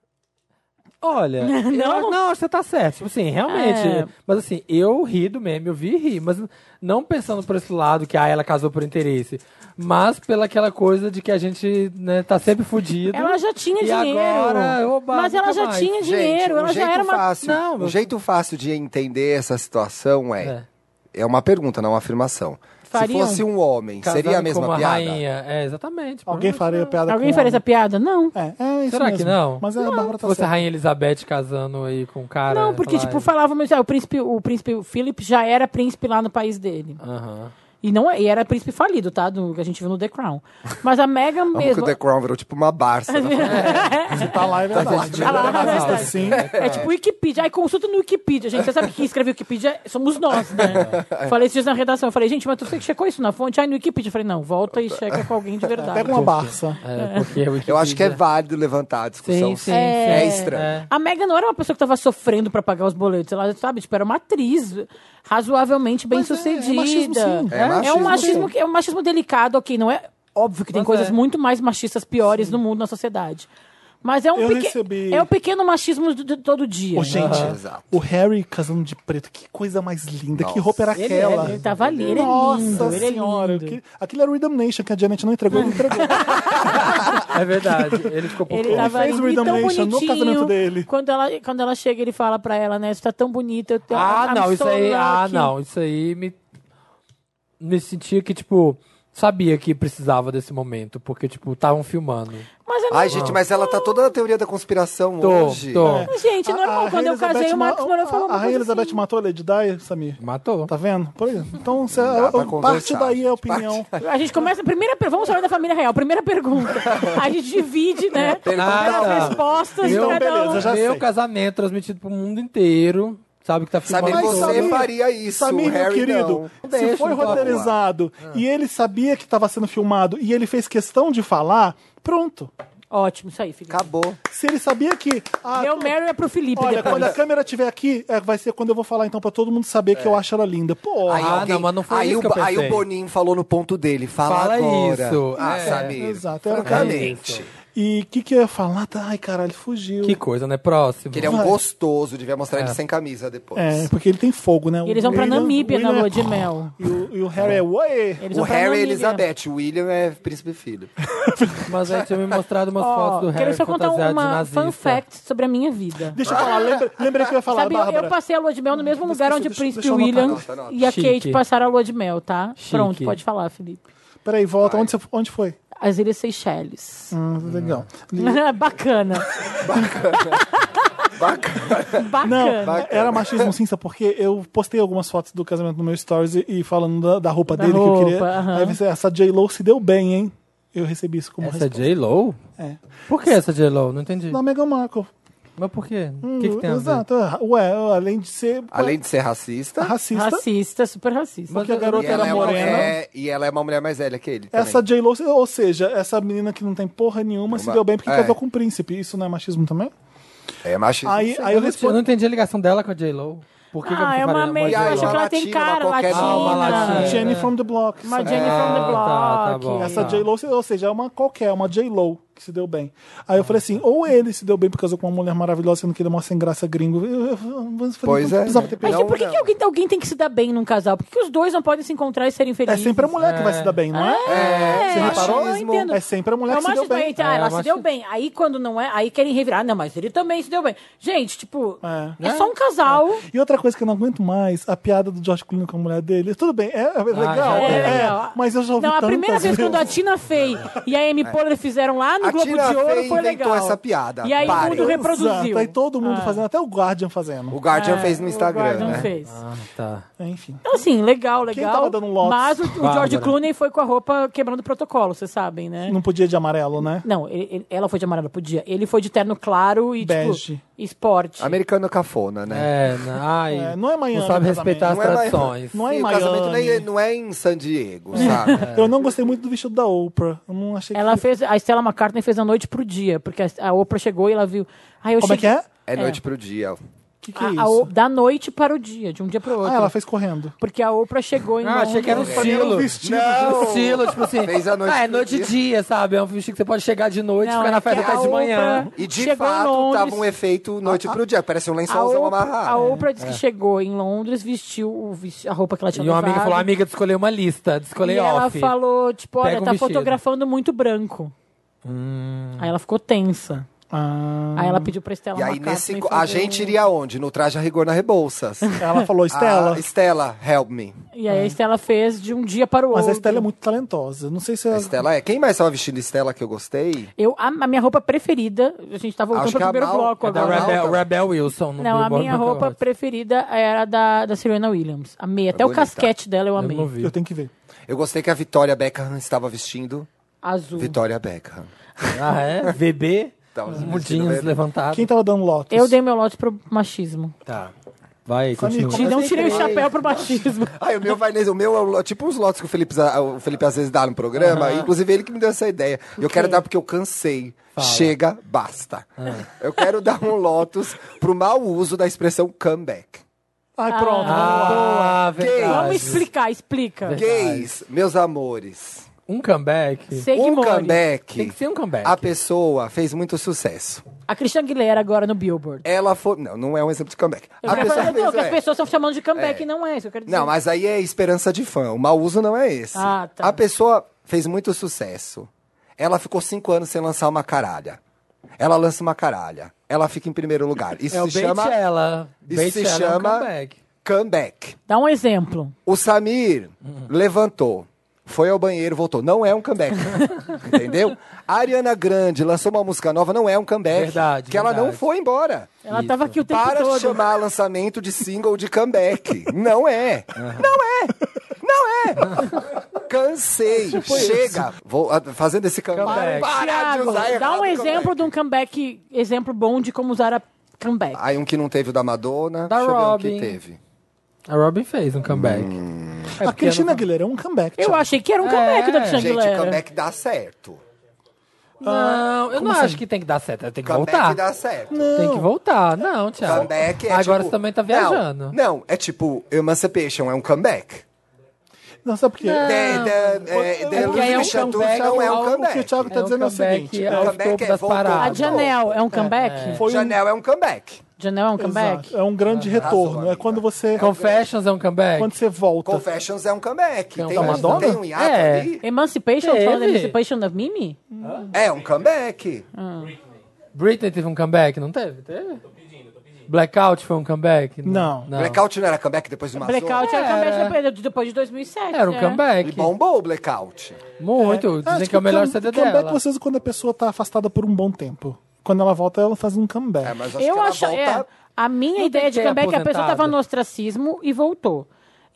Olha, não,
Não?
não, acho que você tá certo. Tipo assim, realmente.
É.
Mas assim, eu ri do meme, eu vi e ri. Mas não pensando por esse lado que ah, ela casou por interesse. Mas pela aquela coisa de que a gente né, tá sempre fudido.
Ela já tinha
E
dinheiro.
agora, oba,
mas ela
nunca
já
mais.
tinha dinheiro,
um
ela já
jeito
era uma.
Fácil,
Não,
um
mas-
jeito fácil de entender essa situação é...
É.
É, uma pergunta, não uma afirmação.
Fariam?
Se fosse um homem, seria a
Casando com
mesma
uma
piada?
Rainha. É, exatamente.
Alguém faria a piada
Hum, Alguém
com
faria
homem.
essa piada? Não.
É, é isso
Será que
mesmo.
não?
Mas a Bárbara
Se
tá
fosse a
certa.
Rainha Elizabeth casando aí com um cara.
Não, porque,
sei lá,
tipo, falavam mesmo, ah, o príncipe, o príncipe Philip já era príncipe lá no país dele.
Aham.
E não é- e era príncipe falido, tá? Do que a gente viu no The Crown. Mas a Meghan
Vamos que
mesmo.
o The Crown virou tipo uma Barça. né?
Se tá lá, é verdade.
Tá lá, é verdade.
Sim.
É tipo Wikipedia. Aí consulta no Wikipedia, gente. Você sabe que quem escreve Wikipedia somos nós, né? Falei esses dias na redação. Eu falei, gente, mas tu sei que checou isso na fonte? Aí no Wikipedia. Eu falei, não, volta e checa com alguém de verdade.
Pega uma Barça.
É, porque
Eu acho que é válido levantar a discussão.
Sim, sim.
É.
sim.
extra.
É.
A Megan não era uma pessoa que tava sofrendo pra pagar os boletos. Ela, sabe, tipo, era uma atriz razoavelmente bem sucedida.
é machismo, sim.
É machismo,
um machismo
sim.
que- é um machismo delicado, ok. Não é óbvio que tem
Mas
coisas
é.
muito mais machistas piores no mundo, na sociedade. Mas é um
Eu
peque-
recebi-
é o pequeno machismo de, de todo dia.
Ô, gente,
Exato.
o Harry casando de preto, que coisa mais linda, que
Nossa.
roupa era
Ele
aquela?
é
Ele tava ali, ele
Nossa
é lindo, ele é
senhora,
lindo.
que- aquilo era o Redemption que a Janet não entregou, ele entregou.
É verdade. Ele ficou por
Ele tá
conta.
tava
fez
lindo
o
e tão
Redemption
bonitinho.
no casamento dele.
Quando ela, quando ela chega, ele fala pra ela, né? Você tá tão bonita. Eu tô,
Ah,
I'm
não, isso
so
aí. Ah,
lucky."
não, isso aí me. Me sentia que, tipo, sabia que precisava desse momento, porque, tipo, estavam filmando.
Mas é
Ai,
normal.
gente, mas ela tá toda na teoria da conspiração
Tô,
hoje.
tô.
É.
Gente, normal. Quando
Rainha
eu casei,
Elizabeth
o Marcos
ma-
Moreno falou
A
uma
Rainha
coisa
Elizabeth
assim.
matou a Lady Di, Samir.
Matou.
Tá vendo? Por aí. Então, se-
dá pra
a- a- parte
conversar.
daí é a opinião.
A gente começa a primeira... per- Vamos falar da família real. Primeira pergunta. A gente divide, né? As
Nada.
respostas de
É, Então,
cada um.
beleza, já
meu
sei.
casamento transmitido pro mundo inteiro. Sabe que tá filmando.
Sabe,
Mas
você
Samir-
faria isso,
Samir,
o
meu
Harry
querido,
não.
se
Deixa,
foi
não toca.
roteirizado
Ah.
e ele sabia que estava sendo filmado e ele fez questão de falar, pronto.
Ótimo, isso aí, Felipe.
Acabou.
Se ele sabia que. ah,
Meu Mary é pro Felipe
Olha,
depois.
quando a câmera estiver aqui, é, vai ser quando eu vou falar, então, pra todo mundo saber
É.
que eu acho ela linda. Pô,
Aí
Ah, não, mas não foi
aí
isso
o,
que eu
Bo- aí
pensei.
o Boninho falou no ponto dele. Fala,
Fala
agora.
isso,
Ah,
é.
Samir.
Exato, era o
francamente.
caminho.
e o que, que eu ia falar? Tá, Ai, caralho, fugiu.
Que coisa, né? Próximo.
Que ele é um
Vai.
gostoso, devia mostrar ele sem camisa depois.
É, porque ele tem fogo, né?
E eles vão pra
William-
Namíbia na
William é-
lua de mel.
E o, e o Harry é. Ué!
Eles
O
vão pra
Harry é
Namíbia.
Elizabeth, o William é príncipe filho.
Mas aí tinha me mostrado umas
Ó,
fotos do
quero
Harry
só contar
fantasiado de
uma
nazista.
fun fact sobre a minha vida.
Deixa eu falar, lembra, lembrei que eu ia falar,
Sabe, eu-
Bárbara. Hum,
eu passei a lua de mel no mesmo lugar onde o
deixa-
príncipe
deixa eu anotar.
William
Anota, anota.
e a
Chique.
Kate passaram a lua de mel, tá?
Chique.
Pronto, pode falar, Felipe.
Peraí, volta. Onde, você, onde foi?
As Ilhas Seychelles.
Ah, legal.
Bacana.
Bacana.
Bacana.
Não,
Bacana.
era machismo sim, sabe? Porque eu postei algumas fotos do casamento no meu stories e- e falando da, da roupa
Da
dele que eu
roupa,
queria.
aham.
Aí você, essa J-Lo se deu bem, hein? Eu recebi isso como
Essa é
resposta.
J-Lo?
É.
Por que essa J-Lo? Não entendi.
Da Meghan Markle.
Mas por quê? O que, que tem a ver?
Hum, Exato. Ué, além de ser
Além de ser racista,
racista,
Racista, super racista.
Mas
porque a
eu-
garota
e
era
ela, é uma,
morena.
é- e ela é uma mulher mais velha que ele. também.
Essa J-Lo, ou seja, essa menina que não tem porra nenhuma se
Uma-
deu bem porque
é.
casou com um príncipe. Isso não é machismo também?
É machista.
Aí, aí
Eu
eu
não, eu não
respondo.
entendi a ligação dela com a J-Lo. Por que que eu
ah, é
faria
uma
J-Lo?
meio.
J-Lo.
Acho que ela tem
Latina,
cara
uma qualquer-
latina.
Ah, uma latina.
Jenny
É.
from the Block.
Uma
sabe?
Jenny from the
Ah,
Block.
tá, tá bom.
Essa
Tá.
J-Lo, ou seja, é uma qualquer, uma J-Lo que se deu bem. Aí eu falei assim, ou ele se deu bem porque casou com uma mulher maravilhosa, sendo que ele é mó sem graça gringo. Eu, eu, eu falei,
Pois
não
é.
precisava ter
Mas tipo,
pedido.
Não,
por que,
não.
que alguém, alguém tem que se dar bem num casal? Por que, que os dois não podem se encontrar e serem
É
felizes?
sempre a mulher que vai se dar bem, não é?
É,
Você
reparou?
Eu entendo.
É sempre a mulher
É
que
o
se deu
machismo
bem.
aí, tá,
É,
ela
o
se
machi-
deu bem. Aí quando não é, aí querem revirar. Ah, Não, mas ele também se deu bem. Gente, tipo,
É.
é, só um casal.
E outra coisa que eu não aguento mais, a piada do George Clooney com a mulher dele. Tudo bem, é, é legal,
já
é,
tem.
É legal.
mas eu já ouvi
Ah, Não, a
tantas
primeira vez quando a Tina Fey e a Amy Poehler fizeram lá no
É. A
Globo
Tina
de Ouro
Fey
foi
inventou
legal.
essa piada.
E aí o
Parem.
mundo reproduziu. Ah.
Exato, aí todo mundo fazendo, até o Guardian fazendo. É,
O Guardian fez no
É, O
Instagram,
Gordon
né?
um fez.
Ah, tá.
Enfim.
Então, assim, legal, legal.
tava dando lotes?
Mas o, o George
Bárbara.
Clooney foi com a roupa quebrando o protocolo, vocês sabem, né?
Não podia de amarelo, né?
Não, ele- ele- ela foi de amarelo, podia. Ele foi de terno claro e,
Bege.
tipo, esporte.
Americano cafona, né?
É, não, ai,
É, não é Miami
Não sabe
o
respeitar as
casamento.
Não é mais-
tradições.
Não é em
Sim, o casamento
Miami.
nem- não é em San Diego, sabe?
Eu não gostei muito do vestido da Oprah. Eu não achei
Ela
que...
fez, a Stella McCartney fez a noite pro dia, porque a, a Oprah chegou e ela viu. Aí eu
Como é que
cheguei-
é?
É noite pro dia.
que, que é
A-
isso?
a O- da noite para o dia, de um dia para o outro.
Ah, ela fez correndo.
Porque a Oprah chegou em
Ah, achei que era um
Londres-
silo.
vestido.
Não.
Silo, tipo assim.
Fez a noite
ah, é
do
noite e
dia.
dia, sabe? É um vestido que você pode chegar de noite,
Não,
ficar
é
na
que
festa
a
até de manhã.
Oprah-
E de
Chegou em
fato
Londres.
tava um efeito noite pro dia, parece um
A
lençolzão
Oprah, a
amarrado.
Oprah disse que chegou em Londres, vestiu o vesti- a roupa que ela tinha
É. E uma amiga
levado.
falou, "Ah, amiga, tu escolheu uma lista, tu
E
escolheu
ela
off.
falou, tipo, olha,
Pega um
tá
vestido.
fotografando muito branco. Aí ela ficou tensa.
Ah.
Aí ela pediu pra Estela
E aí
McCartney
nesse
fazer
a gente
um-
iria onde? No traje a rigor na Rebouças.
Ela falou, Estela.
Ah, Estela, help me.
E aí a Estela fez de um dia para o
Mas
outro.
a Estela é muito talentosa. Não sei se
A
ela...
Estela é. Quem mais tava vestindo Estela que eu gostei?
Eu, a, a minha roupa preferida, a gente tá voltando
Acho
pro
que a
primeiro
Mal-
bloco
é da
Da
agora.
Rebel-
Rebel, Rebel Wilson. No
Não, a
Billboard
minha
Knockout.
roupa é preferida era da, da Serena Williams. Amei. Até o
bonita.
casquete dela eu
Eu
amei.
não
é
vi.
Eu tenho que ver.
Eu gostei que a Vitória Beckham estava vestindo.
Azul.
Vitória Beckham.
Ah, é? VB,
Tava vestindo
mudinhos
ele.
levantados.
Quem tava dando Lotus?
Eu dei meu lote pro machismo.
Tá. Vai,
Samir,
continua.
como
Não
Mas
tirei o
tem que-
chapéu pro machismo.
Ai, o meu vai nesse. O meu é o- tipo os lotes que o Felipe, za- o Felipe às vezes dá no programa. Inclusive ele que me deu essa ideia. E Eu quero dar porque eu cansei. Chega, basta.
Ah.
Eu quero dar um Lotus pro mau uso da expressão comeback.
Ai, pronto.
Ah, verdade.
Vamos explicar, explica.
Gays, meus amores.
Um comeback?
Segue
Um
Mori.
Tem
comeback.
que ser um comeback.
A pessoa fez muito sucesso.
A Christian Aguilera agora no Billboard.
Ela foi. Não, não é um exemplo de comeback.
Eu quero falar, não, que
é.
as pessoas estão chamando de comeback,
É.
não é isso. Eu quero dizer.
Não, mas aí é esperança de fã. O mau uso não é esse.
Ah, tá.
A pessoa fez muito sucesso. Ela ficou cinco anos sem lançar uma caralha. Ela lança uma caralha. Ela fica em primeiro lugar. Isso
É o
se chama
Beachella.
isso se
Beachella é um
chama-
comeback.
comeback.
Dá um exemplo.
O Samir levantou, foi ao banheiro, voltou. Não é um comeback. entendeu? A Ariana Grande lançou uma música nova, não é um comeback.
Verdade,
Que ela não
verdade.
foi embora.
Ela tava aqui o tempo
Para de
todo.
chamar lançamento de single de comeback. Não é. Não é. Não é. Cansei. Chega. Vou ah, fazendo esse comeback.
Comeback.
Para de
Thiago,
usar
dá
errado
um
o
exemplo de um comeback, exemplo bom de como usar a comeback.
Aí um que não teve o da Madonna.
Da
Deixa eu ver um que
Robin.
teve.
A Robin fez um comeback. É
a
porque
Cristina
não-
Aguilera é um comeback.
Eu
Thiago.
achei que era um comeback
É.
da Christian
Gente, o
Aguilera.
comeback dá certo.
Não, eu não acho que tem que dar certo. Tem que
Comeback
voltar.
dá certo.
Tem que voltar. Não, Thiago.
Comeback é
Agora
tipo-
você também tá
Não,
viajando.
Não, é tipo Emancipation, é um comeback.
Não, sabe por quê?
The, the,
Eu-
eh, the
eu-
Lucy
é um
Chatuz
comeback,
não é
é
um
algo
O que o
comeback.
Thiago tá
É um
dizendo é o
comeback,
seguinte.
é
é,
o
comeback
topo
é
das
voltar.
paradas.
A Janel é um comeback?
foi um,
Janel é um comeback.
Janel é um comeback?
exato, é um grande retorno.
amiga.
É quando você,
Confessions é um comeback?
quando você volta.
Tá.
Confessions é um comeback.
Tem
Tem,
um
tem, um-
Madonna?
tem um hiato
É.
ali.
Emancipation?
Teve.
Falando da Emancipation da Mimi?
É um comeback.
Ah.
Britney teve um comeback, não teve? Teve? Blackout foi um comeback?
Não.
Blackout não era comeback depois de uma
Blackout
Era.
era é comeback depois- depois de 2007.
Era um
É.
né?
E
comeback.
bombou o Blackout.
Muito.
Acho
Dizem que é o melhor
come-
CD
Ah, tipo comeback
dela.
vocês quando a pessoa tá afastada por um bom tempo. Quando ela volta, ela faz um comeback.
É, mas acho
Eu
que ela
acho. é,
volta...
a minha
Não
ideia
tem
de
que ter
comeback é que a pessoa
aposentada.
tava no ostracismo e voltou.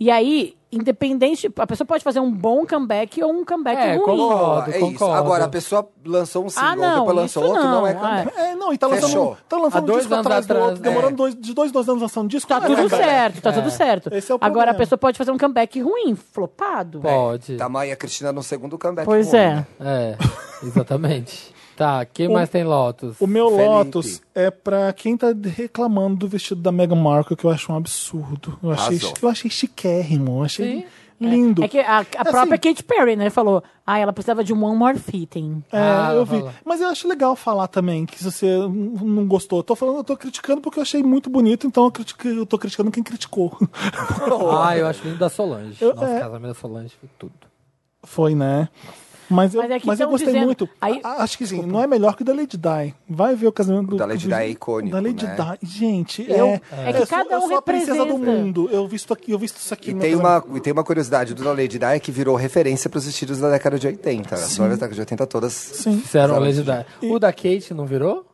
E aí, independente. A pessoa pode fazer um bom comeback ou um comeback
É,
ruim.
como-
Boa,
Concordo,
é isso.
concordo.
Agora, a pessoa lançou um single,
Ah, não,
depois lançou
isso
outro, não, é
não,
comeback.
É, não, e tá lançando,
Fechou.
tá lançando
Há dois
um disco
anos
atrás do
atrás,
outro, demorando
é.
dois, de dois, dois anos lançando um disco.
Tá
não é
tudo
comeback.
certo, tá tudo certo.
Esse é o
Agora a
problema.
pessoa pode fazer um comeback ruim, flopado.
Pode.
Tamaya Cristina no segundo comeback.
Pois
bom,
é.
né?
É, exatamente. Tá, quem mais tem Lotus?
O meu
Felipe.
Lotus é pra quem tá reclamando do vestido da Meghan Markle, que eu acho um absurdo. Eu achei,
Arrasou.
eu achei chiquérrimo, eu achei
Sim.
lindo.
É que a, a
Assim.
própria Katy Perry, né, falou: ah, ela precisava de um one more fitting.
É,
Ah,
eu vi.
fala.
Mas eu acho legal falar também que se você n- não gostou. Eu tô falando, eu tô criticando porque eu achei muito bonito, então eu, critico, eu tô criticando quem criticou.
Ah, eu acho lindo da Solange.
Eu-
Nossa,
é.
casamento da Solange foi tudo.
Foi, né? Mas eu, mas
Mas é que
eu
tão
gostei
dizendo-
muito.
aí-
A- acho que sim, não é melhor que o da Lady Di. Vai ver o casamento do.
da Lady
do-
Di é icônico,
Da Lady
né?
Di. Gente,
Eu-
é.
é que
eu sou-
cada
eu
um
sou a princesa do
representa.
mundo. Eu visto, aqui, eu visto isso aqui.
E
no
tem,
casamento.
uma, e tem uma curiosidade do da Lady Di que virou referência para os vestidos da década de 80. As novelas da década de 80 todas.
Sim.
Fizeram a
Solange.
Lady Di. O da Kate não virou?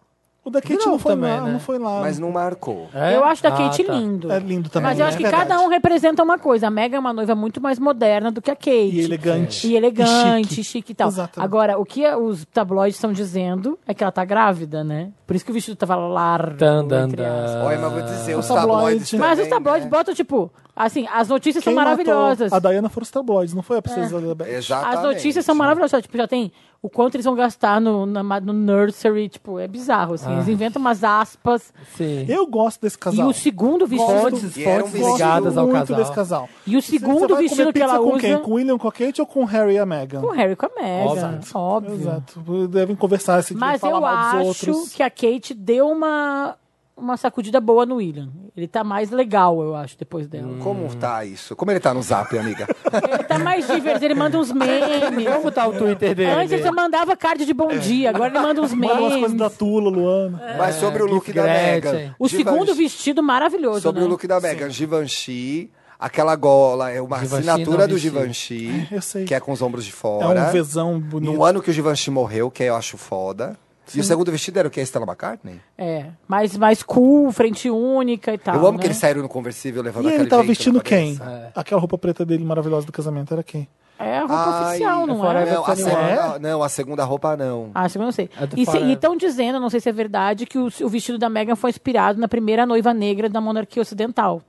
O da Kate
Virou
não foi,
também,
lá,
né?
não foi lá.
Mas não marcou.
É?
Eu acho da
Ah,
Kate
tá.
lindo.
É lindo também.
Mas eu
né?
acho que
É
cada
verdade.
um representa uma coisa. A Megan é uma noiva muito mais moderna do que a Kate.
E elegante.
E elegante, chique.
E
e tal.
Exatamente.
Agora, o que os tabloides estão dizendo é que ela tá grávida, né? Por isso que o vestido tava largo.
Tan, tan,
entre
tan.
aspas.
Olha, mas vou dizer, os
tabloide.
tabloides.
Mas
Mas
também,
os tabloides
né?
botam, tipo, Assim, as notícias
Quem
são maravilhosas. É.
matou a Diana foram os tabloides, não foi a Princesa Elizabeth.
Exatamente.
As notícias são maravilhosas. Tipo, já tem o quanto eles vão gastar no, na- no nursery. Tipo, é bizarro, assim.
Ah.
Eles inventam umas aspas.
Sim.
Eu gosto desse casal.
E o segundo vestido...
Fontes,
E era um
fontes
Gosto
vestido
ligadas ao
muito
casal.
desse casal.
E o segundo
Você vai
vestido
comer
que ela
pizza com
usa...
Quem? Com o William, com a Kate ou com o Harry e a Meghan?
Com o Harry e com a Meghan,
Exato.
óbvio.
Exato. Devem conversar esse dia,
Mas
falar
eu
mal dos
acho
outros.
que a Kate deu uma, uma sacudida boa no William. Ele tá mais legal, eu acho, depois dela.
Como tá isso? Como ele tá no zap, amiga?
Ele tá mais divertido, ele manda uns memes.
Vamos botar tá o Twitter dele.
Antes ele mandava card de bom dia, agora ele manda uns
Manda umas coisas da
memes.
Tula, Luana.
Mas sobre o
Keith
look da
Gretchen.
Megan.
O
Givenchy-
segundo vestido maravilhoso,
Sobre
né?
o look da Megan, Givenchy, aquela gola, é uma
Givenchy
assinatura
não,
do
Givenchy.
Givenchy,
Eu sei.
que é com os ombros de
É
fora.
um vezão bonito.
No ano que o Givenchy morreu, que eu acho foda. E o segundo vestido era o que? A Stella McCartney?
É, mais, mais cool, frente única e tal,
eu
né?
amo que eles saíram no conversível levando
E
aquele
ele tava
vento na
vestindo quem? É.
cabeça.
Aquela roupa preta dele maravilhosa do casamento era quem?
É a roupa
Ai,
oficial, não é?
Não, a
Você não é?
segunda, não, a segunda roupa não.
Ah, isso eu não sei.
É do
E se-
Forever.
E estão dizendo, não sei se é verdade, que o, o vestido da Meghan foi inspirado na primeira noiva negra da monarquia ocidental.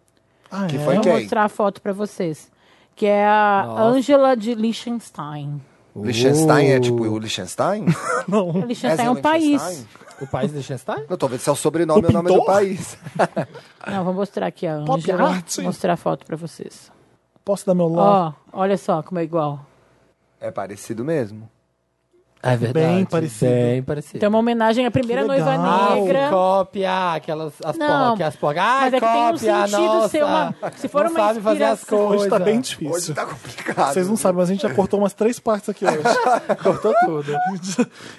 Ah,
Que
é?
foi
Vou
quem?
mostrar a foto pra vocês. Que é a
Nossa.
Angela de Liechtenstein.
Liechtenstein é tipo o Liechtenstein?
Não.
Essa
Liechtenstein é um país.
Liechtenstein?
O país do Liechtenstein?
Eu tô vendo se é o sobrenome
O
ou o nome do
pintor?
país.
Não, vou mostrar aqui a
Pop
Angela.
art, sim.
Vou mostrar a foto pra vocês.
Posso dar meu lá?
Ó, olha só como é igual.
É parecido mesmo.
É verdade.
Bem parecido.
Bem parecido.
Então é uma homenagem à primeira
Que
noiva
legal.
ah,
negra.
o cópia, aquelas as
Não,
porcas, as porcas. Ah,
mas é que tem um
cópia,
sentido
nossa.
ser uma- se for
não
uma
sabe fazer as
inspiração-
coisas.
hoje tá bem
Hoje
difícil.
tá complicado.
Vocês não sabem, mas a gente já cortou umas três partes aqui hoje.
Cortou tudo.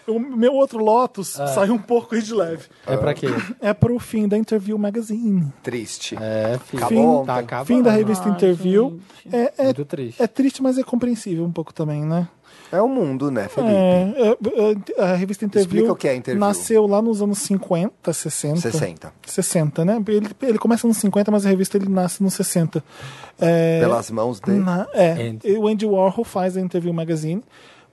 o meu outro Lotus
É.
saiu um pouco aí de leve.
É pra quê?
É pro fim da Interview Magazine.
Triste.
É, filho.
Acabou
Tá
ontem.
acabando.
fim da revista
Ai,
Interview. É, é,
Muito triste.
é triste, mas é compreensível um pouco também, né?
É o mundo, né, Felipe?
É, é, é, a revista Interview,
Explica o que é Interview.
nasceu lá nos anos 50, 60.
60.
60, né? Ele, ele começa nos 50, mas a revista ele nasce nos 60. É,
Pelas mãos dele.
na- é,
Andy.
e o Andy Warhol faz a Interview Magazine.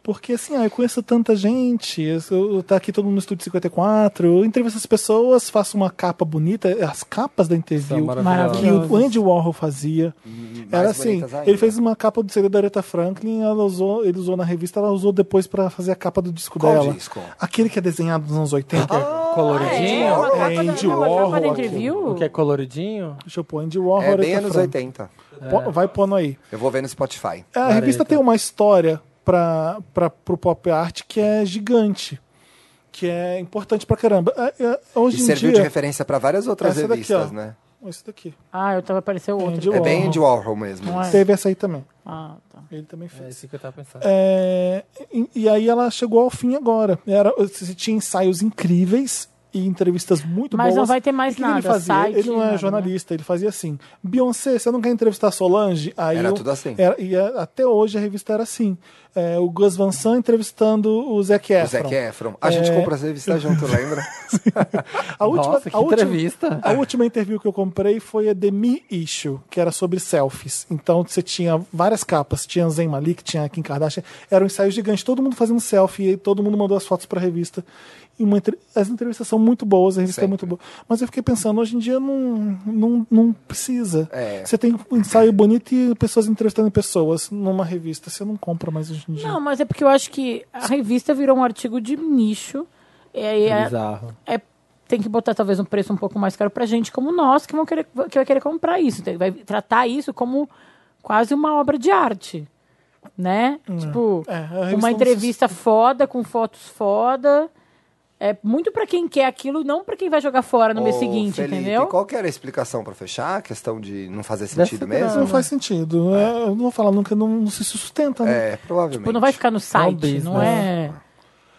Porque assim, ah, eu conheço tanta gente, eu, eu- tá aqui todo mundo no Estúdio 54, eu entrevisto as pessoas, faço uma capa bonita, as capas da interview que
maravilhosas.
o Andy Warhol fazia.
Hum, mais
Era assim,
bonitas ainda.
ele fez uma capa do CD da Aretha Franklin, ela usou, ele usou na revista, ela usou depois pra fazer a capa do disco
Qual
dela.
disco? Ah.
Aquele que é desenhado nos anos 80.
É,
Coloridinho?
uma capa
É
da-
Andy
uma capa
Warhol
da
aqui.
interview.
O que Ah, é coloridinho?
Deixa eu pôr Andy Warhol,
É bem
Aretha
anos É.
Franklin.
80.
Pô- Vai pondo aí.
Eu vou ver no Spotify.
É, A revista tem uma história para pro pop art que é gigante, que é importante pra caramba. É, é,
E
hoje em
serviu de
dia,
referência pra várias outras
Essa daqui,
revistas,
ó.
né?
isso daqui.
Ah, eu tava aparecendo outro.
Andy
É bem
Warhol.
Andy Warhol mesmo.
Não é?
Teve essa aí também.
Ah, tá.
Ele também fez.
É isso que eu tava pensando.
É, e, e aí ela chegou ao fim agora. Era, você tinha ensaios incríveis e entrevistas muito
Mas
boas.
não vai ter mais
O que que ele
nada,
fazia?
site,
ele não
nada,
é
né?
jornalista, ele fazia assim: Beyoncé, você não quer entrevistar Solange? Aí
Era
eu-
tudo assim.
era- e a- até hoje a revista era assim: É, o Gus Van Sant entrevistando o Zac
O
Efron.
Zac Efron. A gente
É.
comprou essa revista junto, lembra?
A última,
Nossa, que
a última-
entrevista.
a última interview que eu comprei foi a The Me Issue, que era sobre selfies. Então você tinha várias capas, tinha Zayn Malik, tinha Kim Kardashian, era um ensaio gigante, todo mundo fazendo selfie, e todo mundo mandou as fotos pra revista. E uma entre- As entrevistas são muito boas, a revista é
Sempre.
muito boa. Mas eu fiquei pensando, hoje em dia não, não, não precisa.
É.
Você tem um ensaio bonito e pessoas entrevistando pessoas numa revista. Você não compra mais hoje em dia.
Não, mas é porque eu acho que a revista virou um artigo de nicho. E aí
É
é,
bizarro.
é- tem que botar talvez um preço um pouco mais caro pra gente como nós, que, vão querer, que vai querer comprar isso. Então, vai tratar isso como quase uma obra de arte. Né? Tipo,
É, a revista
uma
não-
entrevista foda, com fotos foda. É muito pra quem quer aquilo, não pra quem vai jogar fora no mês
Ô,
é seguinte,
Felipe,
entendeu?
Qual que era a explicação pra fechar? A questão de não fazer
Deve
sentido
ser
mesmo?
Não faz sentido. É, eu não vou falar nunca, não, não se sustenta, né?
É, provavelmente.
Tipo, não vai ficar no site,
business.
não é.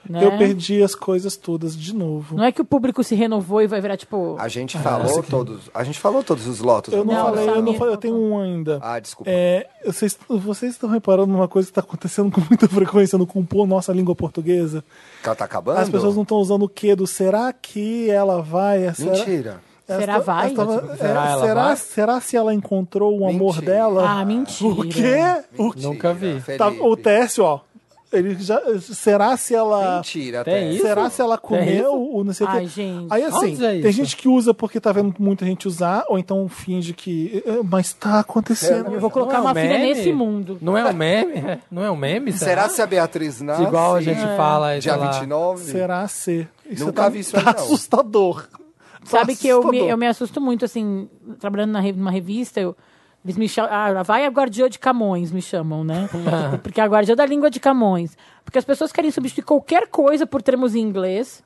né?
Eu perdi as coisas todas de novo.
Não é que o público se renovou e vai virar, tipo.
A gente falou todos. A gente falou todos os lotos.
Ah, Eu não,
Não,
falei,
sabe?
eu não falei, eu tenho um ainda.
Ah, desculpa.
É, vocês, vocês estão reparando numa coisa que está acontecendo com muita frequência no compor nossa língua portuguesa?
Que ela tá acabando?
As pessoas não estão usando o que do será que ela vai? É, será-
Mentira.
elas
Será
tão-
vai?
elas tavam- é,
será ela
será-
vai?
será se ela encontrou o amor
Mentira.
dela?
Ah, mentira.
O quê? O,
Mentira,
Nunca vi.
Felipe.
tá, o Tércio, ó. Ele já, será se ela.
Mentira,
Tem
até.
isso?
Será se ela
isso?
comeu o não sei o
Ai,
quê?
gente.
Aí assim,
Onde é
tem
isso?
gente que usa porque tá vendo muita gente usar, ou então finge que. eh, Mas tá acontecendo.
Eu
Eu vou colocar
Não é
uma
um
filha
meme?
nesse mundo.
Não é um meme? Não é um meme?
Será se a Beatriz nasce?
Igual a gente fala, sei
Dia
lá.
29?
Será ser. Isso
Nunca
tá,
vi isso aí,
tá
não.
assustador. Tá
Sabe que eu me,
assustador.
eu me assusto muito, assim, trabalhando na, re- numa revista, eu- eles me chamam. Ah, lá vai a guardiã de Camões, me chamam, né? Porque a guardiã da língua de Camões. Porque as pessoas querem substituir qualquer coisa por termos em inglês.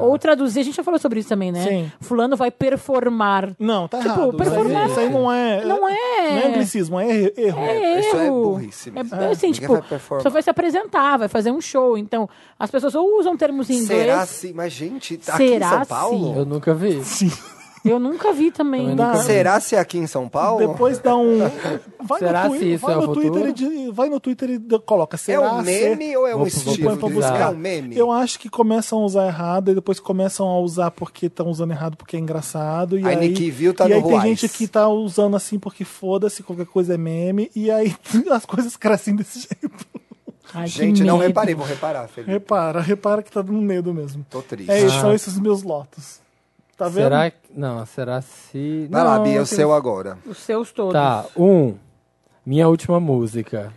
Ou traduzir, a gente já falou sobre isso também, né?
Sim.
Fulano vai performar.
Não, tá
Tipo,
errado. Isso aí-
performance.
Isso aí não é.
Não é.
Não é anglicismo, é er- erro.
É
Isso é
erro.
burrice mesmo.
É, assim,
Ah, Ninguém
tipo,
vai
a
performar.
pessoa vai se apresentar, vai fazer um show. Então, as pessoas ou usam termos em inglês.
Será se... Mas, gente, tá
Será
aqui em São
se-
Paulo?
Eu nunca vi.
Eu nunca vi também.
Também nunca
Será se é aqui em São Paulo?
Depois dá um. Vai
Será
no, Twi-
se isso
vai
é o
no Twitter
futuro?
e di- vai no Twitter e d- coloca.
É
Será
um
ser-
meme ou é um
Vou- vou
estilo?
põe pra
de-
buscar.
É um meme?
Eu acho que começam a usar errado e depois começam a usar porque estão usando errado porque é engraçado. E
Aí
aí,
Nick Viu tá
e
no
aí tem
Ruais.
gente que tá usando assim porque foda-se, qualquer coisa é meme. E aí as coisas crescem desse jeito.
Ai, que
Gente, não
medo.
reparei. Vou reparar, Felipe.
Repara, repara que tá dando medo mesmo.
Tô triste. Ah,
É isso, são esses meus lotos. Tá vendo?
Ah. Será que. Não, será se.
Vai
não,
lá, Bia, é
não
o seu agora.
Os seus todos.
Tá, um. Minha última música.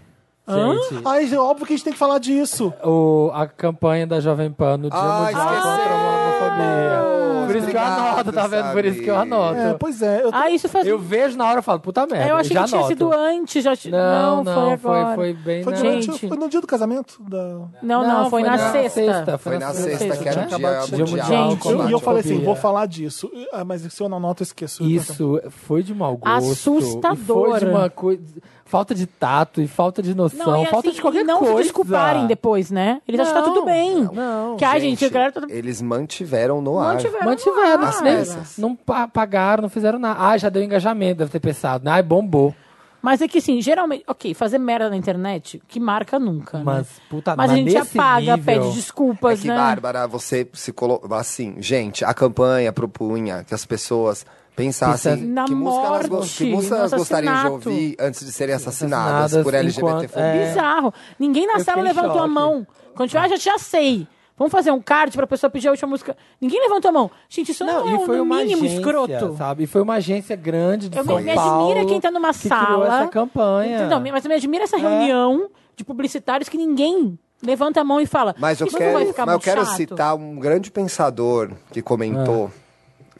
Gente,
Ai, é óbvio que a gente tem que falar disso.
o, a campanha da Jovem Pan no Dia
Ah,
Mundial
esqueceu.
contra a Homofobia. Por isso que eu
Obrigado,
anoto, tá vendo? Por isso que eu
sabe.
anoto.
É, pois é. Eu,
Ah, isso faz.
Eu
Eu,
vejo na hora e falo, puta merda.
achei
É, já
que tinha
anoto.
sido antes. Já... ti-
Não, não,
foi
foi,
agora.
foi bem
foi,
na-
durante-
gente.
foi no dia do casamento? Da...
Não, não, foi, na, sexta.
Foi na sexta,
sexta,
que era o
né?
dia
Acabou de-
mundial.
Gente,
contra
Eu- e eu
a
Homofobia.
falei assim, vou falar disso. Ah, mas se eu não anoto, eu esqueço.
Isso foi de mau gosto.
Assustador.
E Foi de uma coisa. Falta de tato e falta de noção.
Não, e
falta
assim,
de qualquer
e não
coisa.
se desculparem depois, né? Eles acham que tá
Não,
tudo bem.
não,
que, ai, gente, eu quero... Tudo...
Eles mantiveram no ar.
Mantiveram.
Mantiveram,
Ah,
nem,
cara.
não pa- pagaram, não fizeram nada. Ah, já deu engajamento, deve ter pensado. né? Ai, bombou.
Mas é que, assim, geralmente... Ok, fazer merda na internet, que marca nunca, né?
Mas, puta,
Mas a
mas
gente
nesse
apaga,
nível-
pede
É
desculpas,
que,
né?
Bárbara, você se colocou... Assim, gente, a campanha propunha que as pessoas pensassem
Na
que música elas, go-
morte,
que música elas
no
gostariam de
assassinato.
ouvir antes de serem assassinadas,
Assassinadas
por LGBTfobia.
enquanto- é.
Bizarro. Ninguém na
Eu
sala
fiquei em
levantou a
choque.
mão. Quando tiver, ah, já, já sei. Vamos fazer um card pra pessoa pedir a última música. Ninguém levantou a mão. Gente, isso não,
Não,
é
e foi
um no
uma
mínimo
agência,
escroto.
sabe? E foi uma agência grande de
Eu me,
São
me
Paulo.
admira quem tá numa
que
sala.
Criou essa campanha.
Entendeu? Mas me admira essa reunião de publicitários que ninguém levanta a mão e fala.
Mas eu
"Isso não
quero,
vai ficar
mas eu
muito
quero
chato?"
citar um grande pensador que comentou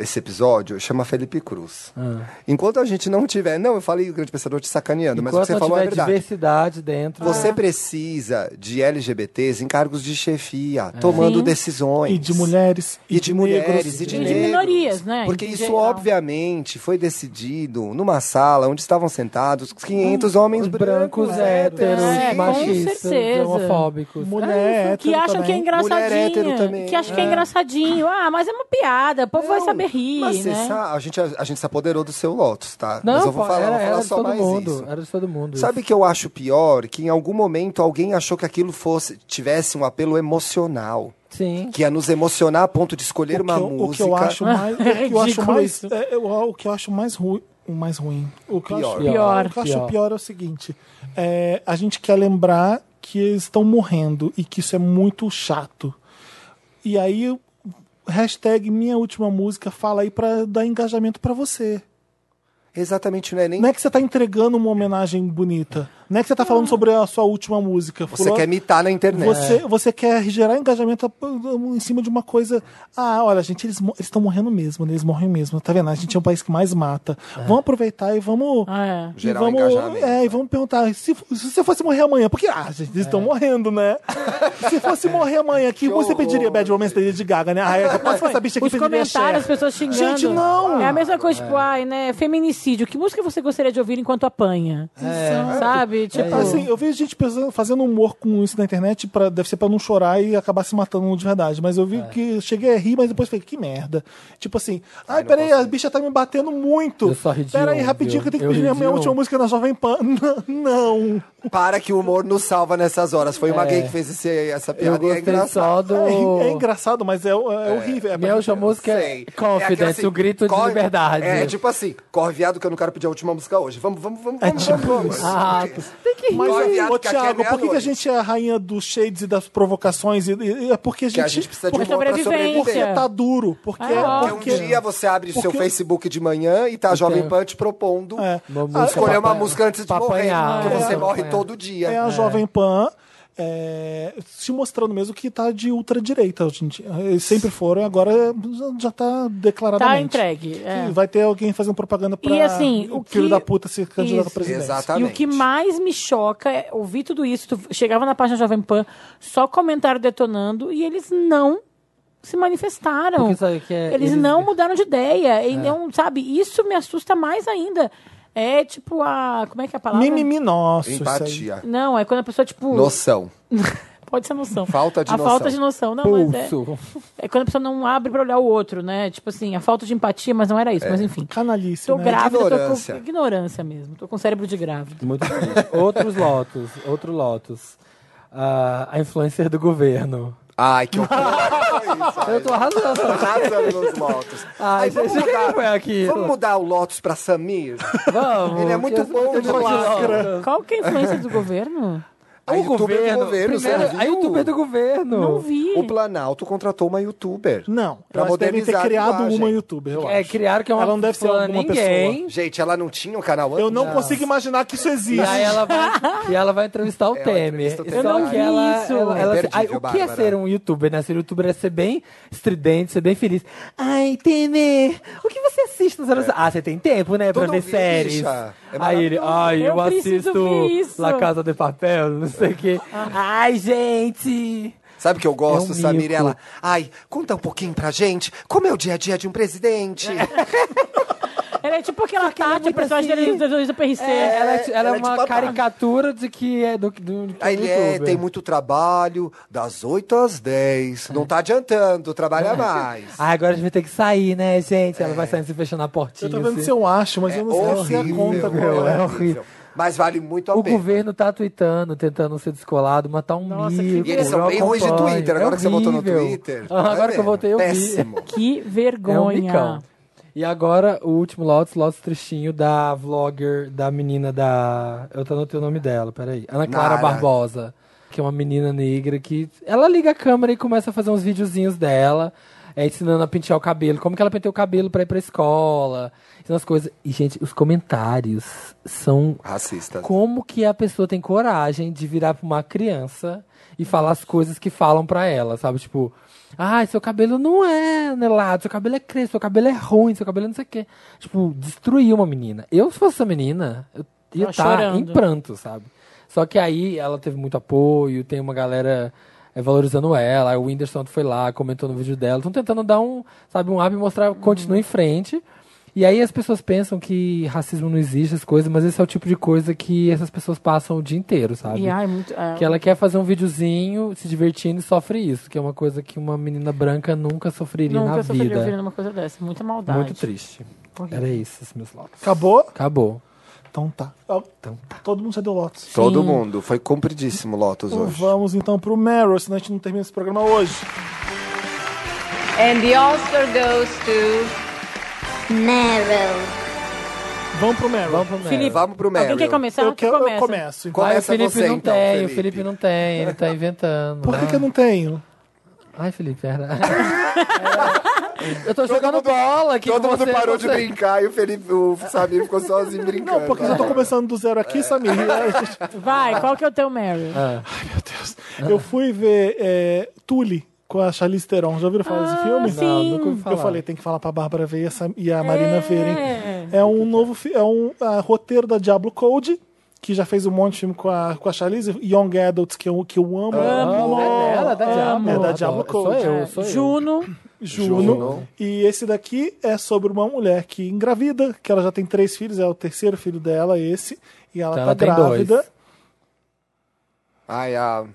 esse episódio, chama Felipe Cruz.
Ah.
Enquanto a gente não tiver. Não, eu falei o grande pensador te sacaneando, mas o
Enquanto
que
não
você falou
tiver Ah.
é verdade.
diversidade dentro.
Você precisa de LGBTs em cargos de chefia, tomando
Sim.
decisões.
E de mulheres,
E de mulheres,
negros,
e de
E de
negros.
minorias, né,
Porque
em
isso,
geral.
obviamente, foi decidido numa sala onde estavam sentados 500 homens
Os brancos, héteros,
É, com
machistas,
certeza.
homofóbicos.
Mulher hétero
que acham
também.
que é
Mulher hétero também.
engraçadinho. Que acham que é engraçadinho. Ah, mas é uma piada. O povo vai saber rir,
Mas você
né?
sabe, a gente, a gente se apoderou do seu Lotus, tá?
Não,
mas eu vou
pô,
falar,
era,
vou falar
era de
só
todo
mais
mundo.
isso.
Era de todo mundo.
Sabe que eu acho pior? Que em algum momento alguém achou que aquilo fosse tivesse um apelo emocional.
isso. Sim.
Que ia nos emocionar a ponto de escolher
O que,
uma
eu,
música.
o que eu acho mais, o que eu acho
É Ridículo
mais,
isso.
é, eu- o que eu acho mais ruim, o mais ruim, o que eu
Pior.
acho
Pior.
o que eu acho
Pior.
pior é o seguinte, é, a gente quer lembrar que eles estão morrendo e que isso é muito chato. E aí hashtag minha última música fala aí pra dar engajamento pra você.
Exatamente, não é nem.
Não é que você tá entregando uma homenagem bonita. Não é que você tá falando
Ah.
sobre a sua última música.
Você
Fulano-
quer imitar na internet.
Você, você quer gerar engajamento a- em cima de uma coisa. Ah, olha, gente, eles estão morrendo mesmo, né? Eles morrem mesmo. Tá vendo? A gente é um país que mais mata. Vamos aproveitar e vamos.
Ah, é.
e
É. Gerar um
vamos,
engajamento.
é, e vamos perguntar, se, f- se você fosse morrer amanhã, porque, ah, gente, eles estão morrendo, né? se fosse morrer amanhã, que,
É. Que
você
horror.
pediria Bad Romance da Lady Gaga, né? Ah, é capaz que essa bicha aqui
Os
pediria
comentários, as
Cher.
pessoas xingando.
Gente, não!
É a mesma coisa, tipo, ai, né? Feminicídio. Que música você gostaria de ouvir enquanto apanha?
Exato.
É
Sabe? Tipo,
Assim, eu vejo gente pensando- fazendo humor com isso na internet, pra, deve ser pra não chorar e acabar se matando de verdade. Mas eu
É.
vi que cheguei a rir, mas depois falei, que merda. Tipo assim, ai, peraí, a bicha tá me batendo muito.
Eu só ri de
Peraí,
um,
rapidinho,
viu?
que eu tenho
Eu
que pedir minha,
ri de
minha
um.
última música na Jovem Pan. N- Não.
Para que o humor nos salva nessas horas. Foi uma gay que fez esse- essa
É. Eu
piada e é
gostei
engraçado.
só do.
É, ri- é engraçado, mas é, é horrível. É
Minha última música é
Sei. É
Confidence,
aquela assim,
o grito de
corre- tipo
liberdade.
É tipo assim, corre viado que eu não quero pedir a última música hoje. Vamos, vamos, vamos, vamos, vamos, vamos.
É Ah,
Mas. Tem que rir.
Mas,
Mas, viado,
ô,
que aqui é
Thiago, por que, que a
meia-noite.
gente é a rainha dos shades e das provocações? E, e- é porque a gente,
Que a gente precisa de
porque,
um outro pra
sobrevivência.
porque
sobreviver.
tá duro. Porque,
Ah,
Porque um
porque
dia você abre o seu
porque-
Facebook de manhã e tá a Jovem Pan te propondo
É.
Uma
Ah,
música
escolher uma
pra-
música antes de
pra
morrer.
apanhar,
Porque
é,
você
pra
morre
apanhar.
todo dia.
é a Jovem Pan é, se mostrando mesmo que tá de ultradireita hoje em dia. Eles sempre foram e agora já tá declaradamente.
Tá entregue. é.
Que vai ter alguém fazendo propaganda pra
E, assim, o
filho
que-
da puta se candidatar a
Isso.
presidente.
E
Exatamente.
o que mais me choca é ouvir tudo isso. Tu chegava na página Jovem Pan, só comentário detonando e eles não se manifestaram.
Porque sabe que é-
eles,
eles-
não mudaram de ideia. E não, sabe, isso me assusta mais ainda. É tipo a. Como é que é a palavra?
Mimimi nosso. isso aí.
É. Empatia.
Não, é quando a pessoa, tipo.
Noção.
Pode ser noção.
Falta de
a
noção.
falta de noção. Não, mas é,
Pulso.
é quando a pessoa não abre pra olhar o outro, né? Tipo assim, a falta de empatia, mas não era isso. Mas enfim.
Canalice.
Tô
né?
grávida,
Ignorância.
tô com ignorância mesmo. Tô com cérebro de grávida.
Muito triste. Outros lotos, outro lotos. Ah, a influencer do governo.
Ai, que horror.
Eu tô arrasando.
arrasando nos Lotus.
Ai,
Ai,
gente, é
vamos,
quem
mudar,
foi aqui?
vamos mudar o Lotus pra Samir?
Vamos.
Ele é muito bom
eu
de
gosto de
lacra.
lotos.
Qual que é a influência do governo?
A
O
youtuber do
governo.
governo, você
primeiro,
não
a
viu?
youtuber do governo.
Não vi.
O Planalto contratou uma youtuber.
Não,
Pra
elas devem ter
modernizar a
criado
linguagem.
uma youtuber, eu
É,
acho.
criaram que é uma
Ela não deve ser
fulana
alguma
ninguém.
Gente, ela não tinha um canal antes?
Eu não, consigo imaginar que isso
E
existe.
aí ela vai, e ela vai entrevistar o
Ela
Temer.
entrevista o
Só
Temer. Eu não
que
vi
ela,
isso.
ela- ela-
É imperdível,
ai, o que é
Bárbara.
ser um youtuber, né? Ser youtuber é ser bem estridente, ser bem feliz. Ai, Temer, o que você assiste nos anos...
É.
Ah, você tem tempo, né? Pra
Tudo
ver
bicha.
séries.
É
aí ele, ai, eu,
Eu preciso
assisto
ver isso.
La Casa de Papel, não sei o quê. Ai, gente...
Sabe o que eu gosto,
É um
Samir?
mico.
Ela, ai, conta um pouquinho pra gente como é o dia a dia de um presidente.
É,
Ela é tipo aquela Tati,
muito
o personagem
assim.
dele dos dois do PRC.
É, ela, é- ela
ela
é
é
uma
tipo a-
caricatura de que é do, do, do
Aí ele é,
youtuber.
tem muito trabalho, das 8 às 10. Não tá adiantando, trabalha mais.
Ah, agora a gente vai ter que sair, né, gente? Ela vai saindo se fechando a portinha.
É. Eu tô vendo
assim.
se eu acho, mas eu não sei se é a
horrível,
conta qual é.
é horrível.
Mas vale muito a
O
pena.
governo tá tweetando, tentando ser descolado, matar um
Nossa, que
mico.
E eles são
eu
bem ruins de
acompanho. É
Twitter, agora que você botou no
horrível.
Twitter.
Ah,
Tá
agora que eu
vendo?
voltei, eu vi.
Péssimo.
Que
É um
vergonha.
micão. E agora o último Lotus, Lotus Tristinho, da vlogger, da menina da... Eu tô anotei o nome dela, peraí. Ana Clara
Nara.
Barbosa, que é uma menina negra que... Ela liga a câmera e começa a fazer uns videozinhos dela, é, ensinando a pentear o cabelo, como que ela penteou o cabelo pra ir pra escola, ensinando as coisas. E, gente, os comentários são
Racista.
como que a pessoa tem coragem de virar pra uma criança e falar as coisas que falam pra ela, sabe? Tipo, ai, seu cabelo não é anelado, seu cabelo é crespo, seu cabelo é ruim, seu cabelo não sei o quê. Tipo, destruir uma menina. Eu, se fosse essa menina, eu ia
Tava
estar em
chorando.
pranto, sabe? Só que aí ela teve muito apoio, tem uma galera eh, valorizando ela, aí o Whindersson foi lá, comentou no vídeo dela. Estão tentando dar um, sabe, um up e mostrar, continua em frente. E aí as pessoas pensam que racismo não existe, as coisas, mas esse é o tipo de coisa que essas pessoas passam o dia inteiro, sabe?
E, ai, muito, é.
Que ela quer fazer um videozinho, se divertindo e sofre isso, que é uma coisa que uma menina branca nunca sofreria
Nunca
é na
sofreu
vida.
ouvindo uma coisa dessa. Muita
É
maldade.
Muito triste. Era isso, esses meus lotes.
Acabou?
Acabou.
Então tá. Ó,
Então
Todo mundo já deu lotes.
Todo mundo. Foi compridíssimo Lotus
Então
hoje.
Vamos então pro Meryl, senão a gente não termina esse programa hoje.
And the Oscar goes to
Narrow.
Vamos pro Meryl.
Vamos pro Meryl.
Felipe,
Vamos pro Meryl.
Alguém quer começar?
eu, quero,
Então Começa.
eu começo. então.
Ai, o
Começa
Felipe
você,
não
então,
tem, o
Felipe.
Felipe não tem, ele tá inventando.
Por que, que eu
Ah.
não tenho?
Ai, Felipe, era. É. Eu tô jogando bola aqui.
Todo
com
mundo
você,
parou
você-
de brincar e o Felipe, o Samir ficou sozinho brincando. né?
Não, porque eu já tô começando do zero aqui, Samir.
Vai, qual que é o teu Mary?
Ah.
Meu Deus. Eu fui ver é, Tule com a Charlize Theron. Já ouviram falar desse filme?
Ah, sim. Não, nunca É.
ouvi falar.
Eu falei, tem que falar pra Bárbara ver e a, Sam- e a Marina verem. É um novo fi- é um ah, roteiro da Diablo Code, que já fez um monte de filme com a, com a Charlize, Young Adults, que eu, que eu amo.
Amo, é dela, é da Diablo.
É da
Adoro.
Diablo
Sou
Code.
eu, sou eu.
Juno.
Juno.
Juno.
E esse daqui é sobre uma mulher que engravida, que ela já tem três filhos, é o terceiro filho dela, esse. E ela
Então
tá
ela tem
grávida.
dois.
Ai, a...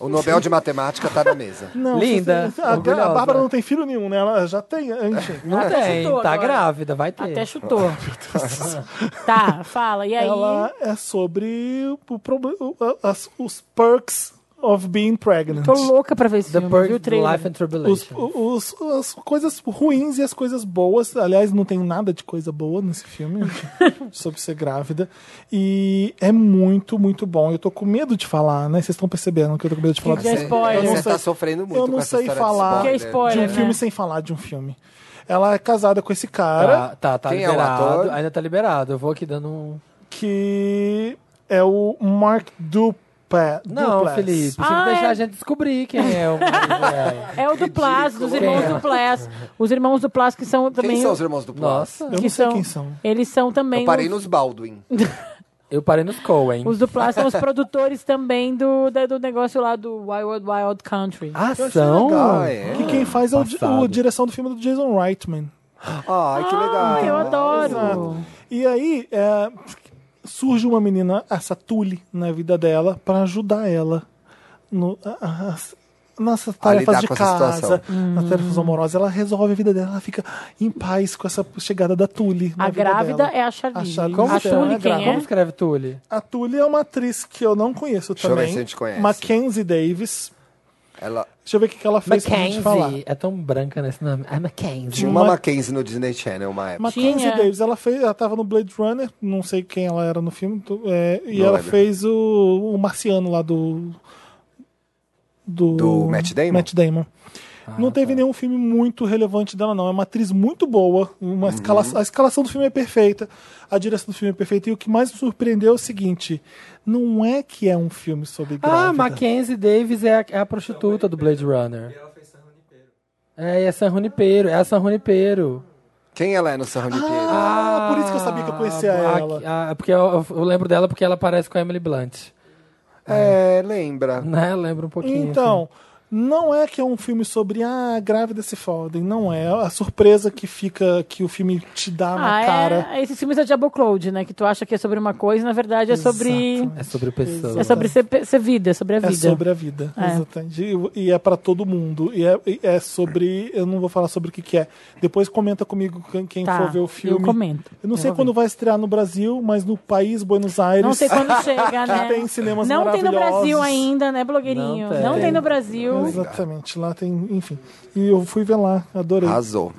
O Nobel de Matemática tá na mesa.
Não,
Linda,
vocês- Ah, A, a
orgulhosa.
Bárbara não tem filho nenhum, né? Ela já tem, enfim.
Não tem,
chutou
tá
agora.
grávida, vai ter.
Até chutou. tá, fala. E aí?
Ela é sobre o, proble- o- as- os perks of Being Pregnant.
Tô louca pra ver esse
The
filme.
Purge,
viu o trailer?
Life and
Os,
Tribulation.
os- as coisas ruins e as coisas boas. Aliás, não tem nada de coisa boa nesse filme sobre ser grávida. E é muito, muito bom. Eu tô com medo de falar, né? Vocês estão percebendo que eu tô com medo de falar
Que
desse-
já é spoiler.
Eu não
Você
sei-
tá sofrendo muito
eu não
com essa
sei
história
falar
de
Que
spoiler.
é spoiler.
de um
né?
filme sem falar de um filme. Ela é casada com esse cara
Tá, tá, tá
Quem é o
liberado.
ator?
Ainda tá liberado. Eu vou aqui dando um.
que é o Mark Dupa,
Não,
Duplass.
Felipe, você
Ah,
tem que deixar
é.
a gente descobrir quem é o marido dela.
É o Duplass, dos irmãos
Quem é?
Duplass. Os irmãos Duplass que são também...
Quem são os irmãos do Plus?
Nossa,
Eu não sei quem são.
Eles são também...
Eu parei
os-
nos Baldwin.
eu parei nos Coen.
Os Duplass são os produtores também do, da- do negócio lá do Wild Wild Country.
Ah,
Eu achei
são?
legal.
Ah, é?
Que quem faz é o, di-
Passado.
o direção do filme do Jason Reitman.
Ai, que legal.
Ah, eu
Exato.
adoro.
E aí é, surge uma menina, essa Tule, na vida dela para ajudar ela no, a- a- as- nessas tarefas
lidar
de
com essa
casa,
situação.
nas
Hum.
tarefas amorosas. Ela resolve a vida dela, ela fica em paz com essa chegada da Tule. na
A
vida
grávida
dela.
é a Charlize.
A Charlize
a
Theron
Tule
é
quem
grávida.
Como
é?
escreve Tule?
A Tule é uma atriz que eu não conheço
Deixa eu ver
também.
se a gente conhece.
Mackenzie Davis.
Ela
Deixa eu ver o que que ela fez pra gente falar.
Mackenzie. É tão branca nesse nome. Ah, Mackenzie.
tinha uma
Uma-
Mackenzie no Disney Channel uma época.
Mackenzie
Tinha.
Davis, ela fez, ela tava no Blade Runner, não sei quem ela era no filme, tu- é, e
Não
ela
lembro.
fez o, o Marciano lá do do,
Do Matt Damon? Ah, tá.
Damon. não teve nenhum filme muito relevante dela, não. É uma atriz muito boa. Uma
Uhum.
escala- a escalação do filme é perfeita. A direção do filme é perfeita. E o que mais me surpreendeu é o seguinte: não é que é um filme sobre grávida.
Ah, Mackenzie Davis é a, é a prostituta do Blade Runner. E ela fez San Junipero. É, e é San Junipero. É a San Junipero.
Quem ela é no San Junipero?
Ah, por isso que eu sabia que eu conhecia
a-
ela.
a- Ah, porque eu, eu lembro dela porque ela parece com a Emily Blunt.
é, lembra.
Né? Lembra um pouquinho.
Então,
assim.
não é que é um filme sobre ah, grávida se fodem, não é. A surpresa que fica, que o filme te dá na
Ah,
cara.
é, esses filmes da Diablo Cloud, né? Que tu acha que é sobre uma coisa e na verdade é sobre...
assim. É sobre pessoas.
É sobre ser, pe- ser vida, é sobre a
É
vida.
sobre a vida,
É.
exatamente. E, e é pra todo mundo. E é, e é sobre. Eu não vou falar sobre o que, que é. Depois comenta comigo quem, quem
Tá,
for ver o
eu
filme.
comento.
Eu não
Eu
sei
vou
quando
ver.
vai estrear no Brasil, mas no país, Buenos Aires.
Não sei quando chega, né?
tem cinemas
Não tem no
maravilhosos.
Brasil ainda, né, blogueirinho?
Não tem.
Não tem no Brasil.
Exatamente, lá tem, enfim. E eu fui ver lá, adorei.
Arrasou.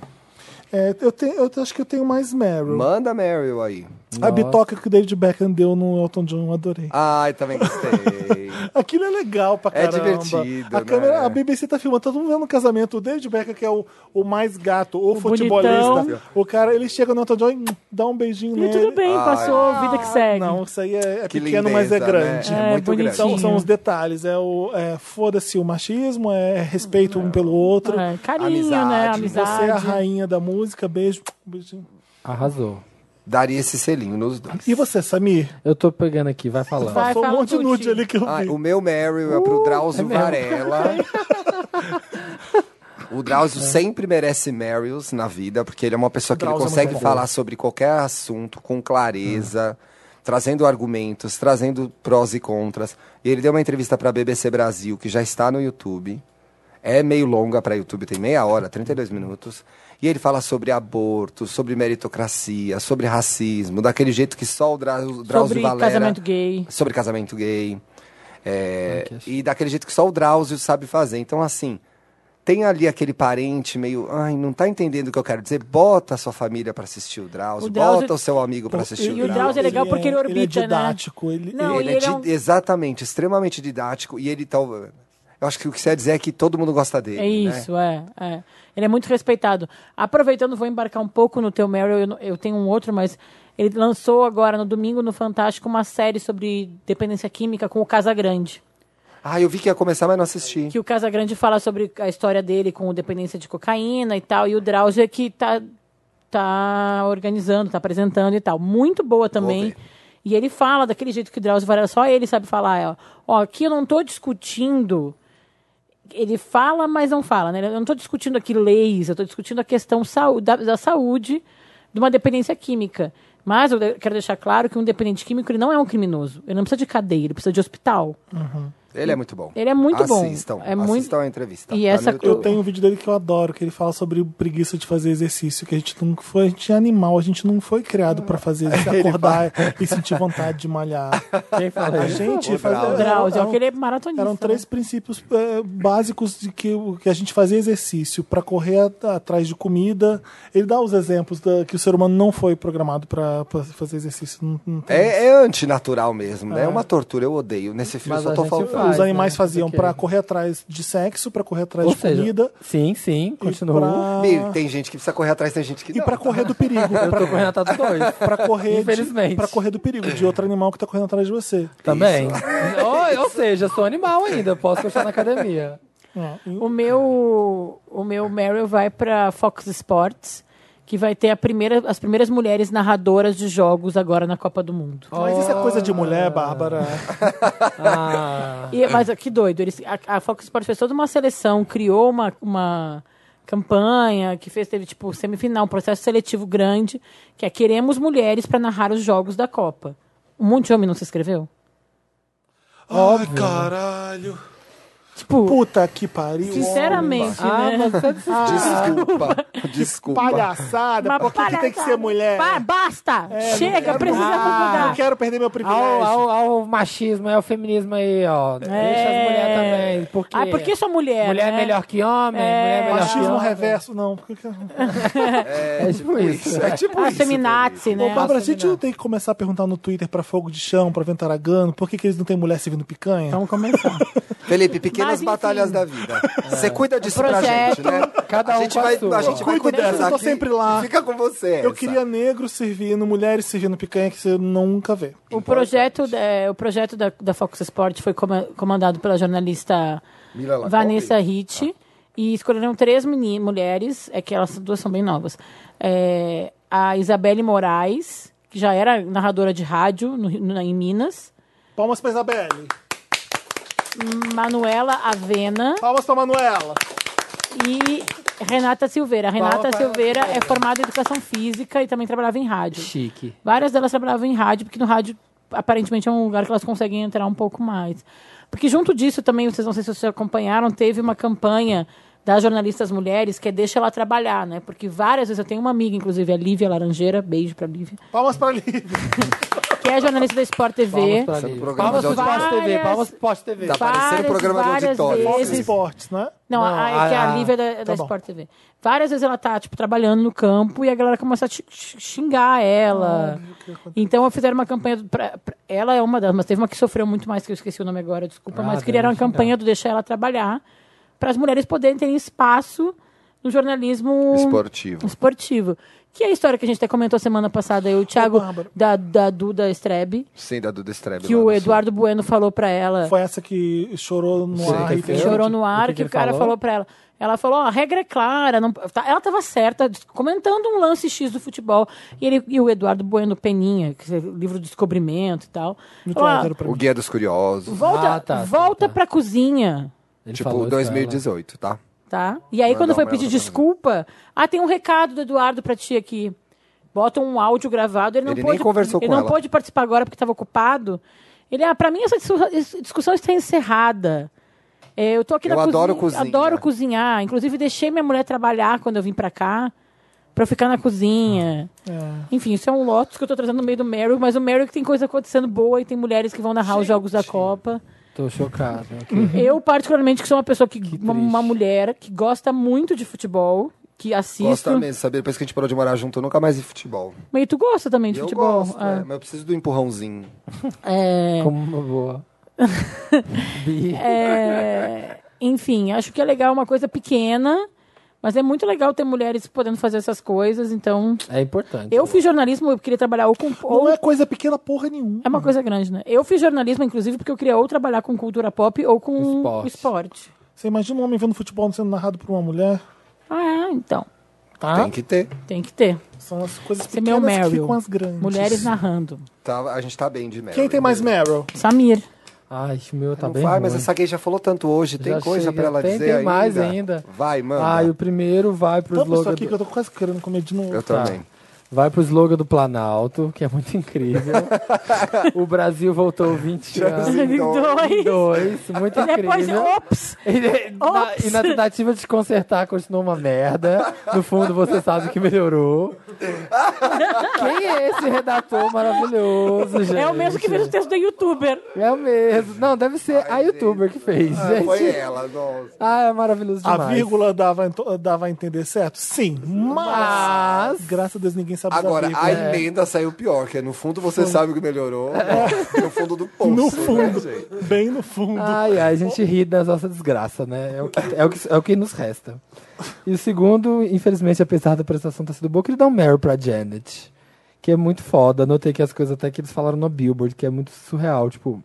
É, eu, tenho, eu acho que eu tenho mais Meryl.
Manda Meryl aí.
A bitoca que o David Beckham deu no Elton John, eu adorei.
Ai, também gostei.
Aquilo é legal pra
É
caramba.
divertido,
A
né?
câmera, a BBC tá filmando, todo mundo vendo o casamento. O David Beckham, que é o, o mais gato, o, futebolista.
bonitão.
O cara, ele chega no Elton John e hum, dá um beijinho
E
nele.
tudo bem, passou, vida que segue.
Não, isso aí é, é
que
pequeno,
lindeza,
mas é
né?
grande.
É,
É muito
bonitinho.
grande.
São, são os detalhes, é o é, foda-se o machismo, é respeito um pelo outro.
É, carinho,
Amizade,
né?
né?
Você é a
Amizade.
rainha da música, beijo, beijinho.
Arrasou.
Daria esse selinho nos dois.
E você, Samir?
Eu tô pegando aqui, vai falando.
Vai.
Passou um
fala
monte de
tudo,
nude
Chico.
ali que eu vi. Uh,
Ai, Ah, o meu Meryl é pro Drauzio Varela. O Drauzio sempre merece Meryls na vida, porque ele é uma pessoa que ele
Drauzio é
consegue
muito bom.
falar sobre qualquer assunto com clareza, trazendo argumentos, trazendo prós e contras. E ele deu uma entrevista pra BBC Brasil, que já está no YouTube. É meio longa pra YouTube, tem meia hora, 32 minutos. E ele fala sobre aborto, sobre meritocracia, sobre racismo, daquele jeito que só o Drauzio, Drauzio
Sobre
Valera
casamento gay.
sobre casamento gay. é,
Ai, que
e daquele jeito que só o Drauzio sabe fazer. Então, assim, tem ali aquele parente meio. Ai, não tá entendendo o que eu quero dizer? Bota a sua família pra assistir o Drauzio,
O Drauzio-
bota o seu amigo pra
E-
assistir
e
o
o Drauzio é
Drauzio.
legal porque ele
Ele é
orbita, né?
didático. Ele,
Não,
ele-
e ele é
di-
um-
Exatamente, extremamente didático. E ele tal. Eu acho que o que você ia dizer é que todo mundo gosta dele. né?
É isso, é, é. Ele é muito respeitado. Aproveitando, vou embarcar um pouco no teu Meryl, eu, não- eu tenho um outro, mas ele lançou agora, no domingo, no Fantástico, uma série sobre dependência química com o Casagrande.
Né? Ah, eu vi que ia começar, mas não assisti.
Que o Casagrande fala sobre a história dele com dependência de cocaína e tal, e o Drauzio é que tá, tá organizando, tá apresentando e tal. Muito boa também.
ver.
E ele fala daquele jeito que o Drauzio Varela, só ele sabe falar. é, Ó, aqui eu não tô discutindo ele fala, mas não fala, né? Eu não estou discutindo aqui leis, eu estou discutindo a questão sau- da, da saúde de uma dependência química. Mas eu de- quero deixar claro que um dependente químico ele não é um criminoso. Ele não precisa de cadeia, ele precisa de hospital.
Ele é muito bom.
Ele é muito bom.
assistam,
É muito-
Assistam a entrevista.
E
tá
essa
no
Eu
YouTube.
tenho um vídeo dele que eu adoro, que ele fala sobre preguiça de fazer exercício, que a gente não foi, a gente é animal, a gente não foi criado pra fazer, se acordar e sentir vontade de malhar.
Quem fala
A
isso?
gente
O
fazia.
Drauzio,
eram-
aquele é maratonista.
um Eram três princípios é, básicos de que, o- que a gente fazia exercício pra correr at- atrás de comida. Ele dá os exemplos da- que o ser humano não foi programado pra pra fazer exercício. Não- não tem-
É, é antinatural mesmo,
Ah.
né? É uma tortura, eu odeio. Nesse filme
Mas
só
a
tô
gente
falando.
faz.
os animais
né?
faziam
Ok.
pra correr atrás de sexo, pra correr atrás
Ou
de
seja,
comida.
sim, sim,
e
continua.
pra-
Mir, Tem gente que precisa correr atrás, tem gente que
E
não. tá.
pra correr do perigo.
Eu
pra-
tô com o Renato dos dois.
Pra correr, de,
Infelizmente.
pra correr do perigo de outro animal que tá correndo atrás de você.
Também. Ou, ou seja, sou animal ainda, posso continuar na academia.
Ah,
O meu, o meu Meryl vai pra Fox Sports, que vai ter a primeira, as primeiras mulheres narradoras de jogos agora na Copa do Mundo.
Mas isso é coisa de mulher, Bárbara.
Ah,
E, mas ó, que doido, eles, a, a Fox Sports fez toda uma seleção, criou uma, uma campanha que fez, teve tipo semifinal, um processo seletivo grande, que é queremos mulheres para narrar os jogos da Copa. Um monte de homem não se inscreveu?
Ai, caralho.
Tipo,
Puta que pariu.
sinceramente,
ah
né?
mas você
Desculpa.
Que
Desculpa.
palhaçada.
Uma
Por que que tem que ser
palhaçada.
mulher?
Pa- basta! Chega, precisamos
Ah,
mudar.
não quero perder meu
Ao,
privilégio.
ao, ao machismo, é o feminismo aí, ó. Deixa as
É.
mulheres também. Porque
Ah, por que só mulher?
mulher
né?
é melhor que homem, mulher é melhor que
Machismo
homem.
reverso, não. Por que que- Ô,
É tipo isso.
É tipo
Ah,
isso.
feminazi, né?
Bárbara, a
Nossa,
gente não tem que começar a perguntar no Twitter pra fogo de chão, pra ventaragano, por que, que eles não têm mulher servindo picanha?
Então,
Vamos começar.
Felipe, pequenas
Mas, enfim.
batalhas da vida. Você cuida disso
Projeto.
pra gente, né?
Cada
a
um
gente
com a
vai,
sua.
a gente
Eu
vai
cuido
conversar
dessa, eu tô
aqui
sempre lá.
e Fica com você.
Eu
essa.
queria negros servindo, mulheres servindo picanha que você nunca vê.
Então,
O projeto, é, o projeto da, da Fox Sport foi coma- comandado pela jornalista
Mila Lacombe?
Vanessa Hitch. E escolheram três meni- mulheres, é que elas duas são bem novas. É, a Isabelle Moraes, que já era narradora de rádio no Rio- na- em Minas.
Palmas pra Isabelle.
Manuela Avena
Palmas pra Manuela.
e Renata Silveira. A Renata
Palmas pra
Silveira é formada em educação física e também trabalhava em rádio.
Chique.
Várias delas trabalhavam em rádio, porque no rádio aparentemente é um lugar que elas conseguem entrar um pouco mais. Porque junto disso também, vocês não sei se vocês acompanharam, teve uma campanha das jornalistas mulheres que é deixa ela trabalhar, né? Porque várias vezes eu tenho uma amiga, inclusive a Lívia Laranjeira, beijo pra Lívia,
Palmas pra Lívia.
que é jornalista da Sport TV.
Palmas pra Lívia.
programa
Palmas
de
pro Sport
auditório.
TV, palmas pro Sport TV.
Tá parecendo
várias,
programa de
várias
auditório.
Fox
vezes.
Sports, né?
Não,
Não,
a,
a-
que a
a-
Lívia é da, da
bom.
Sport TV. Várias vezes ela tá, tipo, trabalhando no campo e a galera começa a xi- xi- xingar ela. então fizeram uma campanha. Pra, pra- ela é uma das, mas teve uma que sofreu muito mais, que eu esqueci o nome agora, desculpa,
Ah,
mas
deve
criaram uma
xingar.
campanha do Deixar Ela Trabalhar para as mulheres poderem ter espaço no jornalismo
Esportivo.
esportivo. Que é a história que a gente até comentou semana passada, eu e o Thiago,
Bárbara.
da, da Duda Strebe,
Sem da Duda Strebe.
que
lá
o
no
Eduardo Bueno falou para ela.
Foi essa que chorou no
Sim.
ar. e tem-
Eu?
chorou no
O
ar
que
que,
que
o
ele
cara
falou?
falou pra ela. Ela falou, ó, a regra é clara. Não, tá- ela tava certa, des- comentando um lance X do futebol. E, ele, e o Eduardo Bueno Peninha, que é livro do descobrimento e tal.
Muito
falou, ó,
hétero pra
Sul. O
mim.
Guia dos Curiosos.
volta
Ah, tá, tá,
volta
tá.
pra cozinha,
Ele falou
Tipo,
isso pra ela.
2018, tá?
tá? E aí,
Não,
quando
não,
foi
mas
pedir
ela tá
desculpa, ah, tem um recado do Eduardo pra ti aqui. Bota um áudio gravado. Ele não
Ele nem
pôde,
conversou
ele
com
não
ela.
pôde participar agora porque estava ocupado. Ele, ah, pra mim essa discu- essa discussão está encerrada. É, eu tô aqui
Eu
na
adoro
cozinha.
cozinha.
Adoro cozinhar. Inclusive, deixei minha mulher trabalhar quando eu vim pra cá, pra eu ficar na cozinha. Enfim, isso é um lotus que eu tô trazendo no meio do Meryl, mas o Meryl que tem coisa acontecendo boa e tem mulheres que vão narrar os jogos da Copa.
Tô chocado. ok.
Eu, particularmente, que sou uma pessoa que. uma,
triste.
uma mulher que gosta muito de futebol, que assisto.
Gosta mesmo, sabia? Depois que a gente parou de morar junto, eu nunca mais vi futebol.
Mas tu gosta também de
eu
futebol.
gosto,
Ah,
é, mas eu preciso do empurrãozinho.
é,
Como uma boa. Bi.
é, enfim, acho que é legal uma coisa pequena, mas é muito legal ter mulheres podendo fazer essas coisas. Então,
É, importante.
eu fiz jornalismo, eu queria trabalhar ou com. ou-
Não é coisa pequena porra nenhuma.
É uma coisa grande, né? Eu fiz jornalismo, inclusive, porque eu queria ou trabalhar com cultura pop ou com esporte.
Esporte.
Você imagina um homem vendo futebol sendo narrado por uma mulher?
Ah, é, então.
Tá?
Tem que ter.
Tem que ter.
São as coisas
Esse é meu
pequenas que
Meryl.
ficam as grandes.
Mulheres narrando.
Tá, a gente tá bem de merda.
Quem tem mais Meryl?
Samir.
Ai, o meu tá
Não
bem
vai,
ruim.
mas essa gay já falou tanto hoje. Tem
Já
coisa
chega,
pra ela
tem-
dizer
tem
ainda.
mais ainda.
Vai, mano.
Ai, o primeiro vai pro
Toma isso
slogan
aqui
do-
que eu tô quase querendo comer de novo.
Eu também.
Vai pro slogan do Planalto, que é muito incrível. o Brasil voltou 20 anos.
Brasil.
Dois.
Dois, muito
E depois, um
incrível.
ops!
E na,
Ops.
e na tentativa de se consertar, continuou uma merda. No fundo, você sabe que melhorou. Quem é esse redator maravilhoso, gente?
É o mesmo que fez o texto da youtuber.
É o mesmo. Não, deve ser a youtuber que fez,
Ah, foi
gente.
ela, nossa.
Ah, é maravilhoso
A
demais.
vírgula dava, ento- dava a entender certo? Sim. Mas,
Mas-
graças a Deus, ninguém sabe usar
né?
Agora,
vírgula.
a emenda saiu pior, que é no fundo você sabe o que melhorou,
É.
no fundo do poço.
No
Né,
fundo.
gente?
Bem no fundo.
Ai, ai, a gente ri das nossas desgraças, né? É o, que, é, o que, é o que nos resta. E o segundo, infelizmente, apesar da prestação ter sido boa, que ele dá um Mary pra Janet. Que é muito foda. Notei que as coisas até que eles falaram na Billboard, que é muito surreal. Tipo,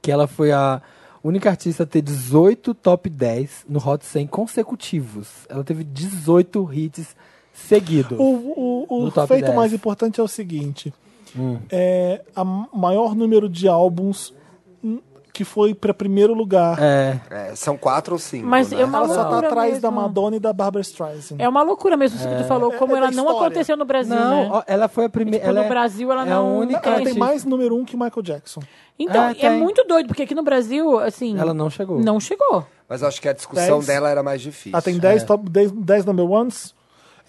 que ela foi a única artista a ter 18 top 10 no Hot 100 consecutivos. Ela teve 18 hits seguidos.
O, o- o
No top Hum.
feito
10.
mais importante é o seguinte: é a m- maior número de álbuns hum, que foi para primeiro lugar.
É,
É, são quatro ou cinco.
Mas
né?
é uma
Ela só tá
loucura
atrás
mesmo.
da Madonna e da Barbara Streisand.
É uma loucura mesmo isso que tu falou, como
É- é
ela
da
não
história.
aconteceu no Brasil,
não,
né?
ó, ela foi a primeira.
Tipo,
ela
no
é-
Brasil ela
é a
não
única
Ela tem
artista-
mais número um que Michael Jackson.
Então,
Ah,
é
tem.
muito doido, porque aqui no Brasil, assim.
Ela não chegou.
Não chegou.
Mas acho que a discussão
Dez.
dela era mais difícil.
Ela tem
é.
10 top 10, 10 number ones.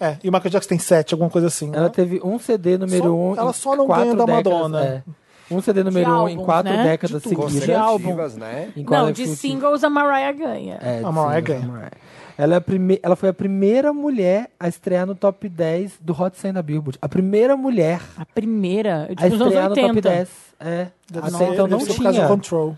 É, e o Michael Jackson tem 7, alguma coisa assim.
Ela
né?
teve um CD número
Só-
um.
ela
em
só não
quatro
ganha da
décadas,
Madonna.
é. Um CD número um em
álbuns,
quatro
né?
décadas seguidas.
Consecutivas,
álbum.
né?
Em
Não,
quatro
de
consecutivas.
singles a Mariah ganha.
É, de
A Mariah
single,
ganha.
Mariah. Ela, é a prime... ela foi a primeira mulher a estrear no top 10 do Hot 100 da Billboard. A primeira mulher
A primeira, eu
a
digo, nos Tipo, anos
estrear no top
80.
10. É.
Deve
Até
ser-
então
deve
não
ser por causa do
tinha.
Control.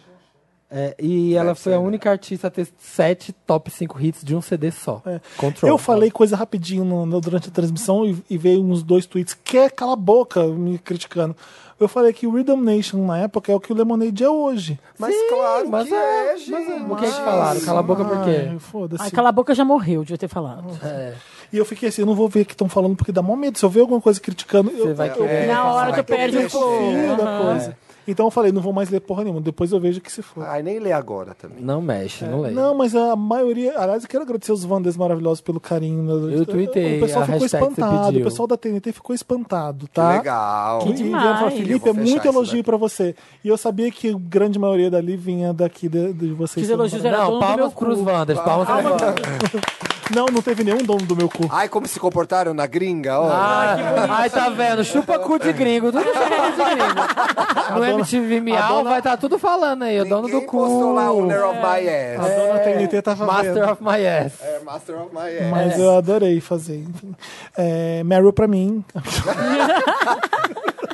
É, e ela
Deve
foi
ser,
a
né?
única artista a ter sete top 5 hits de um CD só.
É.
Control.
Eu falei coisa rapidinho no- no- durante a transmissão e, e veio uns dois tweets. Quer cala a boca me criticando. Eu falei que o Rhythm Nation na época é o que o Lemonade é hoje.
Mas claro
mas
que
é,
é,
mas
gente.
é. O que eles falaram? Cala a boca por quê?
Ai, Foda-se.
Ai, cala a boca já morreu, devia ter falado.
É.
E eu fiquei assim, eu não vou ver o que estão falando porque dá mó medo. Se eu ver alguma coisa criticando, eu,
Você vai
eu-
querer.
Na hora
É, vai
tu
querer
perde um
mexer.
pouco.
Sim, da
Aham.
coisa. Então eu falei, não vou mais ler porra nenhuma. Depois eu vejo o que se for.
Ai, nem lê agora também.
Não mexe, não leio.
É. Não, mas a maioria. Aliás, eu quero agradecer os Wanders maravilhosos pelo carinho. né?
Eu tuitei
O pessoal
a
ficou
hashtag que você
espantado. O
pediu.
pessoal da TNT ficou espantado,
Que
tá?
legal.
E vieram falar,
demais. Eu
Felipe,
vou
é
fechar
muito
isso
elogio
daqui.
pra você. E eu sabia que a grande maioria dali vinha daqui de, de vocês.
Os elogios eram
Não,
dono do meu
palmas pros
cu.
Wanders, palmas pros Wanders.
Não, não teve nenhum dono do meu cu.
Ai, como se comportaram na gringa, olha.
Ah, Ai, tá vendo? Chupa cu de gringo. Tudo chupa cu de gringo. No MTV Miau vai estar tudo falando aí. O é dono do
Ninguém
cu.
postou lá Owner of My Ass.
A dona TNT tava vendo.
Master of my ass.
É, Master of My Ass.
É.
Mas eu adorei fazer. enfim. É, Meryl pra mim.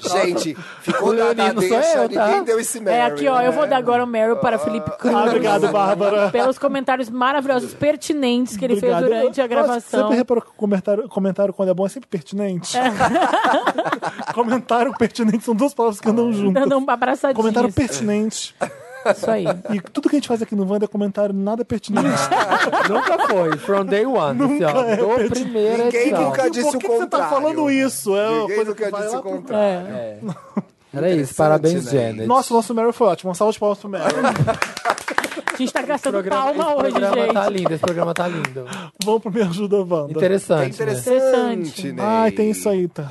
Gente, ficou na, na
Leonino, sou
deixa,
eu, tá?
ninguém deu esse Mary.
É aqui, ó, eu vou
né?
dar agora o Meryl para Felipe Cruz.
Ah, obrigado, Bárbara.
Pelos comentários maravilhosos, pertinentes que ele
Obrigado.
fez durante a
Nossa,
gravação.
sempre reparou que o comentário, comentário quando é bom é sempre pertinente?
É.
comentário pertinente são duas palavras que andam juntas.
Dando um abraçadinho.
Comentário pertinente.
Isso aí.
E tudo que a gente faz aqui no Wanda é comentário nada pertinente.
É. Nunca foi. From day one. assim, ó. Do primeiro
Ninguém
edição.
nunca disse
Por que que
o
você tá
contrário.
falando isso? É uma
Ninguém
coisa que
nunca
vai
disse
lá
o
pro-
É,
contrário.
Era isso.
Interessante,
Parabéns,
né?
Janet.
Nossa, o nosso Meryl foi ótimo. Uma salva de palmas pro Meryl.
A gente tá
Esse
gastando
programa,
palma
esse
hoje,
programa
gente.
tá lindo. Esse programa tá lindo.
Vamos pro Me Ajuda Wanda.
É
Interessante. né?
interessante, né?
Ai, tem isso aí, tá.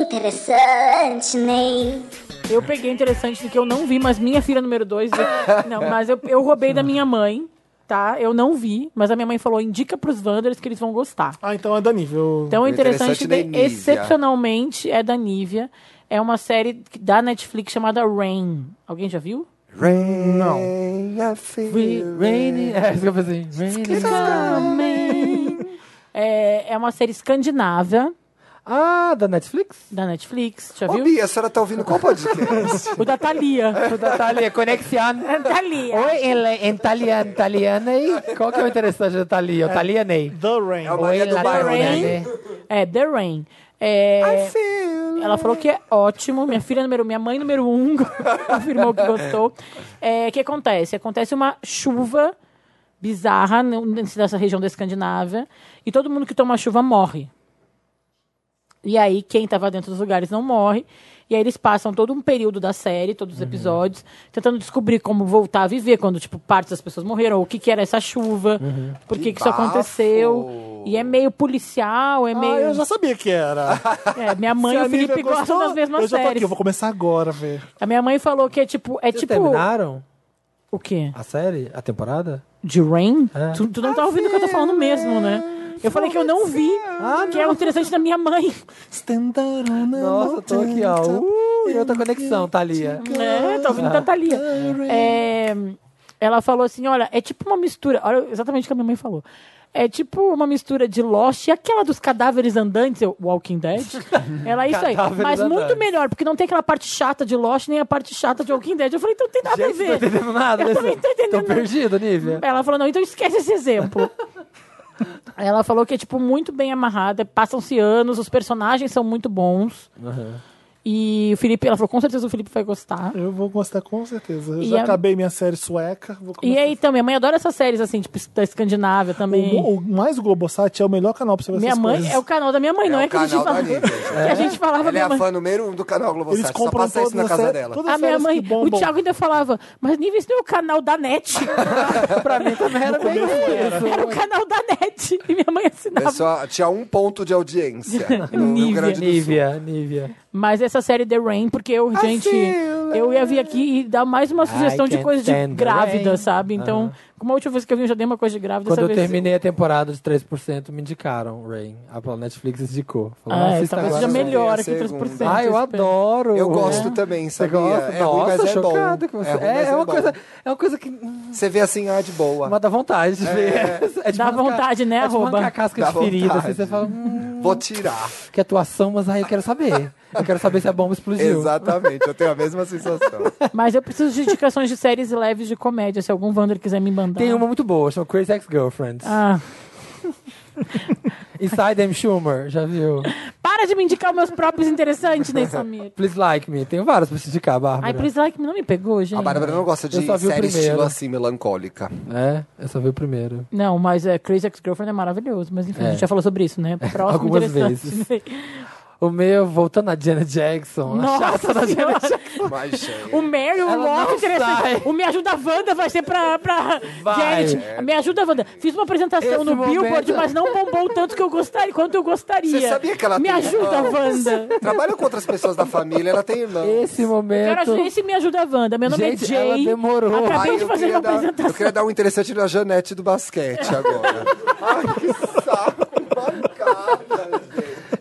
Interessante, Ney.
Eu peguei interessante que eu não vi, mas minha filha número 2. Não, mas eu, eu roubei da minha mãe, tá? Eu não vi, mas a minha mãe falou: indica pros Wanders que eles vão gostar.
Ah, então é da nível.
Então, o interessante,
Interessante da
de-
Nívea.
excepcionalmente, é da Nívia. É uma série da Netflix chamada Rain. Alguém já viu?
Rain,
Não.
I feel
né? We- Rainy. É, isso que eu pensei. Rainy.
É, é uma série escandinava
Ah, da Netflix?
da Netflix. Já
Ô,
viu?
Bia, a senhora tá ouvindo qual podcast?
O da Thalia.
O da Thalia. Conexiano.
Thalia.
Oi, ele é em italiano, italiano aí? Qual que é o interessante do italiano? O italiano aí?
The Rain.
É uma-
Oi,
Maria do
la
Bairro,
né?
italiana.
É, The Rain. É,
Feel
ela falou que é ótimo. Minha filha número minha mãe número um confirmou que gostou. É, O que acontece? Acontece uma chuva bizarra n- nessa região da Escandinávia e todo mundo que toma chuva morre. E aí, quem estava dentro dos lugares não morre. E aí, eles passam todo um período da série, todos
Uhum.
os episódios, tentando descobrir como voltar a
Uhum.
viver quando, tipo, partes das pessoas morreram, ou o que, que era essa chuva, por que, que isso
bafo!
aconteceu.
meio.
E é meio policial, é meio.
Ah, eu já sabia que era.
É, minha mãe e
Se a
o Felipe
Nívia
gostam
gostou,
das mesmas
Eu já tô
séries.
aqui, eu vou começar agora a ver.
A minha mãe falou que é tipo. É
Vocês
tipo.
terminaram
O quê?
a série? A temporada?
De Rain?
É.
Tu, tu não tá ouvindo o que eu tô falando mesmo, né? Eu falei que eu não vi, que é o interessante da minha mãe.
Stand out on a
Nossa, Tipo, tô aqui, ó. Uh, e outra conexão, Thalia.
né? Tá ouvindo da Thalia. É, ela falou assim: olha, é tipo uma mistura. Olha exatamente o que a minha mãe falou. É tipo uma mistura de Lost e aquela dos cadáveres andantes, eu- Walking Dead. Ela é isso aí.
Cadáveres
Mas muito
andantes.
melhor, porque não tem aquela parte chata de Lost nem a parte chata de Walking Dead. Eu falei, então tem nada
Gente,
a
não tô
ver.
entendendo nada.
Eu também
Lessa.
não tô entendendo
Tô
nada.
perdido, Nívia.
Ela falou, não, então esquece esse exemplo. Ela falou que é, tipo, muito bem amarrada, passam-se anos, os personagens são muito bons. E o Felipe, ela falou, com certeza o Felipe vai gostar.
Eu vou gostar com certeza. Eu
E
já
a-
acabei minha série sueca. Vou
E
começar
aí também, minha mãe adora essas séries, assim, tipo, da Escandinávia também.
O, o, mais o Globosat é o melhor canal pra você ver
minha
essas
mãe
coisas.
é o canal da minha mãe,
É
não
o
é que a gente
canal da
falava.
Nívia, gente.
que a gente falava
Ela é
minha
a
mãe.
fã número um do canal
Eles
Globosat. Só
compram
passa isso
todas
na
as
casa
séries-
dela.
todas as
A minha
séries
mãe,
que bombam.
o Thiago ainda falava, mas Nível, isso não é o canal da net.
pra mim também era meio isso.
Era o canal da net. E minha mãe assinava.
Pessoal, tinha um ponto de audiência. no Rio
Nívia.
Grande do Sul.
Nívia, Nívia.
Mas essa série The Rain, porque eu, gente, eu ia vir aqui e dar mais uma sugestão de
can't
coisa de
stand the
grávida,
rain.
sabe? Então, como a última vez que eu vim, eu já dei uma coisa de
né?
grávida.
Quando
essa
eu
vez...
terminei a temporada de 3%, me indicaram, Rain. A Netflix indicou. Falou,
Ah, é,
assista
talvez
agora.
seja
melhor.
melhor
a
que 3%.
segunda.
Ah, eu adoro.
Eu gosto
É.
também,
Você
sabia?
gosta?
É ruim,
Nossa,
mas é bom.
chocado que você...
É ruim,
É,
mas
é uma
é bom.
coisa, é uma coisa que
Você vê assim, ah, de boa.
Mas dá vontade de ver. É de
Dá vontade, né,
É de
arroba?
arrancar a casca
Dá
de ferida.
vontade.
Assim, você fala, hum,
Vou tirar.
que atuação, mas aí eu quero saber. Eu quero saber se a bomba explodiu.
Exatamente, eu tenho a mesma sensação.
Mas eu preciso de indicações de séries leves de comédia, se algum Wander quiser me mandar.
Tem uma muito boa, chama Crazy Ex-Girlfriends.
Ah,
Inside M. Schumer, já viu?
para de me indicar os meus próprios interessantes, Ney Samir.
Please Like Me. Tenho várias pra te indicar,
Ai,
Bárbara.
por isso like não me pegou, gente.
A Bárbara não gosta de
Eu só vi o
série estilo
primeiro.
assim, melancólica.
É, eu só vi o primeiro.
Não, mas é, Crazy Ex-Girlfriend é maravilhoso. Mas enfim,
É.
a gente já falou sobre isso, né? Próximo
Algumas
interessante. né?
vezes. O meu, voltando a Janet Jackson. a chata da
Nossa
Janet
senhora.
Mas, gente,
O Mary, o
Ela
Loki,
não
interessante.
sai.
O Me Ajuda Wanda vai ser pra, pra
Vai. É.
Janet. Me Ajuda Wanda. Fiz uma apresentação
Esse
no
momento-
Billboard, mas não bombou tanto que eu gostaria, quanto eu gostaria.
Você sabia que ela
Me
tem
Ah.
Ajuda
irmãos?
Wanda.
trabalha com outras pessoas da família, ela tem irmão.
Esse
Cara,
momento...
esse Me Ajuda Wanda. Meu nome
Gente,
é Jay.
ela demorou.
Acabei
Ai,
de
eu,
fazer
queria
uma
dar,
apresentação.
eu queria dar um interessante na Janete do basquete agora. Ai, que saco, bancada.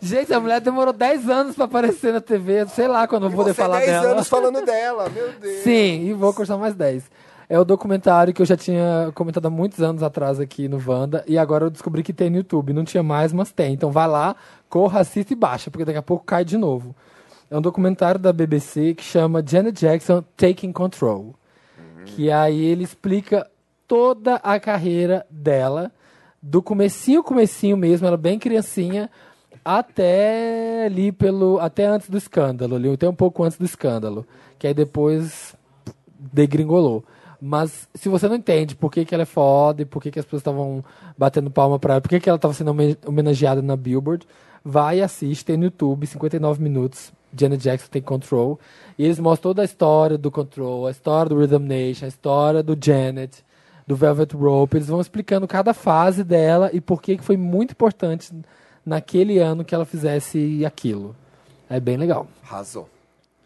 Gente, a mulher demorou 10 anos pra aparecer na TV. Sei lá quando eu vou poder
Você
falar
10
dela.
anos falando dela, meu Deus.
Sim, e vou cursar mais 10. É o documentário que eu já tinha comentado há muitos anos atrás aqui no Wanda, e agora eu descobri que tem no YouTube. Não tinha mais, mas tem. Então vai lá, corra, assista e baixa, porque daqui a pouco cai de novo. É um documentário da BBC que chama Janet Jackson Taking Control. Que aí ele explica toda a carreira dela, do comecinho, comecinho mesmo, ela bem criancinha, até ali pelo. até antes do escândalo, ali, até um pouco antes do escândalo. Que aí depois degringolou. Mas se você não entende por que, que ela é foda e por que, que as pessoas estavam batendo palma pra ela, por que, que ela estava sendo homen- homenageada na Billboard, vai e assiste tem no YouTube, 59 minutos. Janet Jackson tem Control. E eles mostram toda a história do Control, a história do Rhythm Nation, a história do Janet, do Velvet Rope. Eles vão explicando cada fase dela e por que, que foi muito importante naquele ano que ela fizesse aquilo. É bem legal.
Arrasou.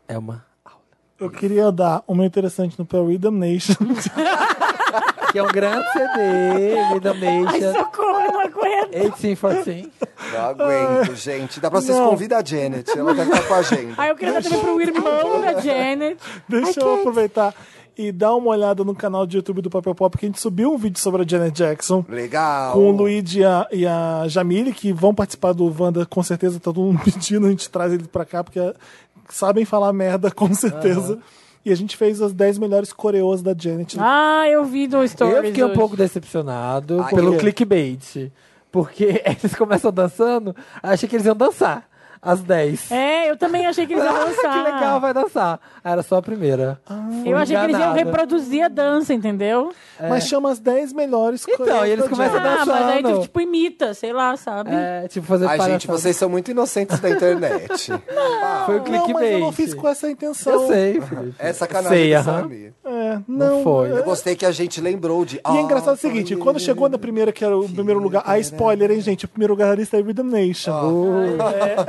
É uma.
Eu queria dar uma interessante no Perry Damnation.
Que é um grande CD, Rhythm
Ai,
Nation.
socorro, é eu não aguento.
1814.
Não aguento, gente. Dá pra vocês
Não.
convidar a Janet, ela deve estar com a gente.
Aí Ah, eu queria dar também pro irmão da Janet.
Deixa eu aproveitar e dar uma olhada no canal de YouTube do Papel Pop, que a gente subiu um vídeo sobre a Janet Jackson.
Legal.
Então,
Com o Luigi e a, e a Jamile, que vão participar do Wanda, com certeza, tá todo mundo pedindo, a gente traz ele pra cá, porque é, sabem falar merda, com certeza. E a gente fez as 10 melhores coreôs da Janet. né?
Ah, eu vi no Stories
Eu fiquei um
hoje.
pouco decepcionado
Ai,
pelo
por quê?
clickbait. Porque eles começam dançando, achei que eles iam dançar. às 10.
É, eu também achei que eles iam
Ah, que
dançar. Ah,
legal, vai dançar. Ah, Era só a primeira.
Eu achei que eles iam
Enganada.
reproduzir a dança, entendeu?
Mas chama as 10 melhores
Ah, é. Então, e eles
coreografias.
começam a
Ah, mas aí
dançando.
tu, tipo, imita, sei lá, sabe?
É, tipo, fazer
Ai, gente,
palhaçada.
vocês são muito inocentes da internet.
Foi o
Não,
clickbait.
mas eu não fiz com essa intenção.
Eu sei, Felipe.
É sacanagem,
Sei, aham.
sabe?
É, não,
Ah, Não foi.
Eu gostei que a gente lembrou de. "Ah, um
E é engraçado o seguinte, quando chegou na primeira, que era o primeiro lugar, a spoiler, hein, gente? O primeiro lugar da lista é Rhythm Nation.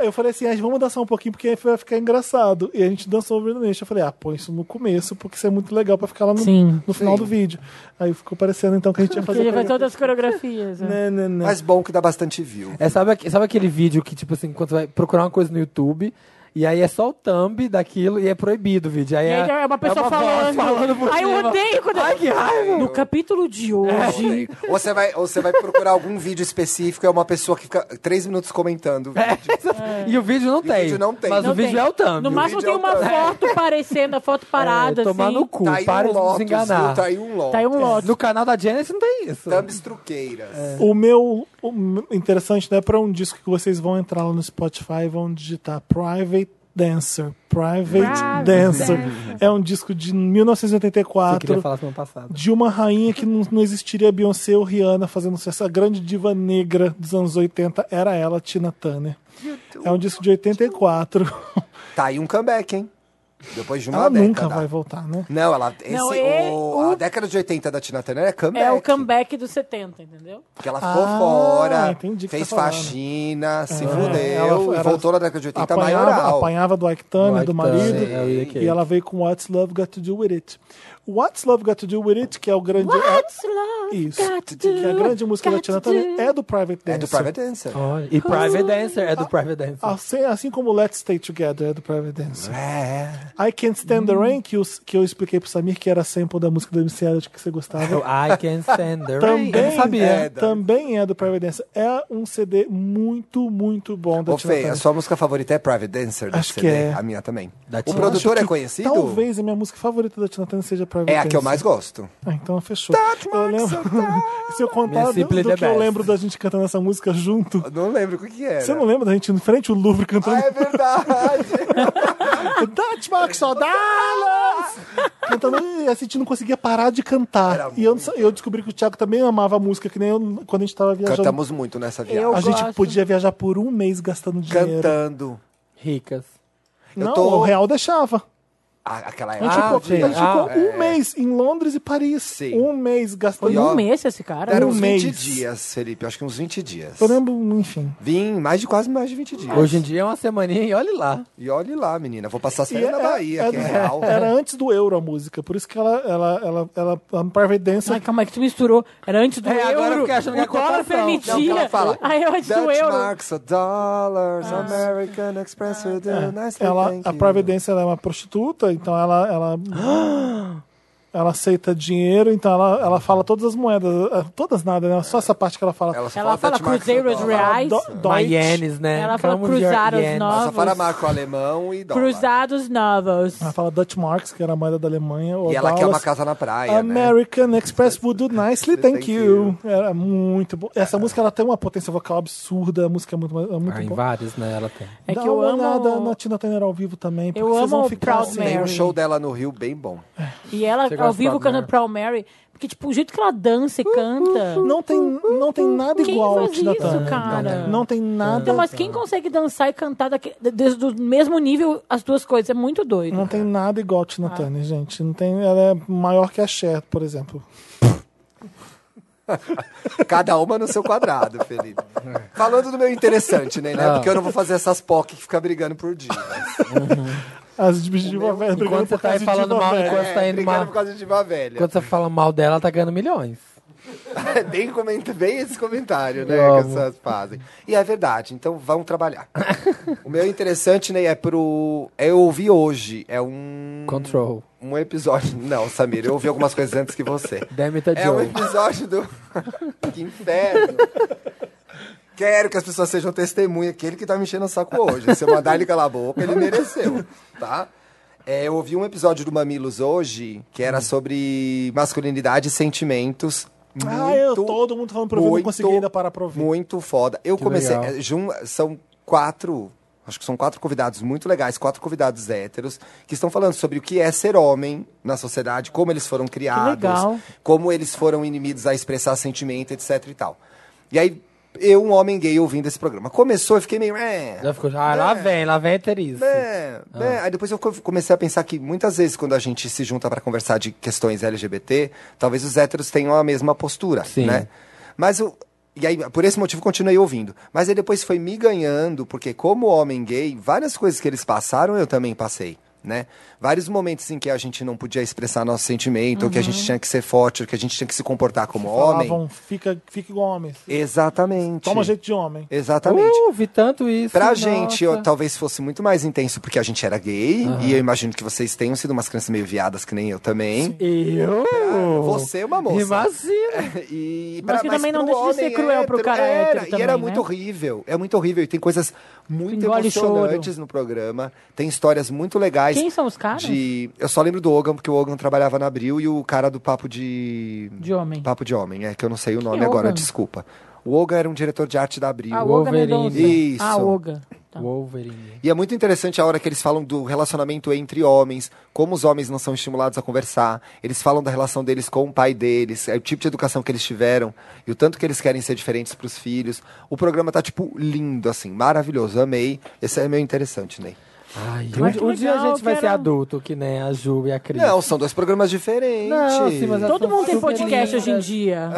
É, eu falei assim, ah, vamos dançar um pouquinho, porque vai ficar engraçado. E a gente dançou o Rhythm Nation. Eu falei, ah, põe isso no começo, porque isso é muito legal pra ficar lá no,
Sim.
no final do vídeo. Aí ficou parecendo então que a gente ia
Porque ele
fazer.
faz todas as coreografias. né?
Né, né, né.
Mas bom que dá bastante view.
É, sabe, aque- sabe aquele vídeo que, tipo assim, quando você vai procurar uma coisa no YouTube, e aí é só o thumb daquilo e é proibido o vídeo. Aí
E aí é uma pessoa
voz
falando.
por
Ai, eu
cima.
odeio quando-
Ai, que raiva! É,
No capítulo de hoje,
Ou você, vai, ou você vai procurar algum vídeo específico, é uma pessoa que fica três minutos comentando. o vídeo.
E o vídeo não
o
tem.
vídeo não tem.
Mas
Não
o vídeo
É. tem.
é o thumb.
no máximo tem
vídeo é
uma
outra-
foto parecendo, a foto parada,
é, tomar
assim.
no cu, É.
Tá aí
para
um
de nos
Lotus, viu?
enganar.
Tá aí um Lotus.
Tá aí um lote.
No canal da Janice não tem isso.
Thumbs truqueiras.
O meu o meu- interessante, né, para um disco que vocês vão entrar lá no Spotify, vão digitar Private Dancer, Private
Private
Dancer.
Dancer.
É um disco de
Você queria
1984
falar semana passada.
de uma rainha que não, não existiria Beyoncé ou Rihanna fazendo sucesso. A grande diva negra dos anos 80 era ela, Tina Turner. É um disco de 84.
Tá aí um comeback, hein? Depois de uma
Ela
década.
nunca vai voltar, né?
Não, ela. Esse,
Não, é
o- A
o-
década de 80 da Tina Turner é comeback.
É o comeback dos 70, entendeu?
Que ela ficou
Ah,
fora,
entendi o que
fez
tá falando.
faxina, se
Ela
fudeu,
foi-
e
era-
voltou na década de
Então tá
80
apanhava,
maioral.
apanhava do Ike Turner,
Mike
do marido.
Turner, é, o
E
Ike.
ela veio com What's Love Got to Do With It. What's Love Got to Do With It, que é o grande.
What's love
Isso.
got to
Que é a
do-
grande música da
got
Tina
to do?
Turner é do Private Dancer.
É do Private Dancer.
Olha, E Private Dancer é do Private Dancer.
Assim, assim como Let's Stay Together é do Private Dancer.
É.
I Can't Stand the Rain, que eu, que eu expliquei pro Samir que era sample da música do MC Elliot que você
So
gostava.
I can stand the
Também,
rain. Eu não sabia.
É,
É, da-
também é do Private Dancer. É um CD muito, muito bom da
Ô,
Tina
Fê, a
Turner.
sua música favorita é Private Dancer? desse
Acho que
CD?
é.
A minha também.
Da
O
Tina.
produtor
Acho
é
que
conhecido?
Talvez a minha música favorita da Tina Turner seja Private
É a
Dancer.
que eu mais gosto.
Ah, então fechou. Eu lembro... Se eu
Minha
contar do,
simply
do
the
que eu
best.
lembro da gente cantando essa música junto...
Eu não lembro o que que era.
Você não lembra da gente em frente ao Louvre
Ah,
cantando
é verdade.
Dutch Box of Dallas? Cantando e a Cintia não conseguia parar de
Era
cantar. E eu, não sa- eu descobri que o Thiago também amava a música, que nem eu quando a gente tava viajando.
Cantamos muito nessa viagem.
a gente
gosto.
podia viajar por um mês gastando dinheiro.
Cantando.
Ricas.
Eu
Não,
tô-
o real deixava.
Ah, aquela
A gente
época.
ficou,
gente,
a gente
ah,
ficou um mês em Londres e Paris.
Sim.
Um mês gastando.
Foi, ó,
dinheiro.
Um mês esse cara.
Ah, Era
um
uns 20
mês.
dias, Felipe. Acho que uns 20 dias.
Eu lembro, enfim.
Vim mais de quase mais de 20 dias.
Hoje em dia é uma semaninha e olhe lá.
E olhe lá, menina. Vou passar
E
série na
é-
Bahia,
é-
que é real.
Era antes do euro a música, por isso que ela, ela, ela, ela, a Private Dancer
Ai, calma aí que tu misturou. Era antes do
É, agora
euro.
eu fiquei achando que
o
era
dólar
cotação. Não,
Não, que
permitia.
ela fala.
Aí eu antes do
Dutch
euro. Ah.
marks are dollars, American Express will do nice
Ah. ela,
thank
a
you.
Providência ela é uma prostituta, então ela ela, ela aceita dinheiro, então ela, ela fela todas as moedas, eh, todas nada, né? Só essa parte que ela fala.
Ela só
Ela fala
Dutch marks are
cruzeiros
dollars.
reais,
Do- Deutsch.
Maienes, né?
Ela fala
Come with your
cruzados
ienes.
Ela
novos.
só fala marco alemão e dólar.
cruzados novos.
Ela fala Dutch Marks, que era a moeda da Alemanha. ou
E ela quer
dólares.
uma casa na praia, né?
American Express would do nicely, thank,
Thank
you. Era muito bom. Essa música ela tem uma potência vocal absurda, a música é muito, é muito
Ah, em
boa.
vários, né? Ela tem.
É
Dá
que eu
uma
amo-
olhada na Tina Turner ao vivo também, porque
Eu
vocês
amo
vão
o
ficar
Proud
assim.
Man.
Tem um
Mary.
show dela no Rio bem bom.
E ela
Você
ao
gosta
vivo
do Proud
cantando
Mary?
Proud Mary. Porque, tipo, o jeito que ela dança e canta.
Não tem, não tem nada
Quem
igual ao
faz
Tina
isso,
Turner.
cara?
Não, tem nada.
Então, mas quem consegue dançar e cantar daque- desde o mesmo nível as duas coisas? É muito doido.
Não tem nada igual a Tina
Ah.
Turner, gente. Não tem, ela é maior que a Cher, por exemplo.
Cada uma no seu quadrado, Felipe. Falando do meu interessante, né?
Ah.
né? Porque eu não vou fazer essas POC que fica brigando por dia.
As diva velha brigando por
Enquanto você tá
causa
aí
de
falando
diva
mal,
velha.
enquanto você tá
É,
indo
brigando
mal.
por causa de diva velha.
Quando você fala mal dela, ela tá ganhando milhões.
bem, comenta, bem esse comentário, né?
Eu
Que
amo.
essas fazem. E é verdade, então vamos trabalhar. o meu interessante, né, é pro. Eu ouvi hoje. É um.
Control.
Um episódio. Não, Samir, eu ouvi algumas coisas antes que você.
Demet a
É um
Joe.
episódio do. que inferno! Quero que as pessoas sejam testemunha. Aquele que tá me enchendo o saco hoje. Se eu mandar ele calar a boca, ele mereceu, tá? É, eu ouvi um episódio do Mamilos hoje que era sobre masculinidade e sentimentos.
Ah, eu,
Muito,
todo mundo falando pra ouvir, eu não consegui ainda parar pra ouvir.
Muito foda. Eu comecei.
legal.
é, jun- são é, quatro Acho que são quatro convidados muito legais, quatro convidados héteros, que estão falando sobre o que é ser homem na sociedade, como eles foram criados,
legal.
como eles foram inibidos a expressar sentimento, etc e tal. E aí, eu, um homem gay, ouvindo esse programa. Começou, eu fiquei meio... "É,
Já ficou, ah, lá vem, lá vem a Teresa.
né,
Ah.
né. Aí depois eu co- comecei a pensar que muitas vezes quando a gente se junta para conversar de questões LGBT, talvez os héteros tenham a mesma postura,
Sim.
né? Mas o e aí, por esse motivo, continuei ouvindo. Mas aí depois foi me ganhando, porque como homem gay, várias coisas que eles passaram, eu também passei, né? Vários momentos em que a gente não podia expressar nosso sentimento, ou que a gente tinha que ser forte, ou que a gente tinha que se comportar como homem.
Uhum. Falavam, fica, fica igual homem.
Exatamente.
Toma jeito de homem.
Exatamente.
Uh, vi tanto isso.
Pra
nossa.
gente, eu- talvez fosse muito mais intenso, porque a gente era gay. E eu imagino que vocês tenham sido umas crianças meio viadas, que nem eu também.
Eu?
Você é uma moça.
Imagina.
E
Mas que também não
pro
deixa de ser
homem
cruel pro cara
era,
hétero
E
também,
era
né?
muito horrível. É muito horrível. E tem coisas muito
Engole choro.
emocionantes no programa. Tem histórias muito legais.
Quem são os caras?
De... Eu só lembro do Ogan, porque o Ogan trabalhava na Abril e o cara do Papo de...
De homem.
Papo de Homem, é que eu não sei o nome
é Ah,
agora,
Ogan?
desculpa. O Ogan era um diretor de arte da Abril.
A Olga
Wolverine.
Mendonça.
Isso.
A Olga. Tá.
Wolverine.
E é muito interessante a hora que eles falam do relacionamento entre homens, como os homens não são estimulados a conversar. Eles falam da relação deles com o pai deles, é o tipo de educação que eles tiveram e o tanto que eles querem ser diferentes pros filhos. O programa tá, tipo, lindo, assim, maravilhoso. Amei. Esse é meio interessante, Ney.
Ai,
Mas
um,
que
um dia a
legal,
gente vai
que
ser
era-
adulto, que nem a Ju e a Cris.
Não, são dois programas diferentes.
Não, sim, mas
não
elas
Todo mundo tem
super
podcast
lindas.
hoje em dia.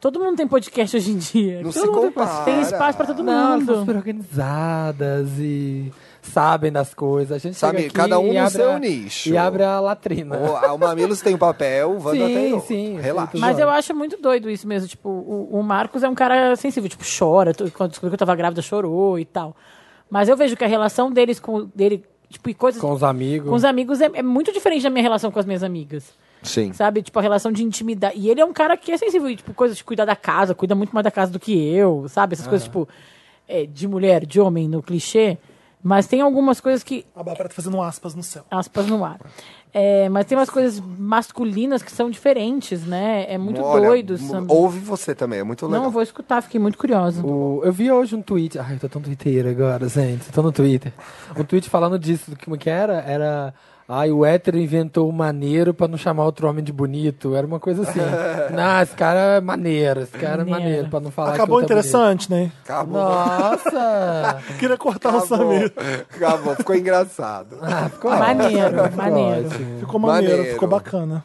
Todo mundo tem podcast hoje em dia.
Não
Todo
se
mundo tem-
compara.
Tem espaço pra todo
Não, elas são
mundo.
super organizadas e sabem das coisas. A gente
Sabe,
chega aqui
cada um
e
no
abre
seu
a-
nicho.
E abre a latrina.
O, o Mamilos tem um papel, o Wanda
Sim,
tem outro.
sim,
Relaxa.
sim,
Mas eu acho muito doido isso mesmo. Tipo, o, o Marcos é um cara sensível. Tipo, chora. Tu- Quando descobriu que eu tava grávida, chorou e tal. Mas eu vejo que a relação deles com... Dele, tipo, e coisas...
Com os amigos.
Com os amigos é, é muito diferente da minha relação com as minhas amigas.
Sim.
Sabe? Tipo, a relação de intimidade. E ele é um cara que é sensível. E, tipo, coisas de cuidar da casa. Cuida muito mais da casa do que eu. Sabe? Essas coisas, tipo... é, de mulher, de homem, no clichê. Mas tem algumas coisas que
A Bárbara tá fazendo aspas no céu.
aspas no ar. É, mas tem umas coisas masculinas que são diferentes, né? É muito
Olha,
doido.
m-
Sam.
Ouve você também, é muito legal.
Não, eu vou escutar, fiquei muito curiosa.
O- eu vi hoje um tweet. Ai, eu tô tão twitteiro agora, gente. Tô no Twitter. Um tweet falando disso. do que- Como que era? Era. Ai, o hétero inventou o maneiro pra não chamar outro homem de bonito. Era uma coisa assim. não, esse cara é maneiro. Esse cara é
Maneiro.
maneiro, pra não falar
Acabou
que outro é
interessante, né?
Acabou.
bonito. Nossa!
Queria cortar o
Acabou.
Samir.
Acabou, ficou engraçado.
Ah, Ficou
Maneiro,
ótimo,
maneiro.
ótimo.
Ficou maneiro,
Maneiro.
ficou bacana.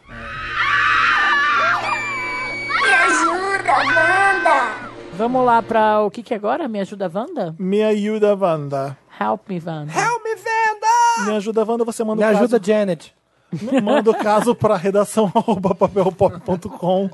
Me ajuda, Wanda!
Vamos lá pra o que que é agora? Me ajuda, Wanda?
Me ajuda, Wanda.
Help me, Wanda.
me venda!
Me ajuda, Wanda, você manda
Me
o caso.
ajuda, Janet.
Manda o caso para redação arroba papelpop.com.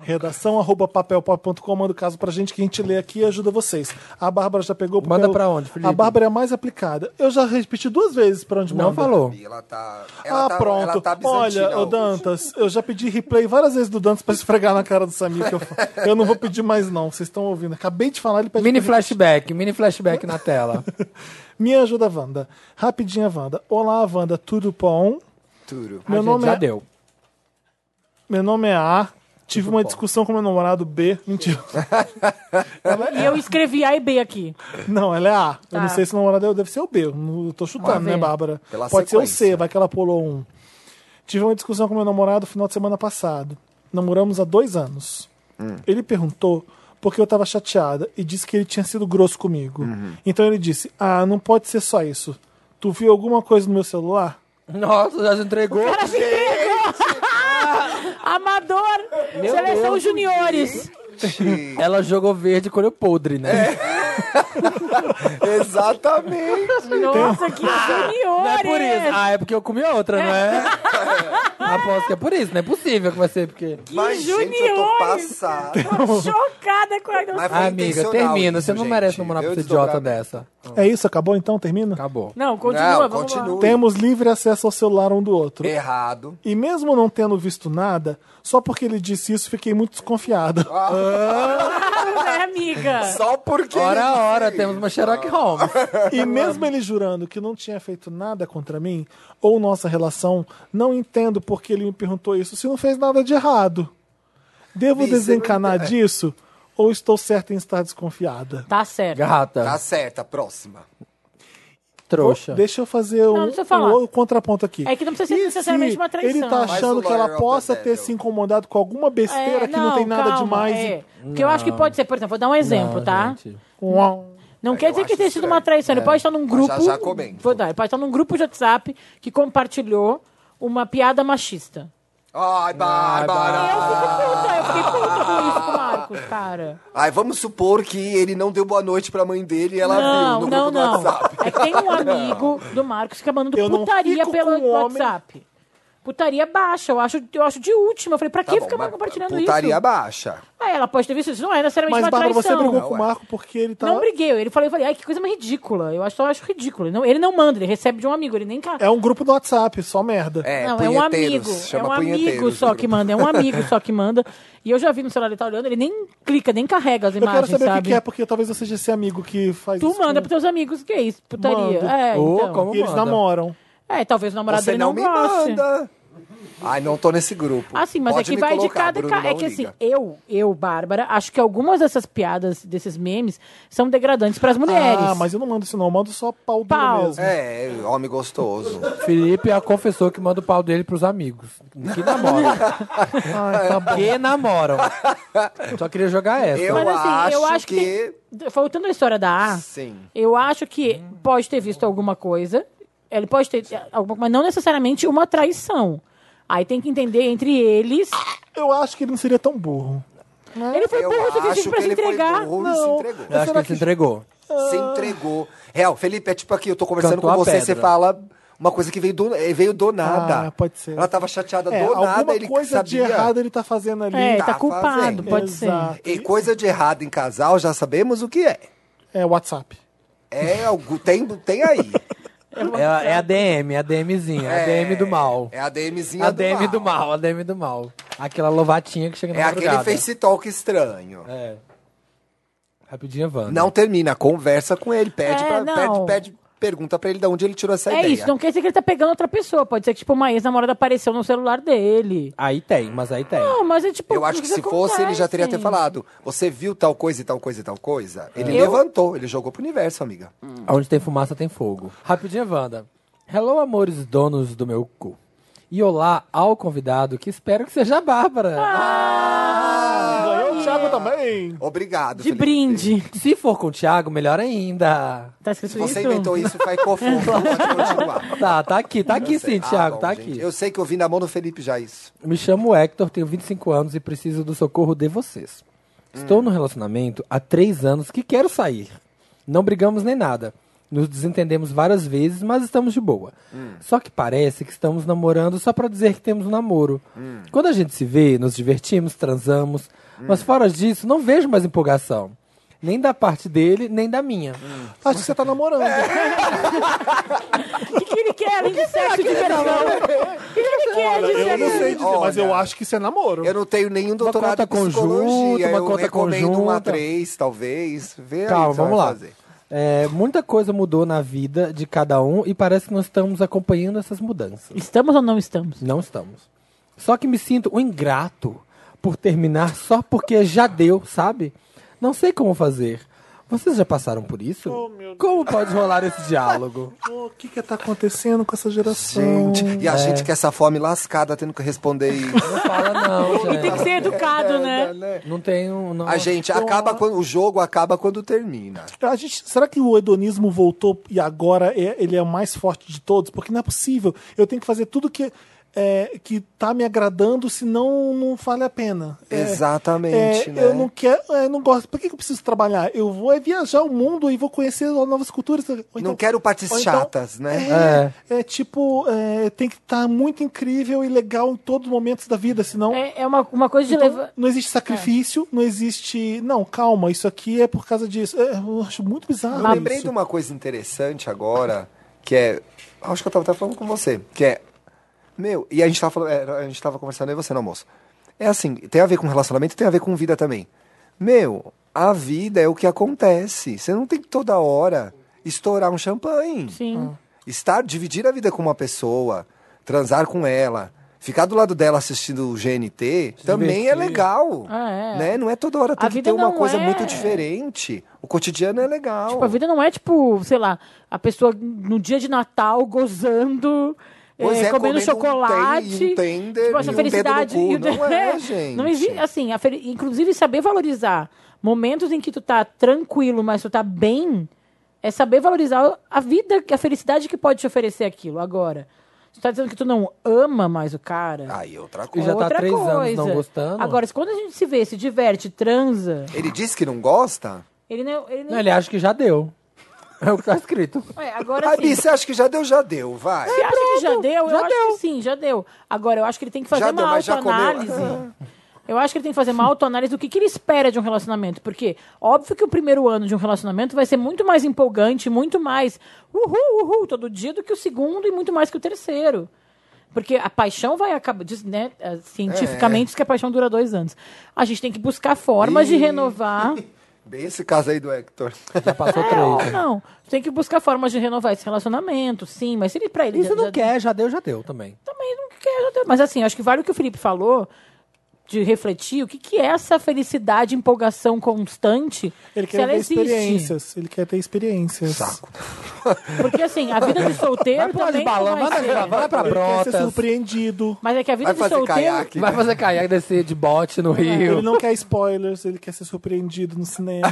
Redação arroba papelpop.com. Manda o caso pra gente que a gente lê aqui e ajuda vocês. A Bárbara já pegou. porque
Manda
eu-
pra onde, Felipe?
A Bárbara é a mais aplicada. Eu já repeti duas vezes pra onde
Não
manda.
falou.
Ela tá. Ela
Ah,
tá,
pronto.
Ela tá bizantina
Olha, o
hoje.
Dantas, eu já pedi replay várias vezes do Dantas pra esfregar na cara do Samir. Que eu, eu não vou pedir mais, não. Vocês estão ouvindo. Acabei de falar, ele pediu.
Mini flashback, mini flashback na tela.
Me ajuda, Wanda. Rapidinha, Wanda. Olá, Wanda. Tudo bom?
Turo.
Meu
Gente,
nome
já
é
deu.
Meu nome é A.
Tipo
Tive uma discussão com meu namorado B. Mentira.
E eu escrevi A e B aqui.
Não, ela é A. Eu
Tá.
não sei se o namorado é- deve ser o B. Eu não- eu tô chutando,
Vamos ver.
né, Bárbara?
Pela
Pode ser o C,
sequência.
vai que ela pulou um. Tive uma discussão com meu namorado no final de semana passado. Namoramos há dois anos.
Hum.
Ele perguntou porque eu tava chateada e disse que ele tinha sido grosso comigo.
Uhum.
Então ele disse: Ah, não pode ser só isso. Tu viu alguma coisa no meu celular?
Nossa, já se entregou.
Amador, seleção juniores.
Ela jogou verde e colheu podre,
É.
né?
Exatamente.
Nossa, que
Não é por isso.
juniores.
Ah, é porque eu comi outra, não é? Aposto que é por isso. Não é possível que vai ser porque...
Mas, gente, eu tô
juniores!
passada.
Tô chocada com
Mas
a...
foi
Amiga,
intencional
termina.
isso,
Você não
gente.
merece namorar
Veio
pra esse idiota
desdobramento.
dessa.
É isso? Acabou então? Termina?
Acabou.
Não, continua,
Não,
vamos
continua.
lá.
Temos livre acesso ao celular um do outro.
Errado.
E mesmo não tendo visto nada, só porque ele disse isso, fiquei muito desconfiada.
Não é, amiga?
Só porque.
Ora, ora, temos uma Sherlock Holmes.
E mesmo ele jurando que não tinha feito nada contra mim, ou nossa relação, não entendo porque ele me perguntou isso se não fez nada de errado. Devo
Isso, eu
desencanar
não- é.
disso? Ou estou certa em estar desconfiada?
Tá certo.
Gata.
Tá certa, próxima.
trouxa.
Deixa eu fazer o,
Não, deixa eu falar.
o contraponto aqui.
É que não precisa ser
E
necessariamente
se
uma traição.
Ele tá
Mas
o é
achando que
Lawyer
ela
of
possa
the
ter
Devil.
se incomodado com alguma besteira
É,
que não, tem nada
calma,
demais.
É.
E...
Porque eu acho que pode ser, por exemplo, vou dar um exemplo,
Não,
tá?
gente.
Não quer
eu
dizer que
acho
tenha sido
estranho.
uma traição. Ele
É.
pode estar num
Mas
grupo.
já já comento.
Vou dar, ele pode estar num grupo de WhatsApp que compartilhou uma piada machista.
Ai,
Eu
Bárbara!
fico puta, eu fiquei puta com isso com o Marcos, cara.
Ai, vamos supor que ele não deu boa noite pra mãe dele e ela
não,
viu no
não,
grupo do
não.
WhatsApp. Tá
É que tem um amigo do Marcos que fica mandando
Eu não
putaria
fico
pelo
com o homem.
WhatsApp. Putaria baixa, eu acho, eu acho de última. Eu falei, pra
Tá
que
bom,
ficar
mas
compartilhando
Putaria
isso?
baixa.
Ah, ela pode ter visto isso, não é necessariamente
Mas,
uma
Bárbara,
traição.
você brigou
Não,
com o
é.
Marco porque ele tá.
Não briguei, eu- ele falou, eu falei, ai, que coisa mais ridícula. Eu acho, eu acho ridículo. Ele não, ele não manda, ele recebe de um amigo, ele nem ca-
É um grupo do WhatsApp, só merda.
É,
não, é um
punheteiros,
amigo. É
Chama
um amigo
punheteiros
só
no
que
grupo.
manda, é um amigo só que manda. E eu já vi no celular, ele tá olhando, ele nem clica, nem carrega as
Eu quero
imagens,
saber o
sabe?
que, que é, porque talvez eu seja esse amigo que faz
Tu
isso. com-
manda pros teus amigos gays, putaria.
Mando.
É,
Ô,
então.
como
E eles
manda.
namoram.
É, talvez o namorado
Você
dele
não
não,
me
goste.
manda. Ai, não tô nesse grupo.
Assim, mas
Pode
é que
me
vai de
colocar,
cada
Bruno,
ca- É
não
que assim,
liga.
eu, eu, Bárbara, acho que algumas dessas piadas, desses memes, são degradantes pras mulheres.
Ah, mas eu não mando isso não, eu mando só pau duro
Pau.
mesmo.
É, homem gostoso.
Felipe já confessou que manda o pau dele pros amigos. Que namoram.
Ai, tá bom.
que namoram. Só queria jogar essa.
Eu
Mas assim, eu
acho
acho que.
que-
tem- Voltando à história da A,
Sim.
eu acho que pode ter visto alguma coisa. Ele pode ter alguma mas não necessariamente uma traição. Aí tem que entender entre eles.
Eu acho que ele não seria tão burro.
Ele foi
Ah, Eu
burro o suficiente
acho
pra
que
se
ele foi
entregar. Ah.
burro e se
Não.
entregou.
Eu acho que ele se entregou.
Se entregou. Real, Felipe, é tipo aqui, eu tô conversando
Cantou
com
a
você,
pedra.
você fala uma coisa que veio do, eh, veio do nada.
Ah, pode ser.
Ela tava chateada
É,
do nada,
alguma
ele
coisa de
sabia.
errado ele tá fazendo ali.
É,
Tá
tá culpado,
fazendo.
pode
Exato.
ser.
E coisa de errado em casal, já sabemos o que é.
É WhatsApp.
É algo, tem, tem aí.
É, é a DM, é a DMzinha. É a DM do mal.
É a DMzinha
A DM do mal, a DM do mal. Aquela lovatinha que chega na
É
madrugada.
aquele face talk estranho.
É. Rapidinha, Wanda.
Não termina, conversa com ele, pede,
É,
pra-
não.
pede, pede pergunta pra ele de onde ele tirou essa
É
ideia.
isso, não quer dizer que ele tá pegando outra pessoa. Pode ser que, tipo, uma ex-namorada apareceu no celular dele.
Aí tem, mas aí tem.
Não, mas é tipo.
Eu acho que se fosse, ele já teria até falado. Você viu tal coisa e tal coisa e tal coisa? Ele
Eu-
levantou, ele jogou pro universo, amiga.
Onde tem fumaça tem fogo. Rapidinha, Wanda. Hello, amores donos do meu cu. E olá ao convidado, que espero que seja a Bárbara.
Ah.
Ganhou o Thiago também.
Obrigado,
De
Felipe.
brinde.
Se for com o Thiago, melhor ainda.
Tá escrito
Se você
isso?
inventou isso, vai cofunda, pode continuar.
Tá, tá aqui, tá aqui sim,
Ah,
Thiago,
bom,
tá
gente.
aqui.
Eu sei que eu vi na mão do Felipe já isso.
Me chamo Hector, tenho 25 anos e preciso do socorro de vocês.
Hum.
Estou num relacionamento há três anos que quero sair. Não brigamos nem nada. Nos desentendemos várias vezes, mas estamos de boa.
Hum.
Só que parece que estamos namorando só pra dizer que temos um namoro.
Hum.
Quando a gente se vê, nos divertimos, transamos, mas fora disso, não vejo mais empolgação. Nem da parte dele, nem da minha.
Hum.
Acho que você tá namorando.
É,
O que, que ele quer além de sexo e diversão? O que, que ele quer de
Eu não
sexo?
sei dizer, mas
Olha.
eu acho que isso é namoro.
Eu não tenho nenhum doutorado
conta
em psicologia.
conjunta, uma
eu
conta
recomendo um
conjunta.
a três, talvez. Vê aí o
Calma,
que você
vamos
vai
lá.
fazer.
É, muita coisa mudou na vida de cada um e parece que não estamos acompanhando essas mudanças.
Estamos ou não estamos?
Não estamos. Só que me sinto um ingrato por terminar só porque já deu, sabe? Não sei como fazer. Vocês já passaram por isso?
Oh,
como pode rolar esse diálogo?
Pô, o que que tá acontecendo com essa geração?
Gente, e
é.
a gente com essa fome lascada tendo que responder isso.
Não fala não,
E tem que
gente.
ser educado, né?
Né?
Não tem um... Não...
A gente acaba quando. O jogo acaba quando termina.
A gente- será que o hedonismo voltou e agora é- ele é o mais forte de todos? Porque não é possível. Eu tenho que fazer tudo que, é, que tá me agradando, senão não vale a pena. É,
Exatamente,
é,
né?
Eu não quero, é, eu não gosto. Por que, que eu preciso trabalhar? Eu vou é viajar o mundo e vou conhecer novas culturas. Ou então-
não quero partes
ou então-
chatas, né?
É, é tipo, é, tem que estar muito incrível e legal em todos os momentos da vida, senão.
É, é uma, uma coisa de
Então,
levar.
não existe sacrifício, não existe. Não, calma, isso aqui é por causa disso. É, eu acho muito bizarro.
Eu lembrei
isso.
de uma coisa interessante agora, que é. Acho que eu tava até falando com você. Que é. Meu, e a gente tava, falando, é, a gente tava conversando aí você no almoço. É assim, tem a ver com relacionamento tem a ver com vida também. Meu, a vida é o que acontece. Você não tem que toda hora estourar um champanhe.
Sim.
Estar, dividir a vida com uma pessoa, transar com ela, Ficar do lado dela assistindo o GNT também é
divertir.
legal.
Ah, é.
Né? Não é toda hora, tem
A
que
vida
ter uma
não
coisa
é-
muito diferente. O cotidiano é legal.
Tipo, a vida não é tipo, sei lá, a pessoa no dia de Natal gozando,
Pois
eh,
é, comendo
comendo
um
chocolate.
ten- um tender
tipo, essa
e um
felicidade.
dedo no
e
cu. Não é, gente.
Não existe, assim, a fel- inclusive saber valorizar momentos em que tu tá tranquilo, mas tu tá bem, é saber valorizar a vida, a felicidade que pode te oferecer aquilo agora. Tu tá dizendo que tu não ama mais o cara.
Aí outra
E
coisa.
já tá há
outra
três anos
coisa.
não gostando?
Agora, se quando a gente se vê, se diverte, transa,
Ele disse que não gosta?
ele não. Ele
Não,
não
ele acha que já deu. É o que tá escrito.
É, agora
Ah,
assim,
Bi, você acha que já deu? Já deu, vai.
Você acha que já deu?
já
eu acho que sim, já deu. Agora, eu acho que ele tem que fazer
Já
uma
deu, mas já comeu.
autoanálise. Eu acho que ele tem que fazer uma autoanálise do que, que ele espera de um relacionamento. Porque, óbvio que o primeiro ano de um relacionamento vai ser muito mais empolgante, muito mais uhul, uhul, todo dia do que o segundo e muito mais que o terceiro. Porque a paixão vai acabar. diz, Né, eh, cientificamente, diz que a paixão dura dois anos. A gente tem que buscar formas de
Ih.
renovar.
Bem esse caso aí do Hector.
Já passou
Não,
três.
não. Tem que buscar formas de renovar esse relacionamento, sim. Mas se ele, pra ele.
E se
já-
não
já-
quer, já deu, já deu também.
também não quero. ter- Mas assim, acho que vale o que o Felipe falou de refletir o que, que é essa felicidade, empolgação constante.
Ele
se
quer
ela
ter
existe.
experiências. Ele quer ter experiências.
Saco.
Porque assim, a vida de solteiro
Vai pular de
também. não
balão,
vai
manda
ser-
gravar, vai pra
Ele quer ser
brotas.
surpreendido.
Mas é que a vida
Vai
de
fazer
solteiro.
caiaque.
Vai fazer caiaque, descer de bote no
Ele
rio.
não quer spoilers, ele quer ser surpreendido no cinema.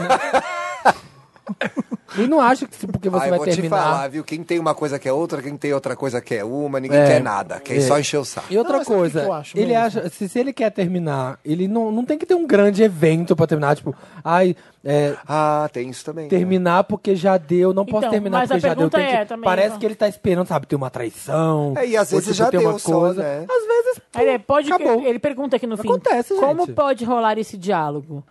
E não acha que se- porque você
Ah, eu
vai
vou te falar,
terminar.
viu? Quem tem uma coisa que é outra, quem tem outra coisa que é uma, ninguém
É.
quer nada. Quer
É.
só encher o saco.
E outra
Não, mas sabe o que
coisa,
que eu acho
ele
mesmo?
acha, se, se ele quer terminar, ele não, não tem que ter um grande evento pra terminar, tipo, ai, é,
Ah, tem isso também.
terminar porque já deu, não posso
Então,
terminar
mas a
porque já deu.
pergunta
Tem que-
é também,
parece
né?
que ele tá esperando, sabe, ter uma traição.
É, e às
ou,
vezes
tipo,
já
ter
deu
uma
só,
coisa.
né?
Às vezes
Aí Ele, é, pode que-
acabou.
ele pergunta aqui no fim.
Acontece, gente.
Como pode rolar esse diálogo?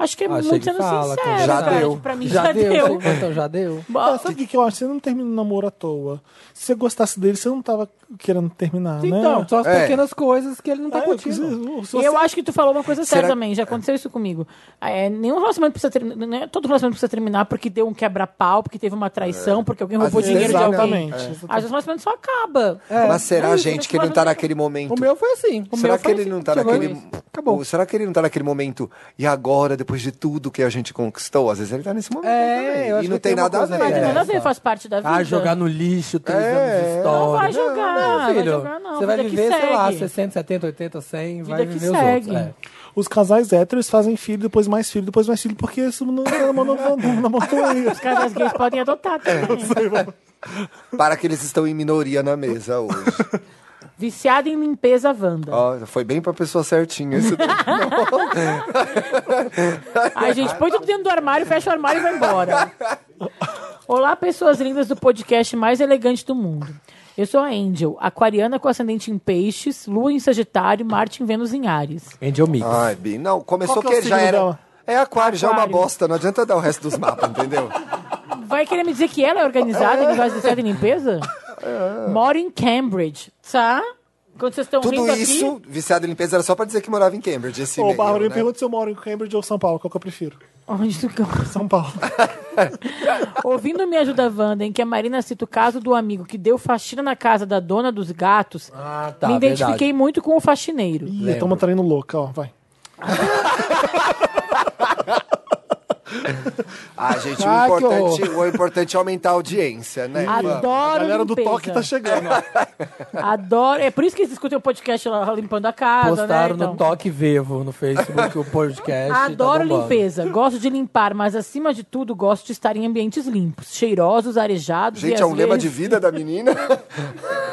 Acho que é
Ah,
muito
chega e
sendo
fala,
sincero,
conversa.
Já
cara.
deu.
Tipo, Pra mim
já,
já,
deu.
deu.
chega, então já deu.
Bom,
sabe o que, que eu acho? Você não termina um namoro à toa. Se você gostasse dele, você não tava querendo terminar, né?
Então, só as
É.
pequenas coisas que ele
Ah,
não tá
É,
curtindo.
eu- se
E
você-
eu acho que tu falou uma coisa séria
Será-
também, já aconteceu isso comigo. É, nenhum relacionamento precisa terminar, né? todo relacionamento precisa terminar porque deu um quebra-pau, porque teve uma
É.
traição, porque alguém
Às
roubou
vezes-
dinheiro de alguém. É.
Exatamente.
Às vezes o relacionamento só acaba.
Mas
É
será,
isso, mas
gente, que ele não tá
mas-
naquele momento?
O meu foi assim. O
Será
meu
que
foi
ele
assim.
não tá
Chegou
naquele.
isso. Acabou.
o- Será que ele não tá naquele momento? E agora, depois de tudo que a gente conquistou? Às vezes ele tá nesse momento.
É,
também.
eu acho
e não
que
tem
tem uma
nada a
coisa
ver.
Mas
É.
não tem nada a
né?
ver, faz parte da vida.
Ah, jogar no lixo, três
É,
anos de
é.
história.
Não vai jogar, Ah, não vai
filho.
jogar, não.
Você vai
Vida que
viver, sei lá,
segue.
60, 70, 80, 100, vai
que
viver os
segue.
outros. É.
Os casais héteros fazem filho, depois mais filho, depois mais filho, porque isso não é uma monotonia.
Os caras gays podem adotar também.
É.
Para que eles estão em minoria na mesa hoje.
Viciado em limpeza Wanda.
Ó, foi bem pra pessoa certinha isso daí.
Ai, gente, põe tudo dentro do armário, fecha o armário e vai embora. Olá, pessoas lindas do podcast mais elegante do mundo. Eu sou a Angel, aquariana com ascendente em peixes, lua em sagitário, Marte em Vênus em Ares.
É, Angel Mix.
Ai, Bi, não, começou
Qual que é
que,
o
já
signo
era.
dela?
É aquário, já é uma
Aquário.
bosta, não adianta dar o resto dos mapas, entendeu?
Tá
Vai querer me dizer que ela é organizada e não vai ser de limpeza?
É.
Moro em Cambridge, tá? Quando vocês estão rindo
Tudo
aqui...
isso, viciado em limpeza, era só pra dizer que morava em Cambridge. Esse
Ô,
e-mail,
Bárbara, me
né?
pergunta se eu moro em Cambridge ou São Paulo, qual que eu prefiro?
Onde tu...
São Paulo.
Ouvindo Me Ajuda Wanda, em que a Marina cita o caso do amigo que deu faxina na casa da dona dos gatos,
Ah, tá,
me identifiquei
verdade.
muito com o faxineiro.
Ih,
Lembro.
estamos traindo louca, ó, vai.
Ah, gente,
Ah,
o,
que
importante, o importante é aumentar a audiência, né?
A
Adoro
galera do
limpeza.
toque tá chegando, ó.
Adoro. É por isso que eles escutam o podcast lá limpando a casa,
Postaram
né?
no
Então.
Toque Vivo, no Facebook, o podcast. tá
Adoro
bombando.
limpeza. Gosto de limpar, mas acima de tudo gosto de estar em ambientes limpos, cheirosos, arejados e
Gente,
às
é um lema de
vezes-
vida da menina.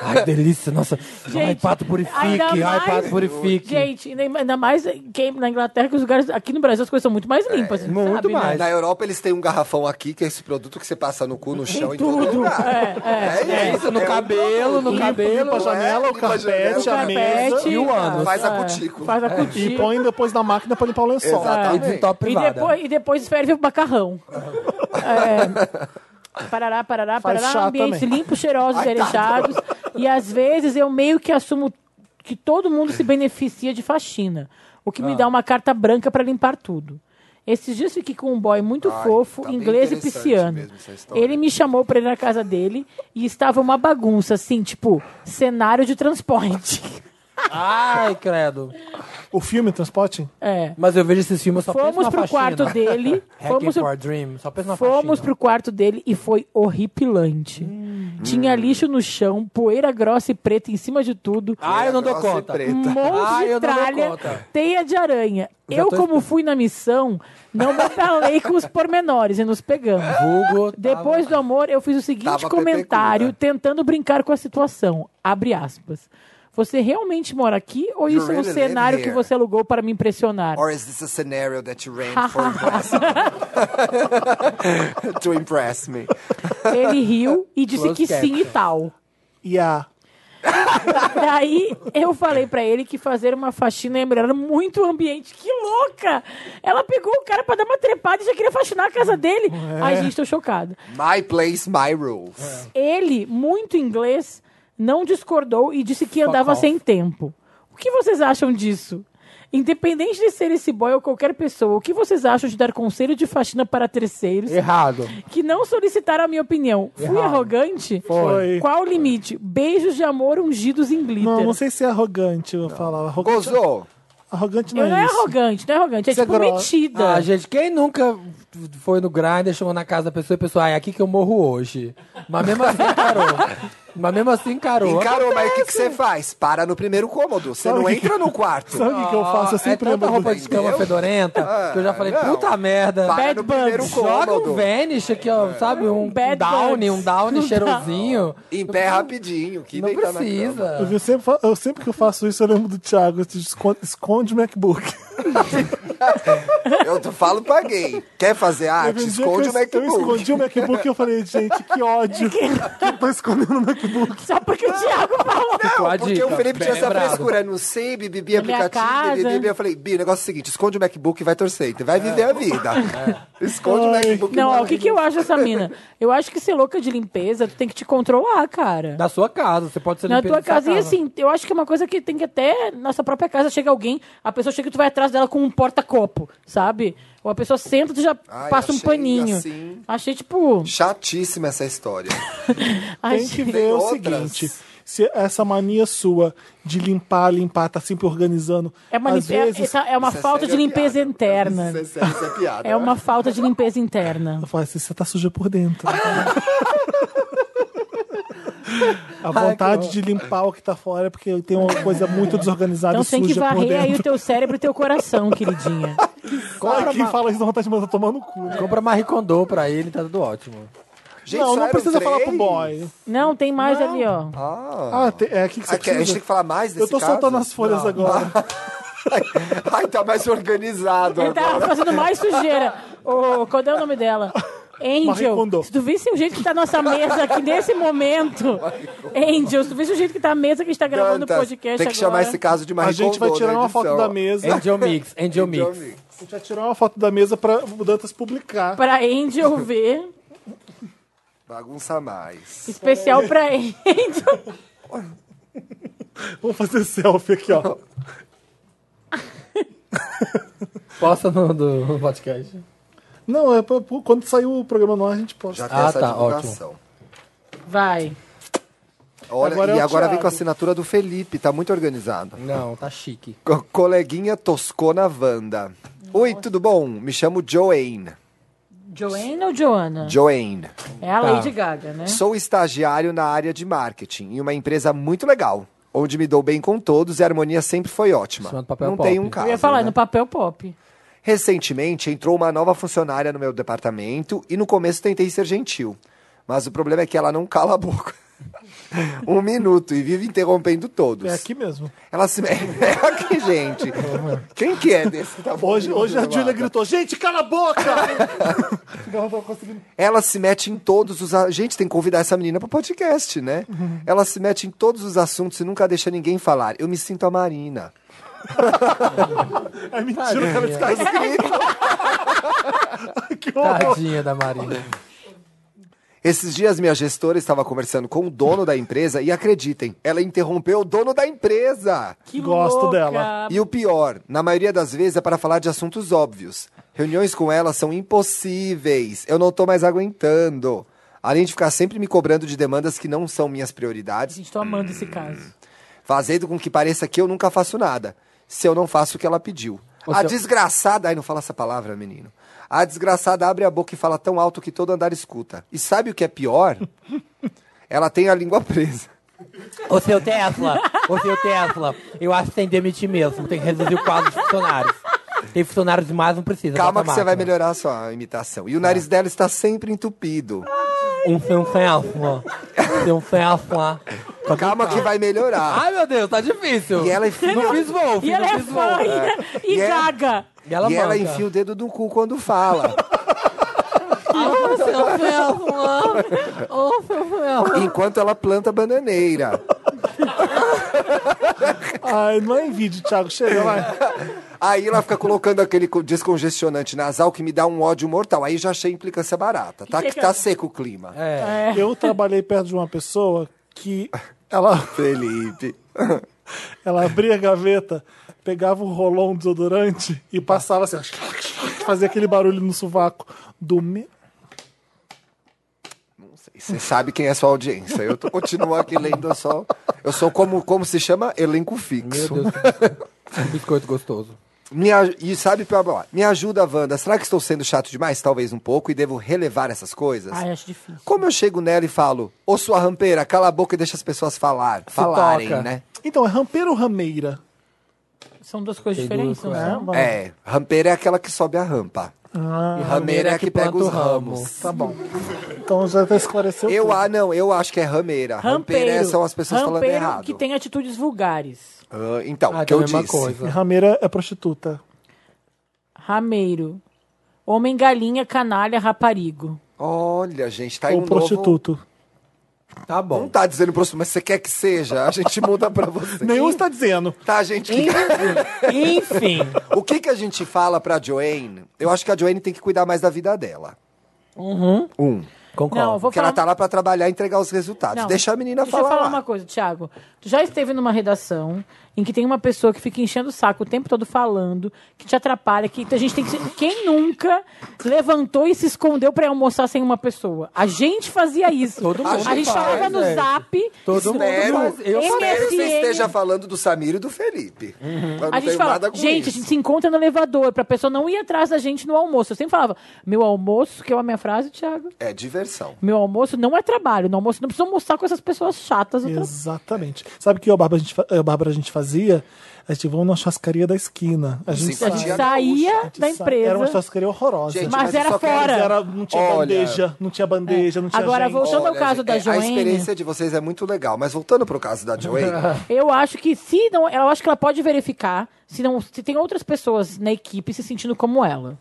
Ai, que delícia, nossa. ai,
Gente,
pato purifique,
ainda
ai,
mais-
pato purifique.
Gente, nem- ainda mais que na Inglaterra que os lugares aqui no Brasil as coisas são muito mais limpas,
muito
sabe, né?
mais.
Na Europa, eles têm um garrafão aqui, que é esse produto que você passa no cu, no chão, em todo
tudo.
lugar.
É, é.
É isso, no cabelo, no cabelo.
Limpa a janela, o
Limpa a janela,
carpete, a
o
mesa.
Carpete,
e o ânus.
Faz a
é,
cutícula.
Faz a
E
cutícula.
põe depois na máquina pra limpar o lençol.
Exato.
E de top
E
privada.
depois, e depois ferve o macarrão. É. Parará, parará,
Faz
parará.
chá
Ambientes
também.
limpos, cheirosos e arejados. E às vezes eu meio que assumo que todo mundo se beneficia de faxina. O que
Ah.
me dá uma carta branca pra limpar tudo. Esses dias fiquei com um boy muito
Ai,
fofo,
tá bem
inglês e
interessante
pisciano.
mesmo essa história.
Ele me chamou pra ir na casa dele e estava uma bagunça, assim, tipo, cenário de transporte.
Ai, credo.
O filme Transporte?
É.
Mas eu vejo esses filmes eu só penso
Fomos
na
pro
faxina.
quarto dele.
Hacking
fomos
for
pro-
a Dream. Só penso na
Fomos
faxina.
pro quarto dele e foi horripilante.
Hum.
Tinha lixo no chão, poeira grossa e preta em cima de tudo.
Ai, eu não dou
Grossa e
conta.
preta.
Um monte
Ai, eu
de
não dou
tralha,
conta.
teia de aranha.
Já
eu,
tô
como
esper-
fui na missão, não me atalei com os pormenores e nos pegamos.
Vulgo, tá
Depois do amor, eu fiz o seguinte
Tava
comentário
petecuda.
tentando brincar com a situação. Abre aspas. Você realmente mora aqui ou
You
isso é um
really live
cenário que
here?
você alugou para me impressionar?
Or is this a scenario that you ran for investment? to impress me.
Ele riu e disse
Close
que sim e
caption.
tal.
E a.
Daí eu falei pra ele que fazer uma faxina ia melhorar muito o ambiente. Que louca! Ela pegou o cara pra dar uma trepada e já queria faxinar a casa dele. Ai, gente, tô chocada.
My place, my
É.
rules.
Ele, muito inglês, não discordou e disse que andava
off.
sem tempo. O que vocês acham disso? Independente de ser esse boy ou qualquer pessoa, o que vocês acham de dar conselho de faxina para terceiros
É.
Errado.
que não solicitaram a minha opinião? Fui
Errado.
arrogante?
Foi.
Qual o limite? Beijos de amor ungidos em glitter.
Não, não sei se é arrogante eu falar. Arrogante,
Gozou?
arrogante não
Eu não
é
é
isso.
arrogante, não é arrogante, é
Isso é
tipo
grossa.
metida.
Ah, gente, quem nunca foi no grinder, chegou na casa da pessoa e pensou, ai, é aqui que eu morro hoje. Mas mesmo assim encarou. Mas mesmo assim encarou.
Encarou, mas o que que você faz? Para no primeiro cômodo. Você
Sabe
não
o que-
entra no quarto.
Sabe o que que eu faço? Eu sempre
é tanta
lembro do-
roupa de cama É,
Entendeu?
fedorenta que eu já falei,
não.
puta merda.
Para
Bad
no primeiro
bugs.
Joga
cômodo.
um Vanish aqui, ó, sabe? Um, um
Bad
Downy,
bugs.
um Downy cheirosinho.
Em pé rapidinho. Que
Não
deitar na cama.
Eu,
precisa.
vi- sempre, fa- eu sempre que eu faço isso, eu lembro do Thiago. esse Esconde, esconde o MacBook.
Eu tô- falo pra gay. Quer fazer
Teve
arte?
um dia
Ah, Esconde o
que eu, eu
MacBook.
escondi o MacBook e eu falei, gente, que ódio. que eu tô escondendo o MacBook.
Só porque o Thiago falou.
Ficou a
Não, porque
dica.
o Felipe tinha
Bem
essa
lembrado.
frescura. né? Não sei, Bibi, Bibi,
minha
aplicativo, Bibi,
casa.
Bibi. Eu falei, Bi, o negócio é o seguinte, esconde o MacBook e vai torcer. Tu vai viver a vida.
É.
Esconde o MacBook e
Não,
vai
ó, o que, que eu acho dessa mina? Eu acho que ser louca de limpeza, tu tem que te controlar, cara.
Da sua casa, você pode ser
Na
limpeza
tua
da sua
casa. E assim, eu acho que é uma coisa que tem que até na sua própria casa chega alguém, a pessoa chega e tu vai atrás dela com um porta-copo, sabe? Ou a pessoa senta e tu já
Ai,
passa um
achei
paninho.
assim.
Achei tipo.
Chatíssima essa história.
Tem que
achei-
ver o
outras.
seguinte. Se essa mania sua de limpar, limpar, tá sempre organizando.
É uma,
às
limpe- é-
vezes,
essa é uma
Isso é
falta de
séria
limpeza
piada.
interna.
Isso é, sério, isso é piada.
É uma falta de limpeza interna.
Eu falo assim, você tá suja por dentro. A vontade de limpar o que tá fora é porque tem uma coisa muito desorganizada
Então
e
tem que
suja por
varrer aí o
dentro.
teu cérebro e teu coração, queridinha.
Ai, quem fala isso dá vontade de mandar tomar no cu. né?
Compra Marie Kondo pra ele, tá tudo ótimo.
Gente,
não,
só
não
eram
precisa falar pro
três?
boy.
Não, tem mais ali, ó.
Ah, te- é aqui que você
Ah, quer- a gente tem
precisa.
que falar mais desse
Eu tô
caso?
soltando as folhas agora.
Ai, tá mais organizado
tá
Ele
agora.
tava fazendo mais sujeira. Ô, qual é o nome dela?
Marie
Angel.
Kondo.
Se tu visse o jeito que tá a nossa mesa aqui nesse momento. Angel, se tu visse o jeito que tá a mesa que a gente tá gravando o
Dantas,
podcast
Tem que chamar
agora.
esse caso de Marie
A gente vai
Kondo
tirar
na
uma foto
né, edição.
da mesa.
Angel Mix, Angel
Então,
Mix.
amigo,
A gente vai tirar uma foto da mesa pra o Dantas publicar.
Pra Angel ver.
Bagunça mais.
Especial pra Angel.
Vamos fazer selfie aqui, ó.
Posta no, do, no podcast.
Não, é pra- pra- quando sair o programa no ar, a gente posta.
Já tem
Ah,
essa
tá,
divulgação.
Vai.
Olha,
Agora é
e
o
agora vem
Thiago.
com a assinatura do Felipe, tá muito organizado.
Não, tá chique.
Co- Coleguinha Toscona Wanda. Oi, tudo bom? Me chamo Joanne.
Joanna ou Joana?
Joanne.
é a
Tá.
Lady Gaga, né?
Sou estagiário na área de marketing em uma empresa muito legal, onde me dou bem com todos e a harmonia sempre foi ótima.
é
Chamado papel
Não
pop.
tem um
Eu
caso.
Eu ia falar, é
né?
no papel pop.
Recentemente entrou uma nova funcionária no meu departamento e no começo tentei ser gentil, mas o problema é que ela não cala a boca. um minuto e vive interrompendo todos.
É aqui mesmo.
Ela se. É aqui, gente. Quem que é desse? que tá
Hoje,
falando
hoje a
do
Julia
lado?
gritou, gente, cala a boca! não, não conseguindo.
Ela se mete em todos os. A... Gente, tem que convidar essa menina pro podcast, né? Ela se mete em todos os assuntos e nunca deixa ninguém falar. Eu me sinto a Marina.
É mentira, cara, esse cara
Escrito.
que horror.
Tadinha da Marina.
Esses dias, minha gestora estava conversando com o dono da empresa e acreditem, ela interrompeu o dono da empresa.
Que
Gosto
louca.
dela.
E o pior, na maioria das vezes é para falar de assuntos óbvios. Reuniões com ela são impossíveis. Eu não tô mais aguentando. Além de ficar sempre me cobrando de demandas que não são minhas prioridades,
Gente, tô amando esse caso.
fazendo com que pareça que eu nunca faço nada, se eu não faço o que ela pediu.
Ou
a
se eu-
desgraçada. Ai, não fala essa palavra, menino. A desgraçada abre a boca e fala tão alto que todo andar escuta. E sabe o que é pior? ela tem a língua presa.
Ô seu Tesla, ô seu Tesla, eu acho que tem que demitir mesmo, tem que reduzir o quadro dos funcionários. Tem funcionários demais, não precisa.
Calma que
bota a
você vai
máquina. É.
melhorar a sua imitação. E o nariz dela está sempre entupido.
Um seu Tesla, seu Tesla. Só
Calma que vai melhorar.
Ai, meu Deus, tá difícil.
E ela enfia,
Não fiz Wolf,
E ela
não
é
fiz
fã
Wolf.
e, e
E ela-
gaga.
E ela,
e
é
ela
manca.
enfia o dedo no cu quando fala.
Ô,
é um
seu Tesla. Ô, seu Tesla.
enquanto ela planta bananeira.
Ai, não é em vídeo, Thiago. Chega, vai.
Aí ela fica colocando aquele co- descongestionante nasal que me dá um ódio mortal. Aí já achei implicância barata, tá?
Que
Que tá seco o clima.
É.
Eu trabalhei perto de uma pessoa que ela,
Felipe.
ela abria a gaveta, pegava o rolão de desodorante e passava assim, ó, fazia aquele barulho no sovaco do me...
Você sabe quem é sua audiência. Eu tô continuo aqui lendo só. Eu sou como, como se chama? Elenco
Meu
fixo.
Deus, que biscoito. que biscoito gostoso.
Me aj- e sabe, blá, blá, blá. me ajuda, Wanda. Será que estou sendo chato demais? Talvez um pouco, e devo relevar essas coisas?
Ai, acho difícil.
Como eu chego nela e falo, ô sua rampeira, cala a boca e deixa as pessoas falar, falarem,
toca.
né?
Então, é rampeiro ou rameira?
São duas coisas
Tem
diferentes, né?
duas
não são?
coisas.
É, rampeira é aquela que sobe a rampa.
Ah,
Rameira é a que pega
planta
os
o ramo.
ramos.
tá bom. Então já até esclareceu
Eu,
tudo.
ah, não, eu acho que é rameira. Rampeira é- são as pessoas falando
rampeiro
errado.
que tem atitudes vulgares.
Ah, então, o
Ah,
que
então é
eu
a mesma
disse.
E
coisa.
Rameira é prostituta.
Rameiro. Homem, galinha, canalha, raparigo.
Olha, gente, tá aí
ou
um novo...
prostituto.
Tá
Não
bom.
tá dizendo prostituto, mas você quer que seja? A gente muda pra você.
Nenhum está dizendo.
Tá, gente. que-
Enfim.
o que que a gente fala pra Joanne? Eu acho que a Joanne tem que cuidar mais da vida dela. Uhum. Um.
Concordo.
Não, vou
Porque ela
falar-
tá lá pra trabalhar e entregar os resultados.
Não,
Deixa a menina
deixa
falar.
eu falar
lá.
uma coisa, Thiago. Tu já esteve numa redação em que tem uma pessoa que fica enchendo o saco o tempo todo falando, que te atrapalha, que a gente tem que. se- Quem nunca levantou e se escondeu pra almoçar sem uma pessoa? A gente fazia isso.
Todo mundo
a gente
faz,
falava no
velho.
zap.
Todo mundo
Espero,
faz. Eu
espero que você
MSN.
esteja falando do Samir e do Felipe.
Uhum.
Eu não
A gente
tenho
fala,
nada com
gente, a
isso.
gente se encontra no elevador, pra pessoa não ir atrás da gente no almoço. Eu sempre falava, meu almoço, que é a minha frase, Thiago.
É diversão.
Meu almoço não é trabalho. No almoço não precisa almoçar com essas pessoas chatas. no trabalho.
Exatamente. Sabe o que eu, Bárbara, a gente, fa- eh, Bárbara, a gente fazia? A gente vamos na churrascaria da esquina. A gente,
Simpatia
sa-
A gente
Gaúcha.
saía
a gente sa- Era
da
uma
empresa.
churrascaria horrorosa.
Gente,
Mas
eu
era
só quero
fora.
Mas era, não tinha
Olha.
bandeja, não tinha bandeja, não tinha
Agora
gente.
voltando- Voltando ao
Olha,
caso
gente,
da
é, A
Joanne.
experiência de vocês é muito legal, mas voltando pro caso da Joanne,
Eu acho que se não. Eu acho que ela pode verificar se, não, se tem outras pessoas na equipe se sentindo como ela.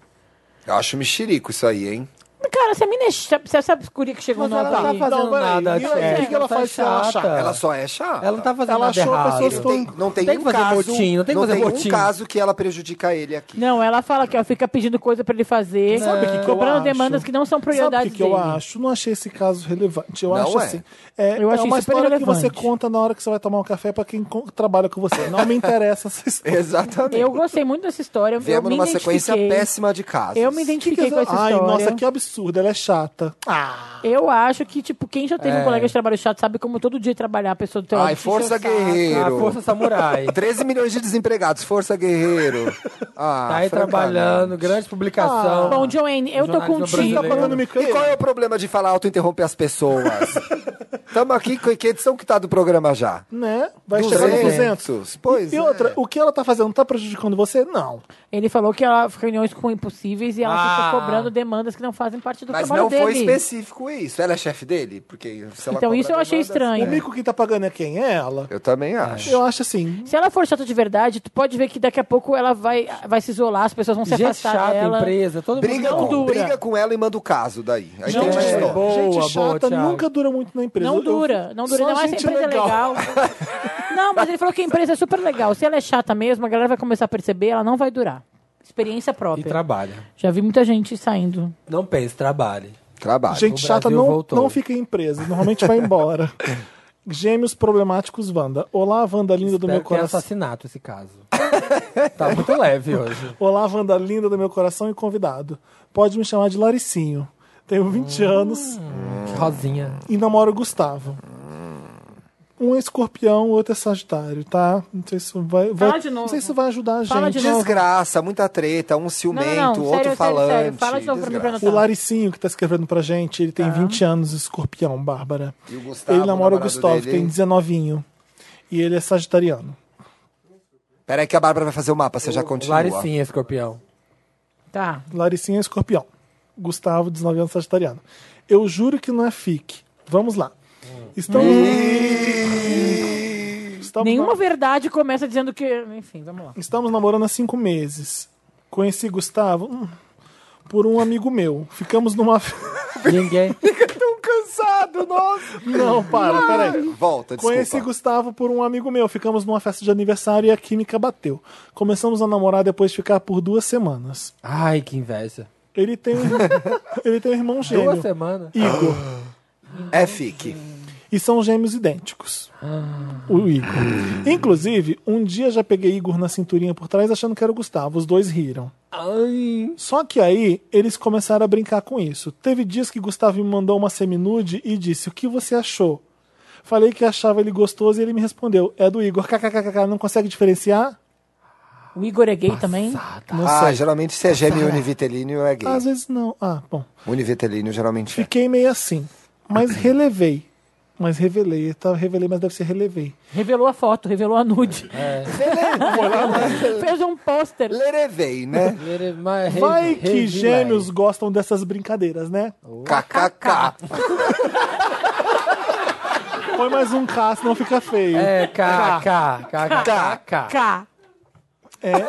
eu acho mexerico isso aí, hein?
Mas, Cara, se a menina. é cha- Se essa guria que chegou no
ela tá
Havaí-
fazendo
Não, peraí,
nada,
e ela-
Thiago.
o que que ela
Tá
faz se ela
chata.
achar?
Ela só é chata.
Ela não tá fazendo
Ela
nada
achou a
errado.
pessoa
Não tem, não tem,
Tem
um
que fazer
caso,
motim, não tem que fazer
tem
motim.
um caso que ela prejudica ele aqui.
Não, ela fala que ela fica pedindo coisa pra ele fazer,
Sabe o que que eu
cobrando
acho?
demandas que não são
Sabe
prioridades
o que, que eu
dele.
acho? Não achei esse caso relevante. Eu
Não
acho
é.
assim. É,
Eu
é
achei
uma
super
história que você
relevante.
conta na hora que você vai tomar um café pra quem co- trabalha com você. Não me interessa essa história.
Exatamente.
Eu gostei muito dessa história. eu- eu
Viemos
me
numa sequência
identifiquei.
péssima de casos.
Eu me
Que que
identifiquei com essa
Ai,
história.
nossa, que absurdo. Ela é chata.
Eu acho que, tipo, quem já teve
É.
um colega de trabalho chato sabe como todo dia trabalhar a pessoa do teu lado
Ai,
te enche o
força
saco.
Ah,
A
guerreiro.
Ah, Força Samurai.
Tá
13 milhões de desempregados, força guerreiro. Ah,
Tá aí
francamente.
trabalhando, grande publicação.
Bom, Joanne, eu tô
então. Jornalismo
contigo.
brasileiro.
tá Pagando
E
mico
qual é o problema de falar auto-interromper as pessoas? Tamo aqui, com que edição que tá do programa já?
né? Vai
tá
chegar no 200.
Pois
E
é.
outra, o que ela tá fazendo tá prejudicando você? Não.
Ele falou que ela fica em reuniões com impossíveis e ela
Ah.
fica cobrando demandas que não fazem parte do
Mas
trabalho
não
dele.
foi específico isso. Ela é chefe dele? Porque se ela
Então,
cobra
isso eu achei
demanda,
estranho.
O mico que tá pagando é quem? É ela.
Eu também acho.
Eu acho assim.
Se ela for chata de verdade, tu pode ver que daqui a pouco ela vai, vai se isolar, as pessoas vão se
Gente
afastar
chata,
dela.
empresa, todo mundo.
Briga
Não
com,
dura.
briga com ela e manda o caso daí. Aí tem
gente,
uma
é.
história.
boa,
gente
boa,
chata
Thiago.
nunca dura muito na empresa.
Não
Eu-
dura, não dura.
só
Não, essa
gente
empresa é legal. não, mas ele falou que a empresa é super legal. Se ela é chata mesmo, a galera vai começar a perceber, ela não vai durar. Experiência
E
própria.
trabalha.
Já vi muita gente saindo.
Não pense, trabalhe.
Trabalho.
Gente
O
chata
Brasil
não,
voltou.
não fica em empresa, normalmente vai embora. Gêmeos problemáticos, Wanda. Olá, Wanda linda do
Espero
meu
que é
coração.
assassinato esse caso. tá muito leve hoje.
Olá, Wanda linda do meu coração e convidado. Pode me chamar de Laricinho.
Hum.
Tenho 20 anos
Rosinha.
e namoro o Gustavo. Um é escorpião, o outro é sagitário, tá? Não sei se vai. vai-
Fala de novo.
Não sei se vai ajudar a
Fala
gente.
de novo.
Desgraça, muita treta, um
Não,
ciumento,
não, não.
outro
sério, sério,
falante.
sério. Fala de novo pra mim pra
desgraça.
O
anotar.
Laricinho que tá escrevendo pra gente, ele
Tá.
tem 20 anos, escorpião, Bárbara.
E o Gustavo,
ele namora o
namorado
Gustavo,
dele?
tem 19. E ele é sagitariano.
Peraí que a Bárbara vai fazer o mapa, você já continua.
Laricinha, escorpião.
Tá.
Laricinha é escorpião. Gustavo, 19 anos, sagitariano. Eu juro que não é fique. Vamos lá. Estamos. Estamos
Nenhuma verdade começa dizendo que. Enfim, vamos lá.
Estamos namorando há cinco meses. Conheci Gustavo hum, por um amigo meu. Ficamos numa.
Ninguém.
Cansado, nossa.
Não, para, peraí.
Volta, desculpa.
Conheci Gustavo por um amigo meu. Ficamos numa festa de aniversário e a química bateu. Começamos a namorar depois de ficar por duas semanas.
Ai, que inveja.
Ele tem um, ele tem um irmão
Duas
gêmeo,
semanas.
Igor.
É fique.
E são gêmeos idênticos. O Igor. Inclusive, um dia já peguei Igor na cinturinha por trás achando que era o Gustavo. Os dois riram.
Ai.
Só que aí eles começaram a brincar com isso. Teve dias que Gustavo me mandou uma seminude e disse: O que você achou? Falei que achava ele gostoso e ele me respondeu: É do Igor. KKKK, não consegue diferenciar?
O Igor é gay também?
Não
Ah,
sei.
geralmente se é gêmeo univitelíneo é gay.
Às vezes não. Ah, bom.
Univitelíneo geralmente é.
Fiquei meio assim. Mas relevei. Mas revelei. Tá, revelei, mas deve ser relevei.
Revelou a foto, revelou a nude. Fez um pôster.
Lerevei, né?
Mas-
Vai que
Revilei.
gêmeos gostam dessas brincadeiras, né?
KKK.
Põe mais um K, senão fica feio.
É,
Tá.
K, K, K, K, K.
K.
É.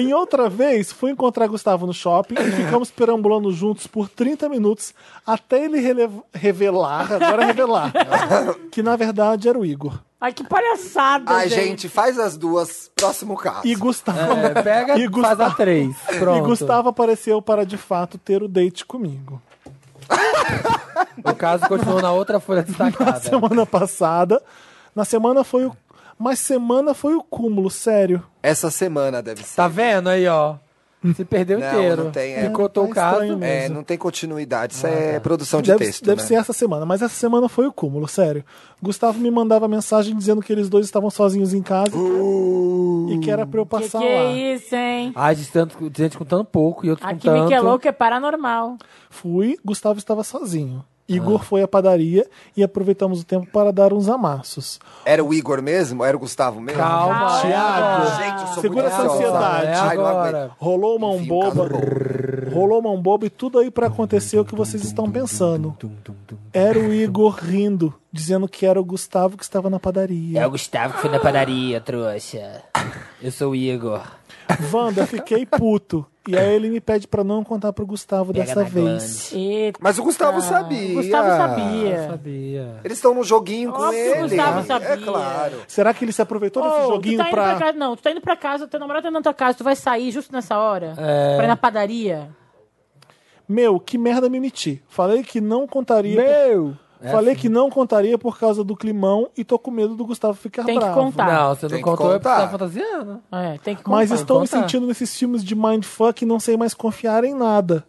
Em outra vez, fui encontrar Gustavo no shopping e ficamos perambulando juntos por 30 minutos até ele rele- revelar, agora é revelar, que na verdade era o Igor.
Ai, que palhaçada,
Ai, gente, faz as duas. Próximo caso.
E Gustavo,
É, pega
E
e faz
Gustavo-
a três.
e
Pronto.
Gustavo apareceu para de fato ter o date comigo.
O caso continuou na outra folha
Na
destacada.
semana passada, na semana foi o. Mas semana foi o cúmulo, sério.
Essa semana deve ser.
Tá vendo aí, ó? Se perdeu
Não,
inteiro.
não tem, é.
Picotou
Tá
o caso.
estranho
É,
mesmo. Ah, tá.
não tem continuidade. Isso é produção de
deve,
texto.
deve
né?
ser essa semana, mas essa semana foi o cúmulo, sério. Gustavo me mandava mensagem dizendo que eles dois estavam sozinhos em casa e que era pra eu
Que,
passar
que
lá.
é isso, hein?
Ai, de tanto, de gente com tanto pouco e outros
A
com
química
Um tanto.
é louca, é paranormal.
Fui, Gustavo estava sozinho. Igor foi à padaria e aproveitamos o tempo para dar uns amassos.
Era o Igor mesmo? Era o Gustavo mesmo?
Calma.
Thiago,
Gente, eu sou
Segura
muito
essa
ansiosa.
ansiedade.
É
Ai, não
agora.
aguento.
rolou mão
Enfim,
boba,
acabou.
rolou mão boba e tudo aí pra acontecer o que vocês estão pensando. Era o Igor rindo, dizendo que era o Gustavo que estava na padaria.
É o Gustavo que foi na padaria, trouxa. Eu sou o Igor.
Wanda, fiquei puto. E aí ele me pede pra não contar pro Gustavo
Pega
dessa
na
vez.
Eita.
Mas o Gustavo sabia.
O Gustavo sabia.
Sabia.
Eles estão no joguinho com
Óbvio que o
ele.
Gustavo
É
sabia.
claro.
Será que ele se aproveitou desse
Ô, tu
joguinho
tá indo pra...
pra.
casa. Não, tu tá indo pra casa, teu namorado tá indo na tua casa, tu vai sair justo nessa hora?
É.
Pra ir na padaria?
Meu, que merda me meti. Falei que não contaria.
Meu!
é
por- Falei
assim.
que não contaria por causa do climão e tô com medo do Gustavo ficar
Tem que
bravo.
contar.
Não, você
Tem
não
que
contou, é porque
contar.
você tá fantasiando.
É, tem que contar.
Mas estou me
contar.
sentindo nesses filmes de mindfuck e não sei mais confiar em nada.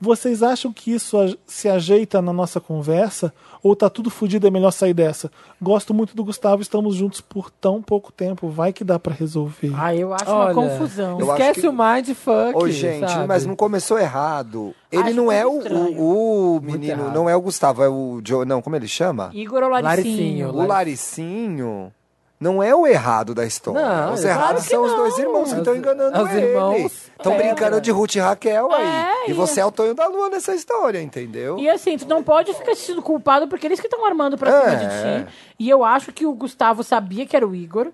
Vocês acham que isso a- se ajeita na nossa conversa? Ou tá tudo fudido, é melhor sair dessa? Gosto muito do Gustavo, estamos juntos por tão pouco tempo. Vai que dá pra resolver.
Ah, eu acho
Olha,
uma confusão.
eu acho
Esquece
que-
o mindfuck.
Ô, gente,
sabe?
mas não começou errado. Ele
Acho
não é o,
muito estranho.
o, o menino,
errado.
não é o Gustavo, é o Joe. Não, como ele chama?
Igor ou Laricinho?
Laricinho.
O Laricinho não é o errado da história.
Não,
os
é claro
errados
que
são os dois irmãos que
Os-
estão enganando
os
ele.
irmãos É.
Estão
pedra.
brincando de Ruth e Raquel aí.
É,
E
e-
você é o Tonho da Lua nessa história, entendeu?
E assim, tu não pode ficar se sentindo culpado porque eles que estão armando pra cima
É.
de ti. E eu acho que o Gustavo sabia que era o Igor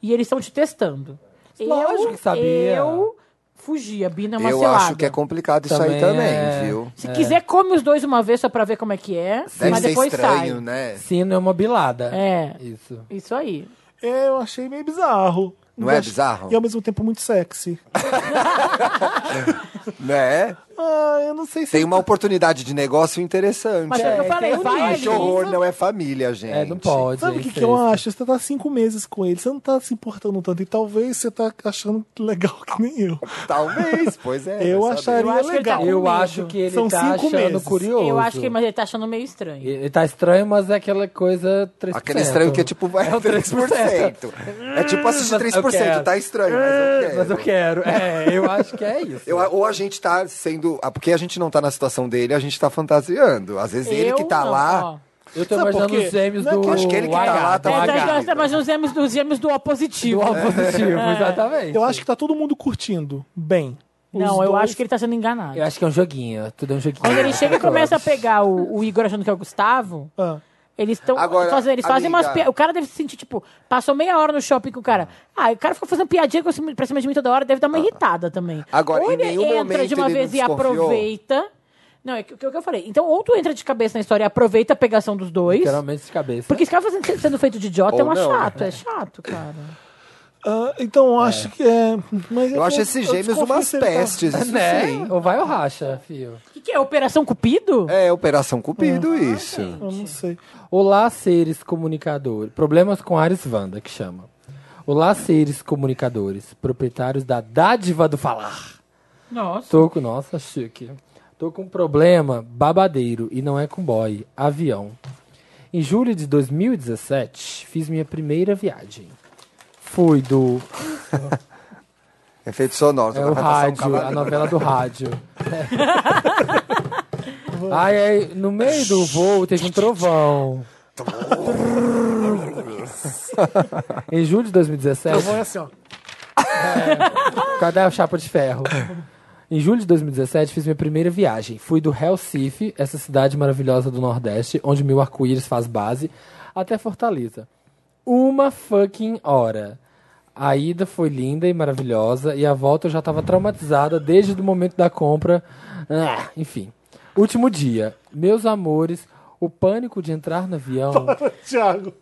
e eles estão te testando.
Lógico
eu,
que sabia.
Eu fugi, a Bina é uma
Eu
selada.
acho que é complicado isso aí
Também
também,
é.
viu?
Se quiser, come os dois uma vez só pra ver como é que é.
Deve
mas
ser
depois
estranho,
sai.
né?
Sino é uma bilada.
É.
Isso.
Isso aí.
É, Eu achei meio bizarro.
Não é
Eu ach-
bizarro?
E ao mesmo tempo muito sexy.
Né?
Ah, eu não sei se.
Tem uma oportunidade de negócio interessante.
Mas foi o que eu falei,
quem faz
Ai,
unido.
que horror, não é família, gente.
É, não pode.
Sabe o que,
gente,
que eu
isso.
acho? Você tá cinco meses com ele, você não tá se importando tanto. E talvez você tá achando legal que nem eu.
Talvez, pois é.
Eu
vai saber.
acharia
Eu acho que ele tá
legal.
com
Eu
medo.
acho que ele
São
tá
cinco
achando
meses.
curioso.
Eu acho que mas ele tá achando meio estranho.
Ele tá estranho, mas é aquela coisa 3%.
Aquele estranho que é tipo, é
É o
3%. É tipo assistir
Mas eu
3%,
quero. É,
tá estranho, mas eu quero.
Mas eu quero. É, eu acho que é isso.
Eu- ou a gente tá sendo. ah, Porque a gente não tá na situação dele, a gente tá fantasiando. Às vezes ele
Eu
que tá
não,
lá.
ó.
Eu tô
Sabe por
imaginando
quê?
os gêmeos
Não é
do.
que eu
acho que ele que tá
H,
lá, tá
do
lá,
H.
cara.
É, nós, nós usemos dos gêmeos do O
Do
positivo.
O positivo, exatamente.
Eu acho que tá todo mundo curtindo bem.
Não,
Os
eu
dois-
acho que ele tá sendo enganado.
Eu acho que é um joguinho. Tudo é um joguinho.
Quando ele chega e começa a pegar o, o Igor achando que é o Gustavo,
Ah.
eles estão.
Agora,
Eles fazem umas
amiga.
piadas. O cara deve se sentir, tipo, passou meia hora no shopping com o cara. Ah, o cara ficou fazendo piadinha com cima- pra cima de mim toda hora, deve dar uma irritada também.
Ah. Agora,
ou
em
ele
nenhum
entra
momento
de uma
ele não
vez e
desconfiou?
aproveita. Não, é que- que- o que eu falei. Então, ou tu entra de cabeça na história e aproveita a pegação dos dois.
Literalmente de cabeça.
Porque esse cara fazendo, sendo feito de idiota é
Ou
uma
não,
chato, é chato, cara.
Ah, então eu acho que é. Mas
Eu acho esses
eu
gêmeos
desconfio
umas
se ele tá-
pestes, isso
né?
sim.
Ou vai ou racha, filho.
O que, que é? Operação Cupido?
É, Operação Cupido,
Hum.
isso.
Eu não sei.
Olá, seres comunicadores. Problemas com Ares Wanda, que chama. Olá, seres comunicadores, proprietários da dádiva do falar.
Nossa.
Tô com. Nossa, chique. Tô com um problema babadeiro e não é com boy, avião. Em julho de 2017, fiz minha primeira viagem. Fui do
Efeito sonoro.
é, o
agora vai passar um
rádio, a
cavalo.
novela do rádio. Ai, ai, no meio do voo teve um trovão. em julho de 2017.
Então é assim, ó.
É. Cadê a chapa de ferro? Em julho de 2017, fiz minha primeira viagem. Fui do Recife, essa cidade maravilhosa do Nordeste, onde meu arco-íris faz base, até Fortaleza. Uma fucking hora. A ida foi linda e maravilhosa, e a volta eu já estava traumatizada desde o momento da compra. Ah, enfim. Último dia. Meus amores, o pânico de entrar no avião.
Thiago.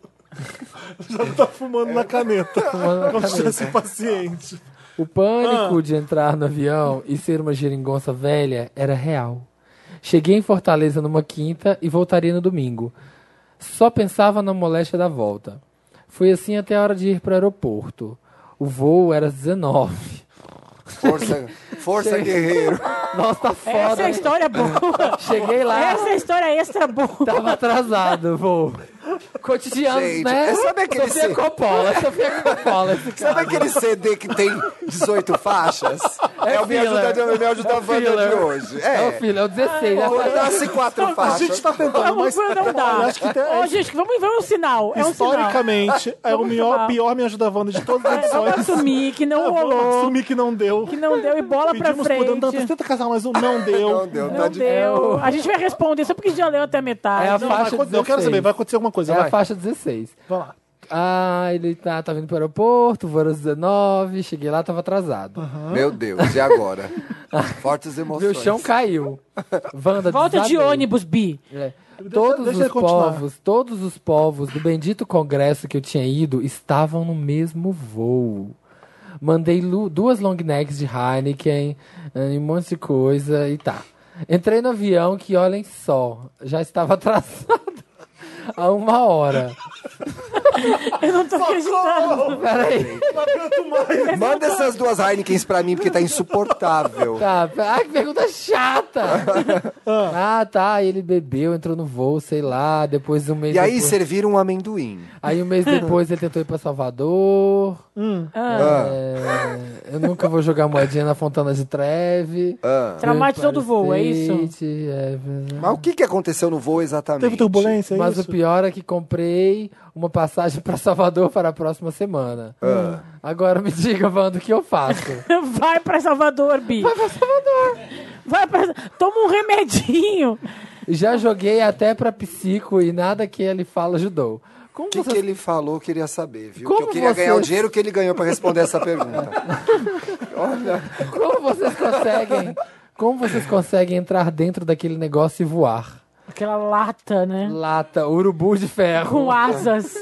Já tá fumando na caneta. Como se tivesse paciente.
O pânico de entrar no avião e ser uma geringonça velha era real. Cheguei em Fortaleza numa quinta e voltaria no domingo. Só pensava na moléstia da volta. Foi assim até a hora de ir para o aeroporto. O voo era às 19.
Força, força guerreiro.
Nossa, tá
Essa é
foda.
a
né?
história boa.
Cheguei lá,
Essa é a história extra boa.
tava atrasado o voo. Cotidianos,
Gente,
né?
é- sabe aquele
Sofia
se-
Coppola, Sofia Coppola. esse cara.
Sabe aquele CD que tem 18 faixas? É, o Me
filler.
Ajuda, é o Me Ajuda Wanda de
filler.
hoje.
É o
É.
filho, é o 16. né?
Cortasse assim, quatro
A
faixas.
gente tá tentando,
Vamos,
mas.
não dá.
Eu acho que tem-
Ó, gente, vamos ver um sinal. um É um sinal. É,
Historicamente, é o
Vamos
melhor,
chamar.
pior me ajudavando de todas as
Vamos
edições.
assumir que um não rolou,
Assumir que não deu.
que não deu e bola Tá pra
É, Pedimos por Dantas,
frente.
tenta casar mais um, não deu.
Não deu, tá
Não
difícil.
deu. A gente vai responder só porque a gente já leu até a
É a
metade.
Vai
faixa
acontecer- eu quero
16.
saber, vai acontecer alguma coisa,
É a
vai.
faixa 16.
Vai lá.
Ah, ele tá, tá vindo pro aeroporto, voo às 19, cheguei lá, tava atrasado.
Meu Deus, e agora? Fortes
Meu
emoções.
chão caiu. Wanda,
Volta de
desabei.
ônibus, Bi.
É. Todos
deixa ele
os
continuar.
povos, todos os povos do bendito congresso que eu tinha ido estavam no mesmo voo. Mandei lu- duas long necks de Heineken eh, e um monte de coisa e tá. Entrei no avião que, olhem só, já estava atrasado há uma hora.
Eu não tô acreditando.
Peraí.
Manda essas duas Heinekens pra mim, porque tá insuportável.
Tá, ah, que pergunta chata! ah, tá, ele bebeu, entrou no voo, sei lá, depois um mês
E aí
depois...
serviram um amendoim.
Aí um mês depois ele tentou ir pra Salvador.
Ah,
É, eu nunca vou jogar moedinha na Fontana de Treve.
ah.
Traumatizou do voo, é
Empire
isso?
State, é.
Mas o que, que aconteceu no voo exatamente?
Teve turbulência, é
Mas
isso?
o pior é que comprei uma passagem pra Salvador para a próxima semana.
Ah.
Agora me diga, Wanda, o que eu faço?
Vai pra Salvador, Bi. Vai pra Salvador. Vai pra... Toma um remedinho.
Já joguei até pra psico e nada que ele fala ajudou. Como
O que,
você
que ele falou, eu queria saber, viu? que
Como
eu queria
você-
ganhar o dinheiro que ele ganhou pra responder essa pergunta.
Como vocês conseguem? Como vocês conseguem entrar dentro daquele negócio e voar?
Aquela lata, né?
Lata, urubu de ferro.
Com asas.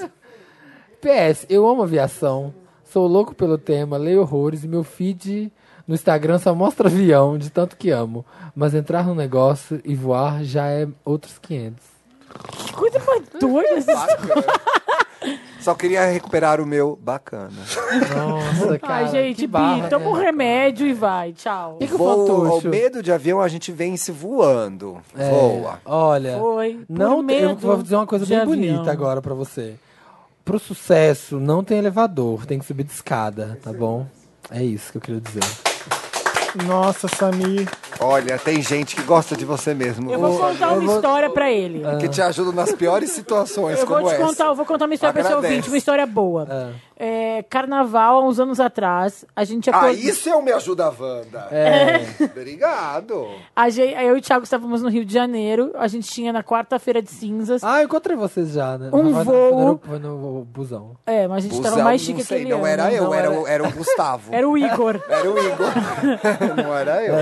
PS, eu amo aviação. Sou louco pelo tema, leio horrores e meu feed No Instagram só mostra avião, de tanto que amo. Mas entrar no negócio e voar já é outros 500.
Que coisa mais doida. essa
Bacana. Só queria recuperar o meu bacana.
Nossa, cara.
Ai, gente,
que
Bi,
barra,
toma um
né?
remédio e vai. Tchau.
Que que o
Voo, o
Fantuxo...
medo de avião a gente vence voando.
É,
Voa.
Olha,
Foi.
não
por
tem- eu
medo
vou dizer uma coisa
de
bem
avião.
bonita agora pra você. Pro sucesso, não tem elevador, tem que subir de escada, tá bom? É isso que eu queria dizer.
Nossa, Samir.
Olha, tem gente que gosta de você mesmo.
Eu vou um contar uma história pra ele.
Que te ajuda nas piores situações
Eu vou
como
te
Ah, essa.
contar, eu vou contar uma história pra
Agradece.
esse ouvinte, uma história boa.
Ah.
É, carnaval, há uns anos atrás, a gente
Ah,
acordou-
isso é o Me Ajuda a Wanda.
É.
Obrigado.
A gente, eu e o Thiago estávamos no Rio de Janeiro, a gente tinha na quarta-feira de cinzas.
Ah, eu encontrei vocês já, né?
Um
Mas
voo.
Foi no, foi no busão.
É, mas a gente estava mais chique
não sei,
aquele
não
ano.
era eu,
Não,
era, o- era o Gustavo.
era o Igor.
Era o Igor. não era eu.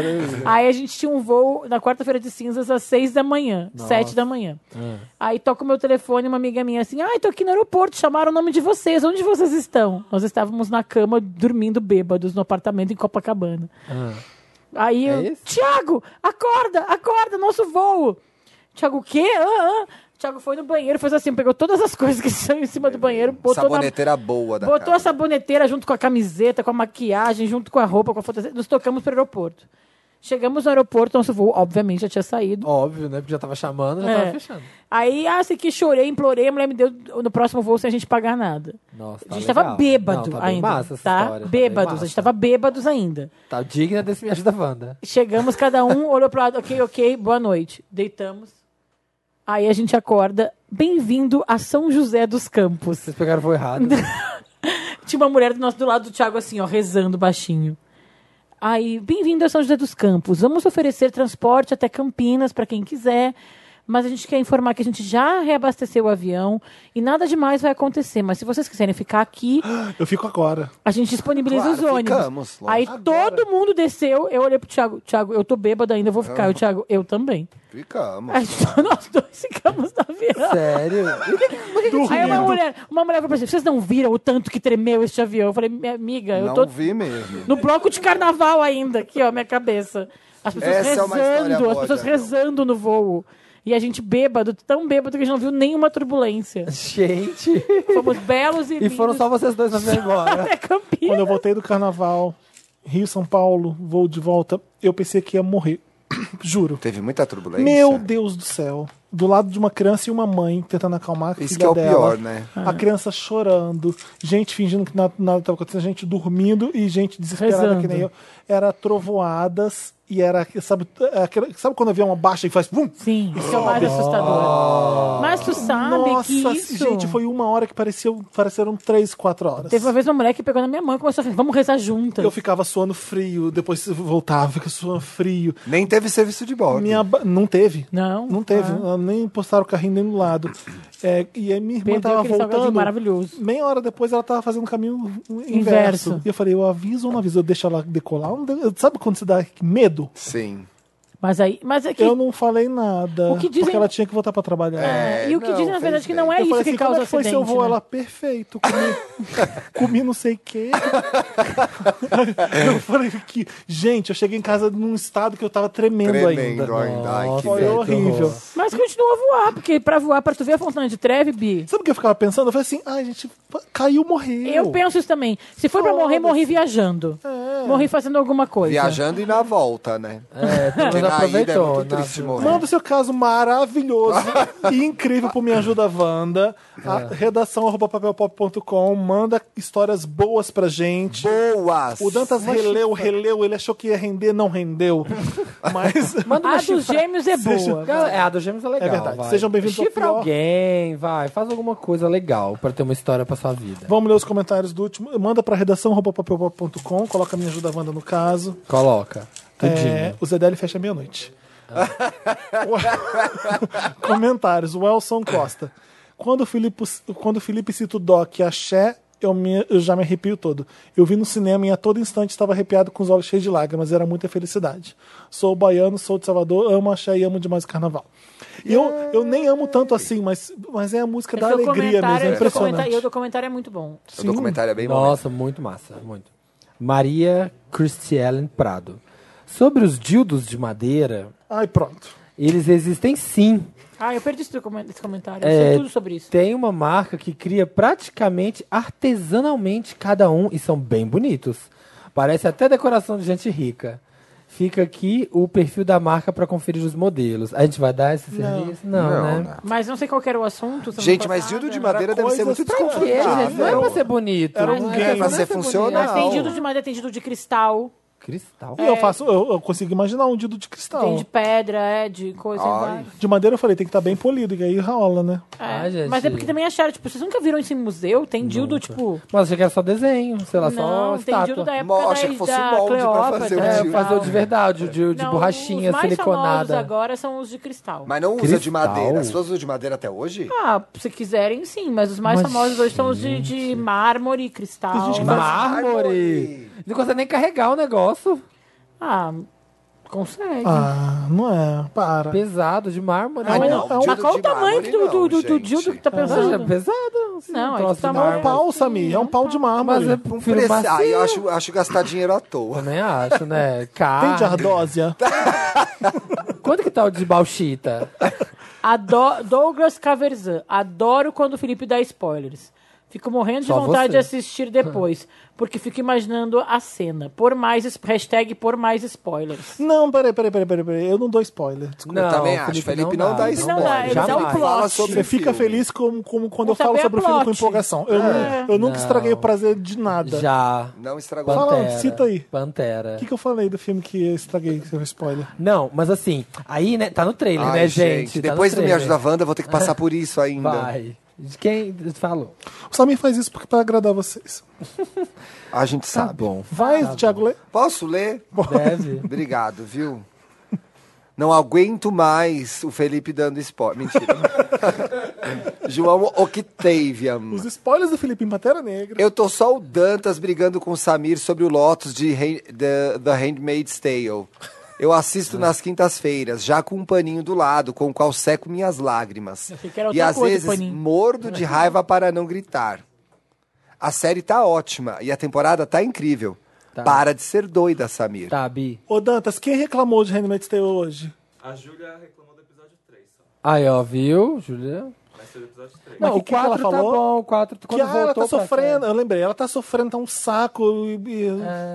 Aí a gente tinha um voo na quarta-feira de cinzas às seis da manhã, sete da manhã.
É.
Aí toca o meu telefone, uma amiga minha assim, ai, tô aqui no aeroporto, chamaram o nome de vocês, onde vocês estão? Nós estávamos na cama, dormindo bêbados, no apartamento em Copacabana.
Ah.
Aí
É
eu,
isso?
Tiago, acorda, acorda, nosso voo. Tiago, o quê? Ah, ah. Tiago foi no banheiro, fez assim, pegou todas as coisas que estão em cima do banheiro, botou na,
Saboneteira boa da
Botou
casa.
a saboneteira junto com a camiseta, com a maquiagem, junto com a roupa, com a fantasia. Nos tocamos pro aeroporto. Chegamos no aeroporto, nosso voo, obviamente, já tinha saído.
Óbvio, né? Porque já tava chamando, já
É.
tava fechando.
Aí, ah, sei que chorei, implorei, a mulher me deu no próximo voo sem a gente pagar nada.
Nossa, tá
a gente
legal.
tava bêbado
Não, tá bem
ainda.
Massa essa
tá?
história, tá bem
bêbados,
massa.
a gente tava bêbados ainda.
Tá digna desse Me Ajuda Wanda.
Chegamos, cada um olhou pro lado, ok, ok, boa noite. Deitamos. Aí a gente acorda, bem-vindo a São José dos Campos.
Vocês pegaram o voo errado. né?
Tinha uma mulher do nosso do lado do Thiago, assim, ó, rezando baixinho. Aí, bem-vindo a São José dos Campos. Vamos oferecer transporte até Campinas para quem quiser. Mas a gente quer informar que a gente já reabasteceu o avião e nada demais vai acontecer. Mas se vocês quiserem ficar aqui,
Eu fico agora.
a gente disponibiliza os
Claro,
ônibus.
ficamos, lógico.
Aí todo mundo desceu. Eu olhei pro Thiago. Thiago, eu tô bêbado ainda, eu vou
Ah.
ficar. Eu, Thiago, eu também.
Ficamos.
Aí nós dois ficamos no avião.
Sério?
Aí uma mulher, uma mulher falou pra gente, vocês não viram o tanto que tremeu este avião? Eu falei, minha amiga, eu
não
tô
vi mesmo.
no bloco de carnaval ainda, aqui, ó, minha cabeça. As pessoas
Essa é uma história
rezando, as
boa,
pessoas
Gabriel.
rezando no voo. E a gente bêbado, tão bêbado que a gente não viu nenhuma turbulência.
Gente.
Fomos belos e,
E foram
lindos
só vocês dois pra ir embora.
até Campinas.
Quando eu voltei do carnaval, Rio, São Paulo, vou de volta, eu pensei que ia morrer. Juro.
Teve muita turbulência.
Meu Deus do céu. Do lado de uma criança e uma mãe tentando acalmar a filha
Isso que é o
dela.
pior, né?
A criança chorando, gente fingindo que nada estava acontecendo, gente dormindo e gente desesperada
Rezando.
que nem eu. Era trovoadas e era, sabe, é, aquela- sabe quando o avião abaixa e faz bum?
Sim, isso é o mais
Oh.
assustador. Mas tu sabe
Nossa,
que isso...
gente, foi uma hora que parecia, pareceram três, quatro horas.
Teve uma vez uma mulher que pegou na minha mão e começou a falar, vamos rezar juntas.
Eu ficava suando frio, depois voltava, ficava suando frio.
Nem teve serviço de bordo.
Minha ba- Não teve.
Não?
Não teve.
Ah.
Ela Nem postaram o carrinho nem do lado. É, e aí minha irmã
Perdeu
tava
aquele salgadinho
voltando.
maravilhoso.
Meia hora depois ela tava fazendo o caminho inverso.
Inverso.
E eu falei, eu aviso ou não aviso? Eu deixo ela decolar? Eu não de- Sabe quando se dá medo?
Sim.
Mas aí... Mas é que...
Eu não falei nada.
O que dizem-
Porque ela tinha que voltar pra trabalhar.
É,
E o que
não,
dizem, na
fez
verdade, que
bem.
não é
eu
isso
falei
que
assim, como
causa
é que foi
acidente,
seu voo?
né?
Ela, perfeito, comi, comi não sei o quê. eu falei que, gente, eu cheguei em casa num estado que eu tava tremendo,
Tremendo
ainda.
ainda. Ai, que
Foi
medo.
horrível.
Mas continua a voar, porque pra voar, pra tu ver a Fontana de Treve, Bi...
Sabe o que eu ficava pensando? Eu falei assim, ai, gente, caiu, morreu.
Eu penso isso também. Se for pra morrer, morri viajando. Morri fazendo alguma coisa.
Viajando e na volta, né?
É, mas
Porque na ida é
aproveitou.
muito
na-
triste morrer.
Manda o seu caso maravilhoso e incrível pro Me Ajuda Wanda. A redação arroba papelpop.com. Manda histórias boas pra gente.
É.
Boas!
O Dantas releu, releu, ele achou que ia render, não rendeu. Mas.
Manda
A
uma
dos
chifra.
gêmeos é
Seja-
boa.
Gal- É, a dos gêmeos é legal.
É verdade.
vai.
Sejam bem-vindos ao
Chifra
pior.
alguém, vai. Faz alguma coisa legal pra ter uma história pra sua vida.
Vamos ler os comentários do último. Manda pra redação arroba papelpop.com. Coloca Me Ajuda Wanda no caso.
Coloca. Tudinho.
É, o ZDL fecha meia-noite. Comentários. O Elson Costa. Quando o Felipe, quando o Felipe cita o Doc e Axé, eu, me- eu já me arrepio todo. Eu vi no cinema e a todo instante estava arrepiado com os olhos cheios de lágrimas. Era muita felicidade. Sou baiano, sou de Salvador, amo Axé e amo demais o carnaval. E Eu, eu nem amo tanto assim, mas, mas é a música da
Esse
alegria mesmo. É
documentário- esse documentário-
impressionante.
E o documentário é muito bom.
O documentário é bem bom.
Nossa, muito massa. Muito. Maria Cristiellen Prado. Sobre os dildos de madeira,
Ai, pronto.
eles existem sim.
Ah, eu perdi esse, documen- esse comentário. Eu
É,
sei tudo sobre isso.
Tem uma marca que cria praticamente artesanalmente cada um e são bem bonitos. Parece até decoração de gente rica. Fica aqui o perfil da marca para conferir os modelos. A gente vai dar esse serviço? Não, né?
Mas não sei qual que era o assunto. semana
Gente, mas
passada.
dildo de madeira deve ser muito
coisas pra
Que é, gente, não é
desconfortável.
pra ser bonito.
Era um
não é
game,
pra
né?
ser
Ser
bonito.
funcional.
Mas tem dildo de madeira, tem dildo de cristal,
Cristal.
E eu faço, eu, eu consigo imaginar um dildo de cristal.
tem de pedra, é, de coisa.
Ai.
várias.
De madeira eu falei, tem que estar bem polido, e aí rola, né?
É,
Ai, gente.
Mas é porque também acharam, tipo, vocês nunca viram esse museu? Tem dildo, tipo.
Mas achei que era só desenho, sei lá,
não,
Tá só
tem
estátua.
dildo da época
Mo-
da,
achei que fosse
da
um molde pra
Cleópatra.
fazer o
É,
dildo.
fazer o de verdade, o de, de
Não,
borrachinha
os mais famosos
siliconada.
agora são os de cristal.
Mas não usa de
Cristal?
madeira. As pessoas usam de madeira até hoje?
Ah, se quiserem, sim, mas os mais
Mas,
famosos hoje são os de, de mármore, cristal.
gente que faz-
Mármore! Não consegue nem carregar o negócio.
Ah, consegue.
Ah, não é, para.
Pesado, de mármore. né?
Mas,
não,
não,
é um
mas qual
dildo
o
de
tamanho
mármore,
do, do, do,
não,
do
gente.
dildo que tá
Mas é
pensando?
pesado. assim,
Não,
um
é
troço
de
de
tamanho.
É um
mármore.
pau, Samir, é um pau de mármore.
Mas é
Um
filho
preço. Ah, eu
macio.
acho, acho gastar dinheiro à toa.
Também acho, né?
Tem de
Carne.
ardósia?
Tá. Quanto que tá o de bauxita?
Ado- Douglas Caverzan. Adoro quando o Felipe dá spoilers. Fico morrendo de
Só
vontade
você. Ah.
de assistir depois, porque fico imaginando a cena. Por mais es- hashtag por mais spoilers.
Não, peraí, peraí, peraí, peraí, peraí. Eu não dou spoiler.
Eu também acho.
Felipe,
Felipe não, dá
não
spoiler.
dá, ele dá um
Ele Fala
plot.
sobre
Você
o
fica
filme.
feliz como, como quando
Não
eu falo
saber
sobre o filme com
plot.
empolgação.
É.
Eu, nu- eu nunca
Não.
estraguei o prazer de nada.
Já.
Não estragou.
Fala,
Pantera.
cita aí.
Pantera.
O que, que eu falei do filme que eu estraguei, seu spoiler?
Não, mas assim, aí, né, tá no trailer,
Ai,
né, gente? Tá no
Depois do Me
trailer.
Ajuda Wanda, eu vou ter que passar por isso ainda.
Vai. De quem falou?
O Samir faz isso porque- pra agradar vocês.
A gente
Tá
sabe.
bom.
Vai, Thiago, lê.
Posso ler?
Deve.
Obrigado, viu? Não aguento mais o Felipe dando spoiler. Mentira. João Octavian.
Os spoilers do Felipe em Pantera Negra.
Eu tô só o Dantas brigando com o Samir sobre o Lotus de Han- The, The Handmaid's Tale. Eu
Ah.
assisto nas quintas-feiras, já com um paninho do lado, com o qual seco minhas lágrimas.
Achei que era
E
outra
às
coisa,
vezes
paninho.
mordo de raiva para não gritar. A série tá ótima e a temporada tá incrível.
Tá.
Para de ser doida, Samir.
Tá, Bi.
Ô, Dantas, quem reclamou de Handmaid's Tale hoje?
A Júlia reclamou do episódio 3, só.
Aí, ó, viu, Julia?
Mas foi do episódio 3.
Mas
Não,
que
o
que ela
4 tá
falou?
bom, o 4
Que
quando
ah,
voltou
ela tá
pra
sofrendo. Eu lembrei, ela tá sofrendo, tá um saco. e- e-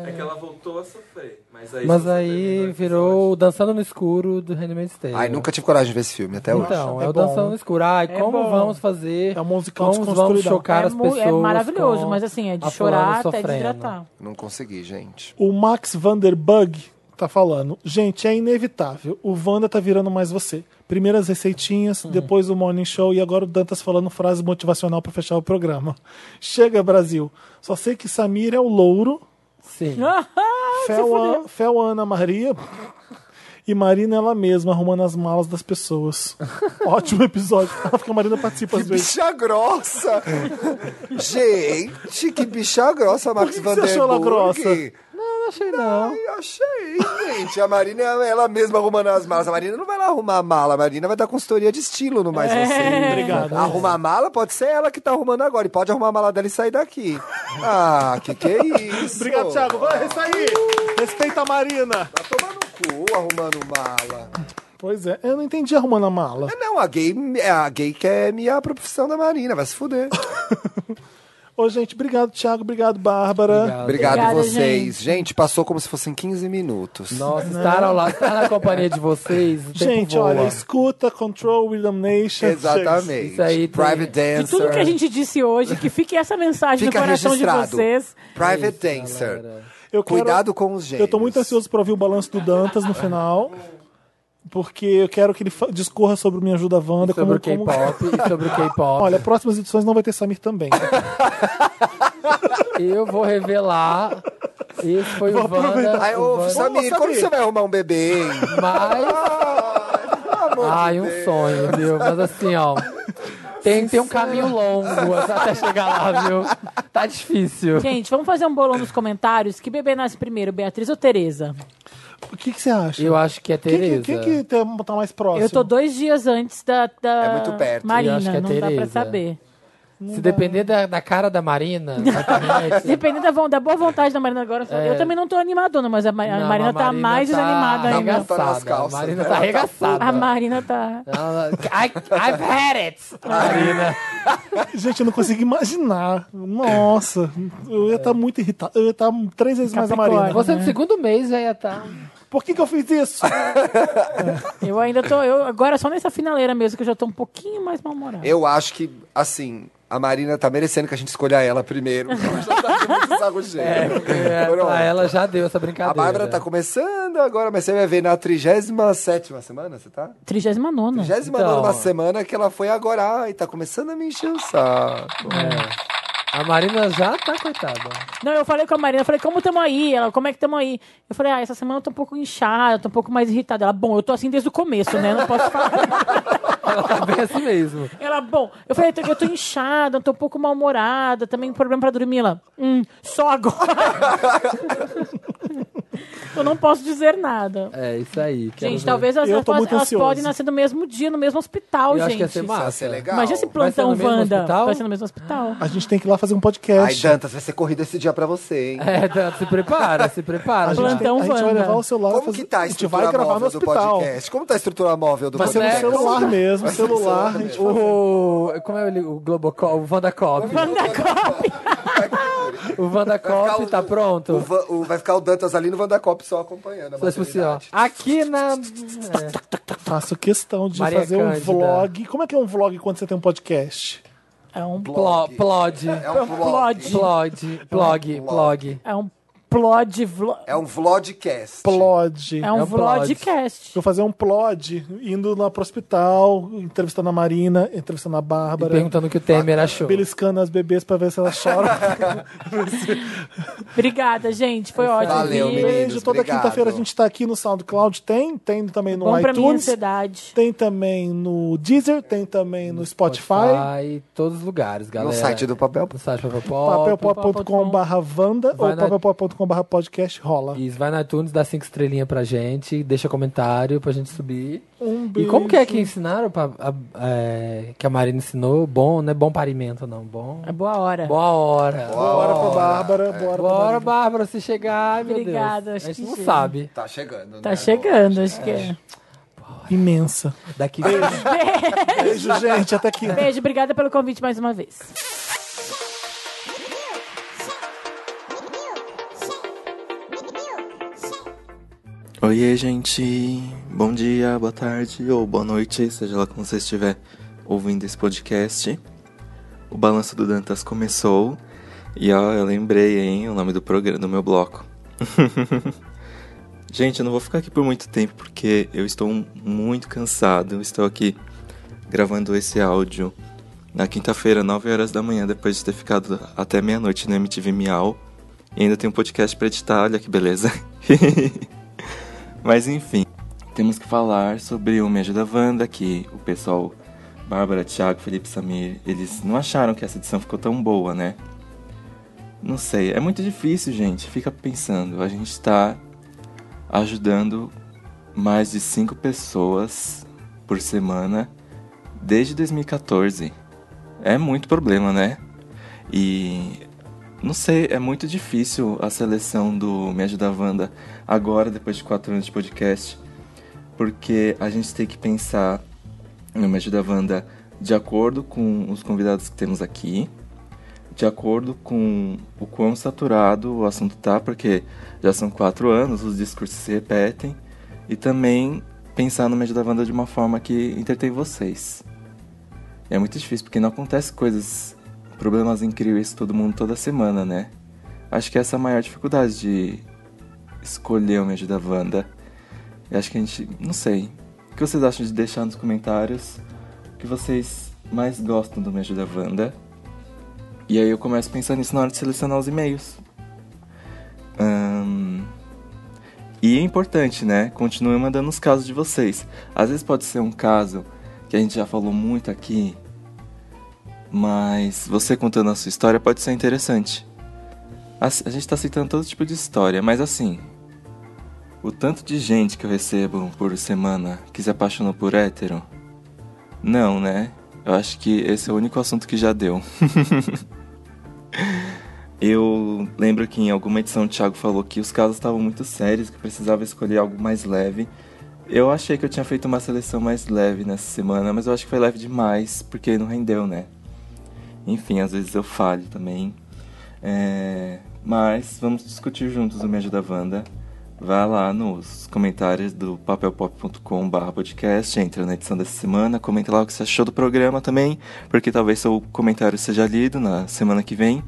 É que ela voltou a sofrer. Mas aí,
cá. Mas
se você terminar
aí
o
virou o Dançando no Escuro do Handmaid's Tale.
Ai, nunca tive coragem de ver esse filme até hoje.
Então,
É
é, o
bom.
Dançando no Escuro. Ai,
É
como
bom.
vamos fazer?
É um musical
como vamos
desconstruidão.
chocar
é,
as
mu- é
pessoas.
maravilhoso,
com
mas assim, é de
a
chorar
fulana
até
sofrendo.
desidratar.
Não consegui, gente.
O Max Vanderbug tá falando. Gente, é inevitável. O Wanda tá virando mais você. Primeiras receitinhas, depois o Morning Show e agora o Dantas falando frase motivacional pra fechar o programa. Chega, Brasil. Só sei que Samir é o louro,
Sim.
Fel, An- Fel Ana Maria e Marina é ela mesma arrumando as malas das pessoas. Ótimo episódio. Ela fica, a Marina participa às vezes.
Bicha grossa! gente, que bicha grossa, Max
que que você achou ela
Vanderburg.
grossa?
Não achei não.
Eu achei, gente. A Marina, é ela mesma arrumando as malas. A Marina não vai lá arrumar a mala. A Marina vai dar consultoria de estilo no Mais
É.
Você.
Obrigado.
Arrumar a mala pode ser ela que tá arrumando agora. E pode arrumar a mala dela e sair daqui. Ah, que que é isso?
Obrigado, Thiago. Vai, é isso aí. Respeita a Marina.
Tá tomando cu arrumando mala.
Pois é, eu não entendi arrumando a mala.
Ah, Não, a gay, a gay quer miar a profissão da Marina. Vai se fuder.
Ô, gente, obrigado, Thiago. Obrigado, Bárbara.
Obrigado
Obrigada,
vocês.
gente.
Gente. passou como se fossem 15 minutos.
Nossa, estar ao lado, estar na companhia de vocês. o tempo
Gente,
voa.
olha, escuta, control, William Nation.
Exatamente.
Isso aí tem-
Private
De
Dancer.
tudo que a gente disse hoje, que fique essa mensagem
Fica
no coração
registrado.
de vocês.
Private Dancer.
Eu quero-
Cuidado com os gêmeos.
Eu tô muito ansioso pra ouvir o balanço do Dantas no final. Porque eu quero que ele fa- discorra sobre o Me Ajuda Wanda.
Sobre o
como- como-
K-pop e sobre o K-pop.
Olha, próximas edições não vai ter Samir também.
Eu vou revelar. Esse foi o Wanda.
Ai,
o
ô,
Wanda-
Samir,
Samir.
como você vai arrumar um bebê, hein?
Mas. Ai, um sonho, viu? Mas assim, ó. Tem, tem um caminho longo até chegar lá, viu? Tá difícil.
Gente, vamos fazer um bolão nos comentários. Que bebê nasce primeiro, Beatriz ou Tereza?
O que, que você acha?
Eu acho que é
Quem que,
Tereza.
quem que tem- tá mais próximo?
Eu tô dois dias antes da, da
É muito perto.
Marina,
Eu acho que é
não dá pra
Tereza.
saber.
Se depender da, da cara da Marina, exatamente.
Dependendo da, von- da boa vontade da Marina agora, eu falo, eu também não tô animadona, mas a, Ma- a
É. Não,
Marina
a
tá mais desanimada
tá
ainda.
Tá nas
Arregaçada. A
calças.
Marina
Ela
tá
tá
arregaçada.
A Marina tá.
Ela- I, I've had it!
Ah,
Marina.
Gente, eu não consigo imaginar. Nossa, eu ia estar muito irritado. Eu ia estar três vezes mais
Capricórnio.
a Marina.
Você no segundo mês já ia tá. estar.
Por que, que eu fiz isso?
Eu ainda tô. Eu, agora só nessa finaleira mesmo, que eu já tô um pouquinho mais mal-humorada.
Eu acho que, assim, a Marina tá merecendo que a gente escolha ela primeiro. Ela já tá de muito saco cheio. É, Pronto.
É, Pra ela já deu essa
a
brincadeira.
Bárbara tá começando agora, mas você vai ver na 37 semana, você tá?
Hum,
39.
39
Então.
semana que ela foi agora e tá começando a me encher o saco.
É.
A Marina já tá, coitada.
Não, eu falei com a Marina, eu falei, como tamo aí? Ela, como é que tamo aí? Eu falei, ah, essa semana eu tô um pouco inchada, tô um pouco mais irritada. Ela, bom, eu tô assim desde o começo, né? Não posso falar.
Ela tá bem assim mesmo.
Ela, bom, eu falei, eu tô inchada, tô um pouco mal-humorada, também um problema pra dormir. Ela, hum, só agora. eu não posso dizer nada.
É, isso aí. Quero
gente,
ver.
tá talvez elas,
Eu
elas,
tô muito
elas
ansioso.
podem nascer no mesmo dia, no mesmo
Eu
hospital,
acho
gente.
que ia ser
Isso ia
massa.
ser legal.
Imagina esse
Vai ser no
plantão,
mesmo
Wanda.
hospital?
Vai ser no mesmo hospital.
A gente tem que ir lá fazer um
Ai,
podcast.
Dantas, vai ser corrido esse dia pra você, hein?
É, Dan, se prepara, se prepara.
a, gente
Plantão
tem- a gente vai
Wanda.
levar o celular.
Como
fazer-
que tá a
a gente
estrutura
vai gravar no
móvel do
hospital.
podcast? Como tá a estrutura móvel do
Vai ser no
podcast?
celular mesmo,
Vai ser no
celular.
celular
a gente-
O. Como é ele? O Globocop, o Vandacop. O
Vai ficar
Vandacop
o-
tá pronto.
O Va- o- vai ficar o Dantas ali no Vandacop só acompanhando. a
Só tipo assim, ó.
maternidade.
Aqui na.
Faço questão de
Maria
fazer um
Cândida.
vlog. Como é que é um vlog quando você tem um podcast?
É um,
Plo, plod.
É um é vlog.
Plod. Plog. Plog.
é um plod vlog.
É um vlogcast.
Plod.
É um
um plod.
vlogcast.
Vou fazer um plod indo lá pro hospital, entrevistando a Marina, entrevistando a
E
Bárbara.
perguntando o que o Temer achou.
Beliscando as bebês pra ver se elas choram.
Obrigada, gente. Foi ótimo.
Valeu,
E
menino.
Beijo. Toda
obrigado.
quinta-feira a gente tá aqui no SoundCloud. Tem, tem também no
Bom pra minha
iTunes.
ansiedade.
Tem também no Deezer, tem também no Spotify.
Vai em todos os lugares, galera.
No site do Papel
No site do Papel Pop.
papelpop.com.br Vanda ou
Vai na-
papelpop.com.br podcast rola.
Isso, vai na iTunes, dá cinco estrelinhas pra gente, deixa comentário pra gente subir.
Um
E
beijo.
como que é que ensinaram pra, a- é, que a Marina ensinou? Bom, não é bom parimento, não. Bom.
É boa hora.
Boa hora.
Bora pra Bárbara, bora pra
Bora, Bárbara, se chegar. Ai, meu
Obrigada,
Deus.
acho
A gente
que
não
chega.
sabe.
Tá chegando, né?
Tá chegando, acho que é.
Imensa.
Daqui.
Beijo, gente. Até quinta.
Beijo, obrigada pelo convite mais uma vez.
Oiê, gente. Bom dia, boa tarde ou boa noite, seja lá como você estiver ouvindo esse podcast. O Balanço do Dantas começou. E ó, eu lembrei, hein, o nome do programa, do meu bloco. gente, eu não vou ficar aqui por muito tempo porque eu estou muito cansado. Eu estou aqui gravando esse áudio na quinta-feira, 9 horas da manhã, depois de ter ficado até meia-noite no MTV Miau. E ainda tem um podcast pra editar, olha que beleza. Mas enfim, temos que falar sobre o Me Ajuda Wanda, que o pessoal, Bárbara, Thiago, Felipe, Samir, eles não acharam que essa edição ficou tão boa, né? Não sei, é muito difícil, gente. Fica pensando, a gente tá ajudando mais de 5 pessoas por semana desde 2014. É muito problema, né? E não sei, é muito difícil a seleção do Me Ajuda Wanda agora, depois de quatro anos de podcast, porque a gente tem que pensar no Me Ajuda Wanda de acordo com os convidados que temos aqui, de acordo com o quão saturado o assunto tá, porque já são quatro anos, os discursos se repetem, e também pensar no Me Ajuda Wanda de uma forma que entretém vocês. É muito difícil, porque não acontece coisas, problemas incríveis todo mundo toda semana, né? Acho que essa é a maior dificuldade de escolher o Me Ajuda Wanda. Eu acho que a gente. Não sei. O que vocês acham de deixar nos comentários o que vocês mais gostam do Me Ajuda Wanda? E aí eu começo a pensar nisso na hora de selecionar os e-mails. Ahn, E é importante, né? Continuem mandando os casos de vocês. Às vezes pode ser um caso que a gente já falou muito aqui, mas você contando a sua história pode ser interessante. A, a gente tá aceitando todo tipo de história, mas assim, o tanto de gente que eu recebo por semana que se apaixonou por hétero? Não, né? Eu acho que esse é o único assunto que já deu. Eu lembro que em alguma edição o Thiago falou que os casos estavam muito sérios, que precisava escolher algo mais leve. Eu achei que eu tinha feito uma seleção mais leve nessa semana, mas eu acho que foi leve demais, porque não rendeu, né? Enfim, às vezes eu falho também. É, Mas vamos discutir juntos o Me Ajuda Wanda. Vai lá nos comentários do papelpop.com.br podcast, entra na edição dessa semana, comenta lá o que você achou do programa também, porque talvez seu comentário seja lido na semana que vem.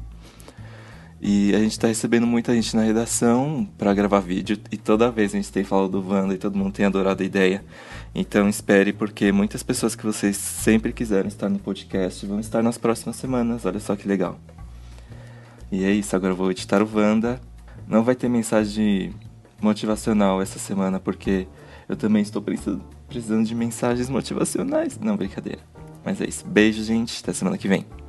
E a gente tá recebendo muita gente na redação pra gravar vídeo e toda vez a gente tem falado do Wanda e todo mundo tem adorado a ideia. Então espere porque muitas pessoas que vocês sempre quiseram estar no podcast vão estar nas próximas semanas. Olha só que legal. E é isso, agora eu vou editar o Wanda. Não vai ter mensagem motivacional essa semana porque eu também estou precis- precisando de mensagens motivacionais. Não, brincadeira. Mas é isso. Beijo, gente. Até semana que vem.